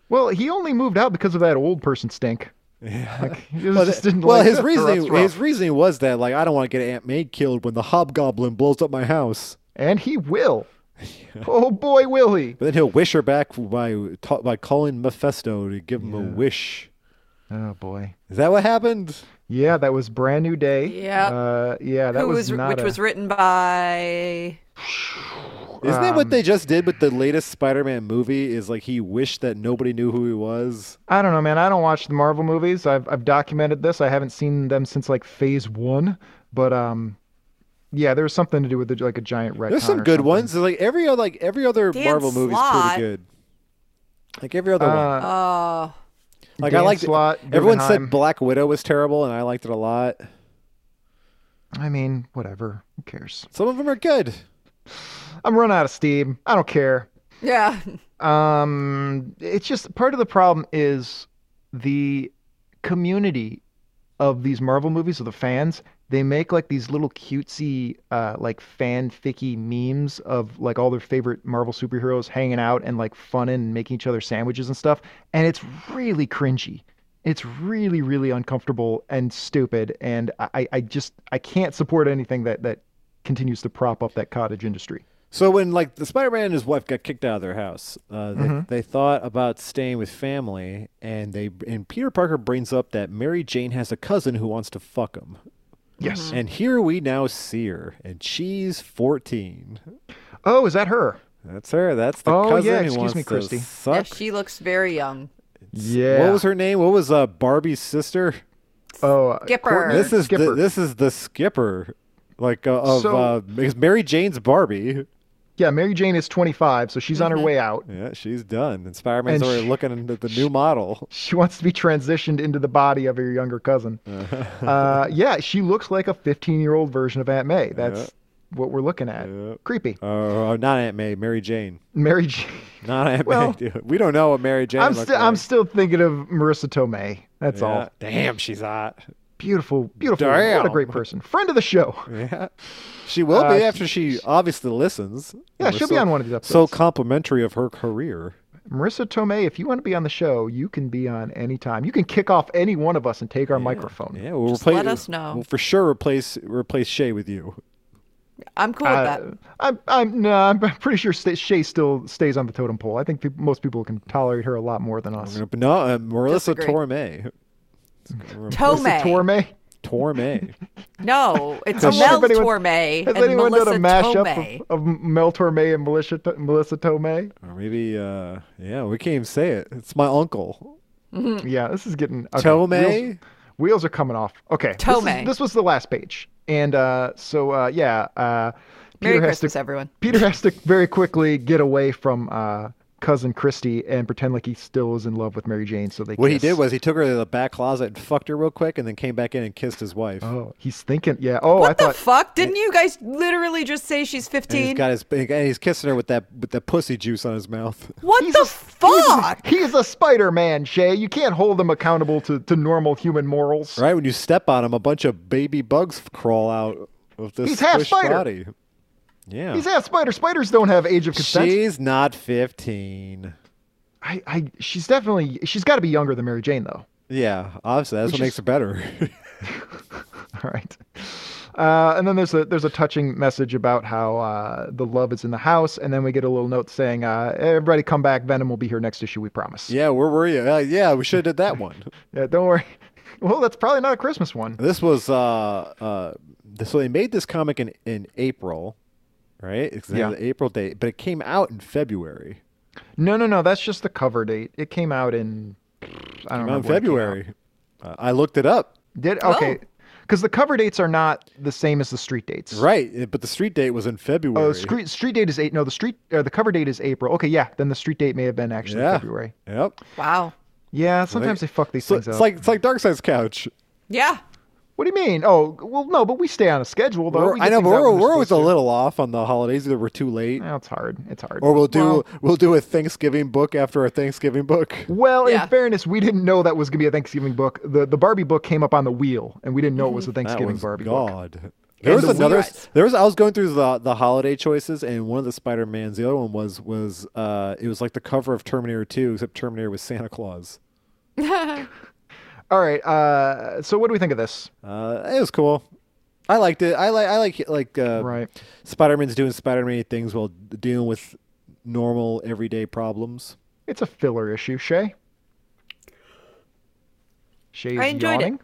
S3: Well, he only moved out because of that old person stink. Yeah, (laughs) like,
S4: (laughs)
S3: he just
S4: Well, th-
S3: just didn't
S4: well,
S3: like
S4: his
S3: her. That's
S4: reasoning
S3: rough.
S4: his reasoning was that like I don't want to get Aunt May killed when the hobgoblin blows up my house.
S3: and he
S4: (laughs)
S3: will. Oh boy, will he!
S4: But then he'll wish her back by ta- by calling Mephisto to give him a wish.
S3: Oh boy.
S4: Is that what happened?
S3: Yeah, that was brand new day.
S5: Yep.
S3: Uh, yeah, that
S5: Who
S3: was,
S5: was,
S3: not
S5: which
S3: a-
S5: was written by
S4: Isn't that
S3: Um,
S4: what they just did with the latest Spider-Man movie? Is like he wished that nobody knew who he was.
S3: I don't know, man. I don't watch the Marvel movies. I've I've documented this. I haven't seen them since like Phase One, but um, yeah, there was something to do with the, like a giant red.
S4: There's some good ones. Like every other like every other
S5: Dan
S4: Marvel movie is
S5: Slott.
S4: pretty good. Like every other one.
S3: Uh,
S5: uh
S4: Like I
S3: Dan
S4: liked
S3: Slott,
S4: Everyone
S3: Guggenheim.
S4: said Black Widow was terrible, and I liked it a lot.
S3: I mean, whatever. Who cares?
S4: Some of them are good.
S3: I'm running out of steam. I don't care.
S5: yeah.
S3: Um, it's just part of the problem is the community of these Marvel movies, of the fans. They make like these little cutesy, uh, like fanficky memes of like all their favorite Marvel superheroes hanging out and like funning and making each other sandwiches and stuff. And it's really cringy. It's really, really uncomfortable and stupid. And I- I, I just I can't support anything that that continues to prop up that cottage industry.
S4: So when like the Spider-Man and his wife got kicked out of their house, uh, they,
S3: Mm-hmm.
S4: they thought about staying with family, and they and Peter Parker brings up that Mary Jane has a cousin who wants to fuck him.
S3: Yes.
S4: And here we now see her, and she's 14.
S3: Oh, is that her?
S4: That's her. That's the
S3: Oh,
S4: cousin
S3: yeah,
S4: who
S3: excuse
S4: wants
S3: me,
S4: to
S3: Christy. Yeah,
S5: Yeah,
S4: suck.
S5: she looks very young.
S3: Yeah.
S4: What was her name? What was uh, Barbie's sister?
S3: Oh, uh,
S5: Skipper.
S3: Courtney
S4: This is
S3: Skipper.
S4: the, this is the skipper, like uh, of
S3: So-
S4: uh, because Mary Jane's Barbie.
S3: yeah, Mary Jane is 25, so she's on her way out.
S4: Yeah, she's done. And Spider Man's
S3: And
S4: already
S3: she-
S4: looking at the new model.
S3: She wants to be transitioned into the body of her younger
S4: (laughs)
S3: cousin. uh, yeah, she looks like a 15 year old version of Aunt May. That's what we're looking at. Creepy.
S4: Uh, not Aunt May, Mary Jane.
S3: Mary Jane.
S4: Not Aunt
S3: Well-
S4: May. Dude. We don't know what Mary Jane.
S3: I'm,
S4: looked
S3: sti-
S4: like.
S3: I'm still thinking of Marissa Tomei. That's
S4: Yeah.
S3: all.
S4: Damn, she's hot.
S3: Beautiful, beautiful. What a
S4: Damn.
S3: great person. Friend of the show.
S4: Yeah, she will
S3: Uh,
S4: be after she obviously listens.
S3: Yeah,
S4: We're
S3: she'll be
S4: so-
S3: on one of these
S4: So
S3: episodes.
S4: complimentary of her career.
S3: Marissa Tomei, if you want to be on the show, you can be on any time. You can kick off any one of us and take our microphone.
S4: Yeah, we'll
S5: Just
S4: replace.
S5: let us know.
S4: We'll for sure replace replace Shay with you.
S5: I'm cool with that.
S3: Uh, I'm, I'm, no, I'm pretty sure Sta Shay still stays on the totem pole. I think peop most people can tolerate her a lot more than us.
S4: No, uh, Marissa
S5: Disagree.
S4: Torme.
S3: Marissa
S5: Tomei.
S3: Torme.
S4: Torme.
S3: (laughs)
S5: No, it's
S3: I wonder if
S5: Mel
S3: anyone-
S5: Torme
S3: Has
S5: and
S3: anyone
S5: Melissa
S3: done a mashup
S5: Tomei.
S3: of, of Mel Torme and Melissa, Melissa Tomei?
S4: or maybe, uh, yeah, we can't even say it. It's my uncle.
S5: Mm.
S3: Yeah, this is getting okay,
S4: Tomei?
S3: Wheels, wheels are coming off. Okay, this is-
S5: Tomei.
S3: This was the last page, and uh, so uh, yeah, uh,
S5: Merry
S3: Peter has
S5: Christmas,
S3: to
S5: everyone.
S3: Peter has to very quickly get away from uh, cousin Christy and pretend like he still is in love with Mary Jane. So they
S4: What
S3: kiss.
S4: he did was he took her to the back closet and fucked her real quick, and then came back in and kissed his wife.
S3: oh he's thinking yeah oh
S5: What
S3: I
S5: the
S3: thought
S5: fuck? Didn't you guys literally just say she's
S4: And he's
S5: 15?
S4: got his and he's kissing her with that with that pussy juice on his mouth. (laughs)
S5: What
S3: he's
S5: the
S3: a,
S5: fuck?
S3: He's, he's a Spider Man Shay. You can't hold him accountable to, to normal human morals.
S4: Right when you step on him, a bunch of baby bugs crawl out of this
S3: He's half
S4: squished
S3: spider.
S4: body. Yeah,
S3: He's half spider. Spiders don't have age of consent.
S4: she's not fifteen.
S3: I, I she's definitely she's got to be younger than Mary Jane though. (laughs)
S4: Yeah, obviously that's
S3: Which
S4: what
S3: is-
S4: makes it better. (laughs)
S3: All right. Uh, and then there's a there's a touching message about how uh, the love is in the house, and then we get a little note saying, uh, "Everybody come back. Venom will be here next issue. We promise."
S4: yeah, where were you? Uh, yeah, we should have did that one.
S3: Yeah, don't worry. (laughs) Well, that's probably not a Christmas one.
S4: This was uh, uh, so they made this comic in in April, right? It's
S3: Yeah.
S4: an April date, but it came out in February.
S3: No, no, no. That's just the cover date. It came out in I don't
S4: Not
S3: know
S4: in February. Uh, I looked it up.
S3: Did
S5: Oh.
S3: okay. Because the cover dates are not the same as the street dates.
S4: Right, it- but the street date was in February.
S3: Oh, street street date is eight. No, the street uh, the cover date is April. Okay, yeah. Then the street date may have been actually
S4: Yeah.
S3: February.
S4: Yep.
S5: Wow.
S3: Yeah, sometimes they fuck these
S4: So
S3: things
S4: it's
S3: up.
S4: like it's like Dark Side's couch.
S5: Yeah.
S3: what do you mean? Oh, well, no, but we stay on a schedule though.
S4: We're-
S3: We
S4: I
S3: get
S4: know,
S3: things
S4: but
S3: out
S4: we're,
S3: when
S4: we're always a
S3: supposed
S4: little off on the holidays. Either we're too late,
S3: to. No, it's hard. It's hard.
S4: or we'll do
S3: Well,
S4: we'll do a Thanksgiving book after a Thanksgiving book.
S3: well,
S5: Yeah.
S3: in fairness, we didn't know that was gonna be a Thanksgiving book. the The Barbie book came up on the wheel, and we didn't know it
S4: (laughs)
S3: was a Thanksgiving Barbie book.
S4: God. There was
S5: the
S4: another.
S5: Wheelwrights.
S4: There was. I was going through the the holiday choices, and one of the Spider Mans. The other one was was uh, it was like the cover of Terminator Two, except Terminator was Santa Claus.
S3: All right. Uh, so what do we think of this?
S4: Uh, it was cool. I liked it. I like. I like like uh,
S3: Right.
S4: Spider Man's doing Spider Man things while dealing with normal everyday problems. (laughs)
S3: It's a filler issue, Shay. Shay's
S5: I enjoyed it.
S3: yawning.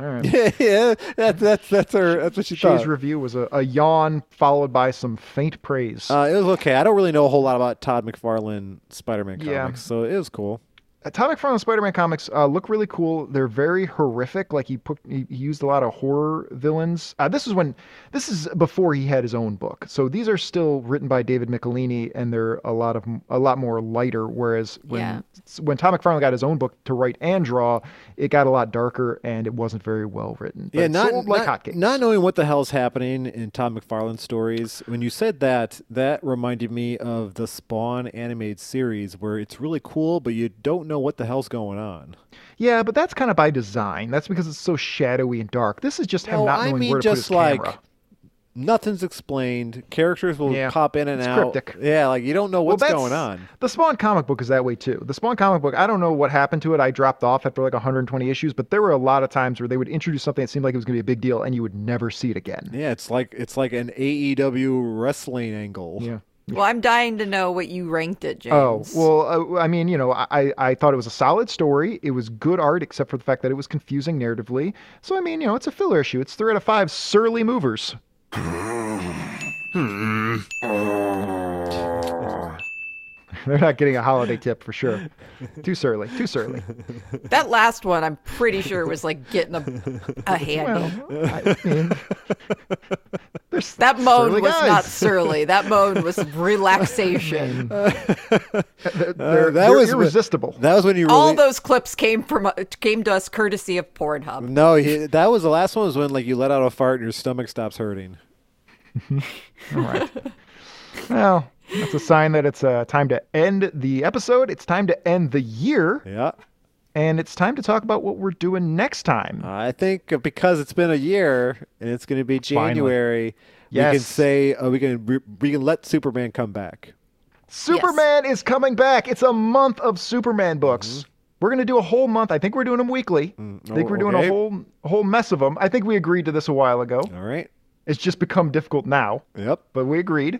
S3: All right.
S4: yeah, that's that's that's her. That's what she
S3: Shay's
S4: thought.
S3: review was a, a yawn followed by some faint praise.
S4: Uh, it was okay. I don't really know a whole lot about Todd McFarlane Spider-Man comics,
S3: Yeah.
S4: so it was cool.
S3: Atomic Front and Spider-Man comics uh, look really cool. They're very horrific. Like he put, he he used a lot of horror villains. Uh, this is when, this is before he had his own book. So these are still written by David Michelini, and they're a lot of a lot more lighter. Whereas when
S5: Yeah.
S3: when Tom McFarlane got his own book to write and draw, it got a lot darker and it wasn't very well written. But
S4: yeah,
S3: it
S4: not
S3: sold like
S4: not,
S3: hotcakes.
S4: not knowing what the hell's happening in Todd McFarlane stories. When you said that, that reminded me of the Spawn animated series, where it's really cool, but you don't know what the hell's going on.
S3: Yeah, but that's kind of by design. That's because it's so shadowy and dark. This is just him
S4: No,
S3: not
S4: I
S3: knowing
S4: mean
S3: where to
S4: just
S3: put his
S4: like
S3: camera.
S4: nothing's explained. Characters will
S3: Yeah,
S4: pop in and
S3: it's
S4: out.
S3: cryptic.
S4: Yeah, like you don't know what's
S3: that's-
S4: going on.
S3: The Spawn comic book is that way too. The Spawn comic book, I don't know what happened to it. I dropped off after like 120 issues, but there were a lot of times where they would introduce something that seemed like it was going to be a big deal, and you would never see it again.
S4: Yeah, it's like it's like an AEW E wrestling angle.
S3: Yeah.
S5: Well, I'm dying to know what you ranked it, James.
S3: Oh well, uh, I mean, you know, I I thought it was a solid story. It was good art, except for the fact that it was confusing narratively. So I mean, you know, it's a filler issue. It's three out of five surly movers. (laughs) They're not getting a holiday tip for sure. Too surly. Too surly.
S5: That last one, I'm pretty sure was like getting
S3: (laughs)
S5: a, a
S3: Well,
S5: handy.
S3: I mean,
S4: (laughs)
S3: there's
S5: that moan
S3: surly
S5: was
S3: guys. (laughs)
S5: not surly. That moan was relaxation.
S3: They're, they're-
S4: Uh, that
S3: they're
S4: was wh-
S3: irresistible.
S4: That was when you
S5: All
S4: really,
S5: those clips came from uh, came to us courtesy of Pornhub.
S4: No, he, that was the last one. Was when like you let out a fart and your stomach stops hurting.
S3: Well, that's a sign that it's uh, time to end the episode. It's time to end the year,
S4: Yeah,
S3: and it's time to talk about what we're doing next time.
S4: I think because it's been a year and it's going to be
S3: Finally.
S4: January, we can
S3: Yes.
S4: say uh, we can re- we can let Superman come back.
S3: Superman is coming back. It's a month of Superman books.
S4: Mm-hmm.
S3: We're gonna do a whole month. I think we're doing them weekly. I think
S4: oh,
S3: we're doing
S4: okay.
S3: a whole whole mess of them. I think we agreed to this a while ago.
S4: All right.
S3: It's just become difficult now.
S4: Yep.
S3: but we agreed.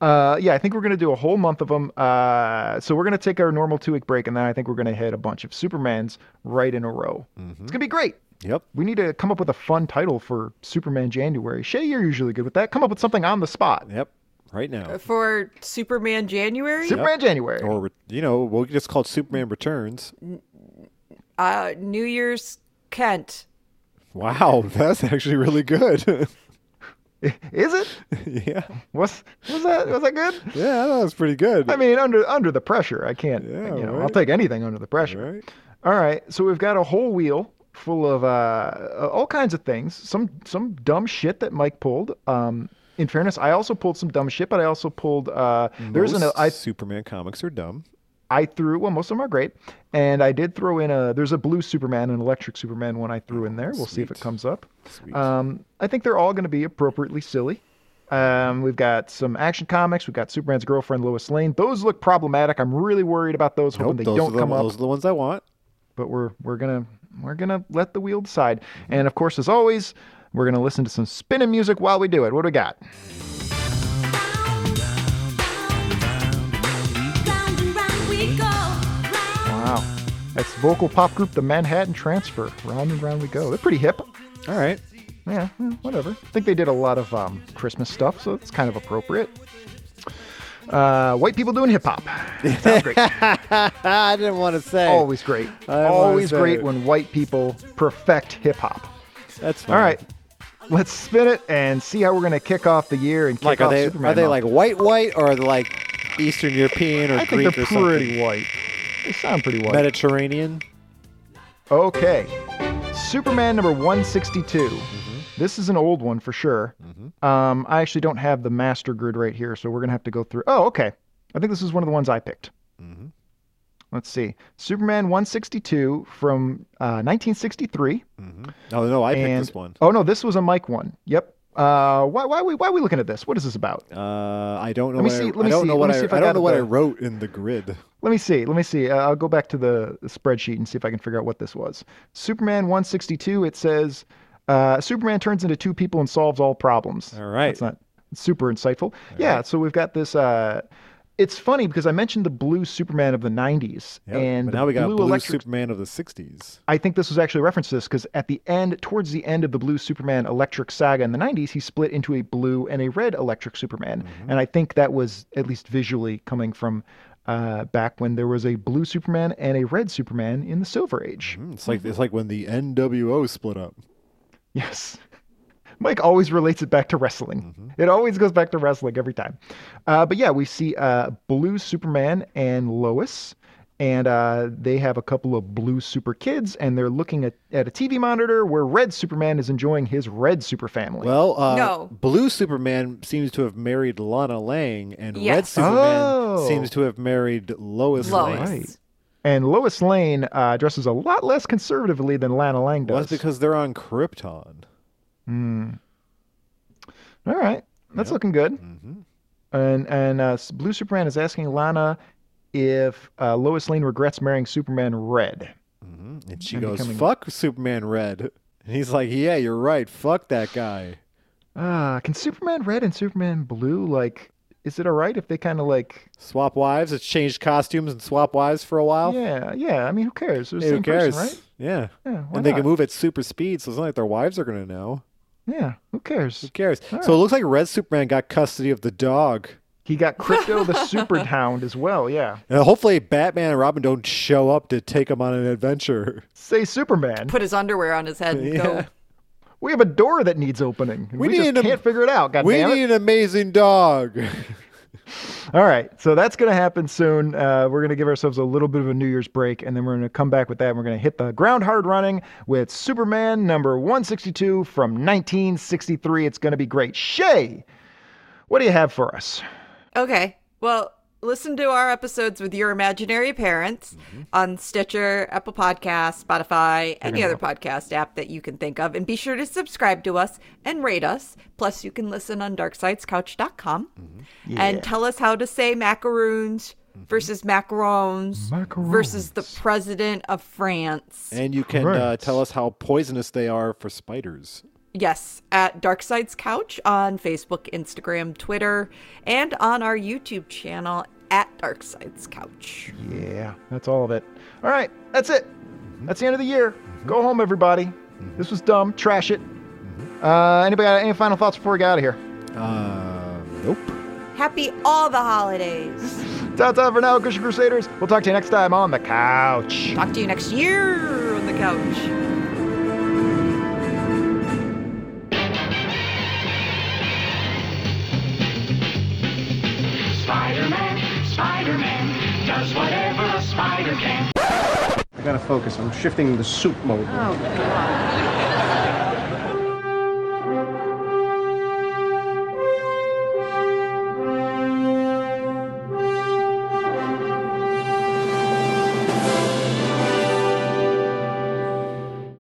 S3: Uh, yeah, I think we're going to do a whole month of them. Uh, so we're going to take our normal two week break, and then I think we're going to hit a bunch of Supermans right in a row.
S4: Mm-hmm.
S3: It's going to be great.
S4: Yep.
S3: We need to come up with a fun title for Superman January. Shay, you're usually good with that. Come up with something on the spot.
S4: Yep. Right now,
S5: For Superman January,
S3: Superman January.
S4: or re- you know, we'll just call it Superman Returns.
S5: uh, New Year's Kent.
S4: Wow, (laughs) that's actually really good.
S3: (laughs)
S4: (laughs)
S3: Is it?
S4: yeah.
S3: Was was that was that good?
S4: Yeah, that was pretty good. (laughs)
S3: I mean, under under the pressure, I can't.
S4: Yeah,
S3: you know, I'll
S4: right.
S3: take anything under the pressure.
S4: right.
S3: All right, so we've got a whole wheel full of uh, all kinds of things. Some some dumb shit that Mike pulled. Um, in fairness, I also pulled some dumb shit, but I also pulled. Uh, there's an
S4: Most
S3: I
S4: Superman comics are dumb.
S3: I threw well, most of them are great, and I did throw in a. There's a blue Superman and electric Superman one I threw in there. We'll see if it
S4: Sweet.
S3: comes up.
S4: Sweet.
S3: Um, I think they're all going to be appropriately silly. Um, we've got some action comics. We've got Superman's girlfriend Lois Lane. Those look problematic. I'm really worried about those. Hoping
S4: Nope,
S3: they
S4: those,
S3: don't
S4: are the,
S3: come up
S4: those are the ones I want.
S3: but we're we're gonna we're gonna let the wheel decide. And of course, as always, we're gonna listen to some spinning music while we do it. What do we got?
S7: Round and round we go. Round.
S3: Wow, that's vocal pop group the Manhattan Transfer. Round and round we go. They're pretty hip.
S4: All right. (laughs)
S3: Yeah, yeah, whatever. I think they did a lot of um, Christmas stuff, so it's kind of appropriate. Uh, white people doing hip hop. Sounds great.
S4: I didn't want to say.
S3: Always great.
S4: I was,
S3: Always
S4: uh,
S3: great when white people perfect hip hop.
S4: That's fine.
S3: All right. Let's spin it and see how we're going to kick off the year and kick
S4: Like,
S3: off
S4: are they
S3: Superman
S4: are they
S3: month.
S4: like white white or are they like Eastern European or
S3: I think
S4: Greek
S3: they're
S4: or something?
S3: pretty white. They sound pretty white.
S4: Mediterranean.
S3: okay. Superman number 162.
S4: Mm-hmm.
S3: This is an old one for sure. Um, I actually don't have the master grid right here, so we're going to have to go through. Oh, okay. I think this is one of the ones I picked.
S4: Mm-hmm.
S3: Let's see. Superman 162 from uh, 1963.
S4: Oh no, I picked
S3: and
S4: this one.
S3: Oh, no, this was a Mike one. Yep. Uh, why, why, are we, why are we looking at this? What is this about?
S4: Uh, I don't know.
S3: Let me
S4: what I-
S3: see- let
S4: I,
S3: me
S4: don't
S3: see-
S4: know
S3: let
S4: what
S3: me
S4: I,
S3: see if
S4: I
S3: I
S4: don't
S3: got
S4: know what I
S3: the-
S4: wrote in the grid.
S3: Let me see. Let me see. Uh, I'll go back to the spreadsheet and see if I can figure out what this was. Superman 162. It says uh, Superman turns into two people and solves all problems.
S4: All right.
S3: That's not super insightful. yeah. So we've got this. Uh, it's funny because I mentioned the blue Superman of the 90s
S4: Yep.
S3: and
S4: but now
S3: the
S4: we got
S3: blue,
S4: Blue
S3: electric.
S4: Superman of the '60s.
S3: I think this was actually a reference to this because at the end, towards the end of the blue Superman electric saga in the 90s, he split into a blue and a red electric Superman. And I think that was at least visually coming from uh, back when there was a blue Superman and a red Superman in the Silver Age.
S4: Mm, It's like it's like when the NWO split up.
S3: Yes. Mike always relates it back to wrestling.
S4: Mm-hmm.
S3: It always goes back to wrestling every time. Uh, but yeah, we see uh, Blue Superman and Lois, and uh, they have a couple of Blue Super kids, and they're looking at, at a TV monitor where Red Superman is enjoying his Red Super family.
S4: Well, uh,
S5: No.
S4: Blue Superman seems to have married Lana Lang, and Red
S5: Yes.
S4: Superman
S3: Oh.
S4: seems to have married Lois,
S5: Lois.
S4: Lane.
S3: Right. and Lois Lane uh, dresses a lot less conservatively than Lana Lang
S4: Well,
S3: does.
S4: that's because they're on Krypton.
S3: All right, that's looking good.
S4: Mm-hmm.
S3: And and uh, S- Blue Superman is asking Lana if uh, Lois Lane regrets marrying Superman Red.
S4: Mm-hmm. And she
S3: And
S4: goes,
S3: becoming-
S4: "Fuck Superman Red," and he's like, "Yeah, you're right. Fuck that guy."
S3: Ah, can Superman Red and Superman Blue like is it all right if they kind of like
S4: Swap wives. It's changed costumes and swap wives for a while.
S3: yeah yeah i mean who cares They're the
S4: Hey, who
S3: same
S4: cares?
S3: person, right
S4: Yeah.
S3: Yeah, why
S4: and they
S3: not?
S4: can move at super speed, so it's not like their wives are going to know.
S3: yeah who cares
S4: Who cares? So it looks like Red Superman got custody of the dog.
S3: he got crypto
S4: (laughs)
S3: the super hound as well yeah
S4: And hopefully, Batman and Robin don't show up to take him on an adventure.
S3: say superman
S5: Put his underwear on his head and go.
S3: we have a door that needs opening and we, just
S4: need a-
S3: can't figure it out god
S4: we
S3: damn it
S4: need an
S3: (laughs)
S4: amazing dog.
S3: All right, so that's going to happen soon. Uh, we're going to give ourselves a little bit of a New Year's break, and then we're going to come back with that. And we're going to hit the ground hard running with Superman number 162 from 1963. It's going to be great. Shay, what do you have for us?
S5: Okay. Well, listen to our episodes with your imaginary parents on Stitcher, Apple Podcasts, Spotify, any other podcast app that you can think of. And be sure to subscribe to us and rate us. Plus, you can listen on darksidescouch.com and tell us how to say macaroons versus macarons, versus the president of France.
S4: and you can uh,
S3: Correct.
S4: tell us how poisonous they are for spiders.
S5: Yes, at Dark Side's Couch on Facebook, Instagram, Twitter, and on our YouTube channel at Dark Side's Couch.
S3: Yeah, that's all of it. All right, that's it. That's the end of the year. Go home, everybody. This was dumb. Trash it. Uh, anybody got any final thoughts before we get out of here?
S4: Uh, nope.
S5: Happy all the holidays.
S3: Ta ta for now, Christian Crusaders. We'll talk to you next time on the couch.
S5: Talk to you next year on the couch.
S8: Spider-Man, Spider-Man does whatever a spider can.
S9: I gotta focus. I'm shifting the soup mode. Oh, God.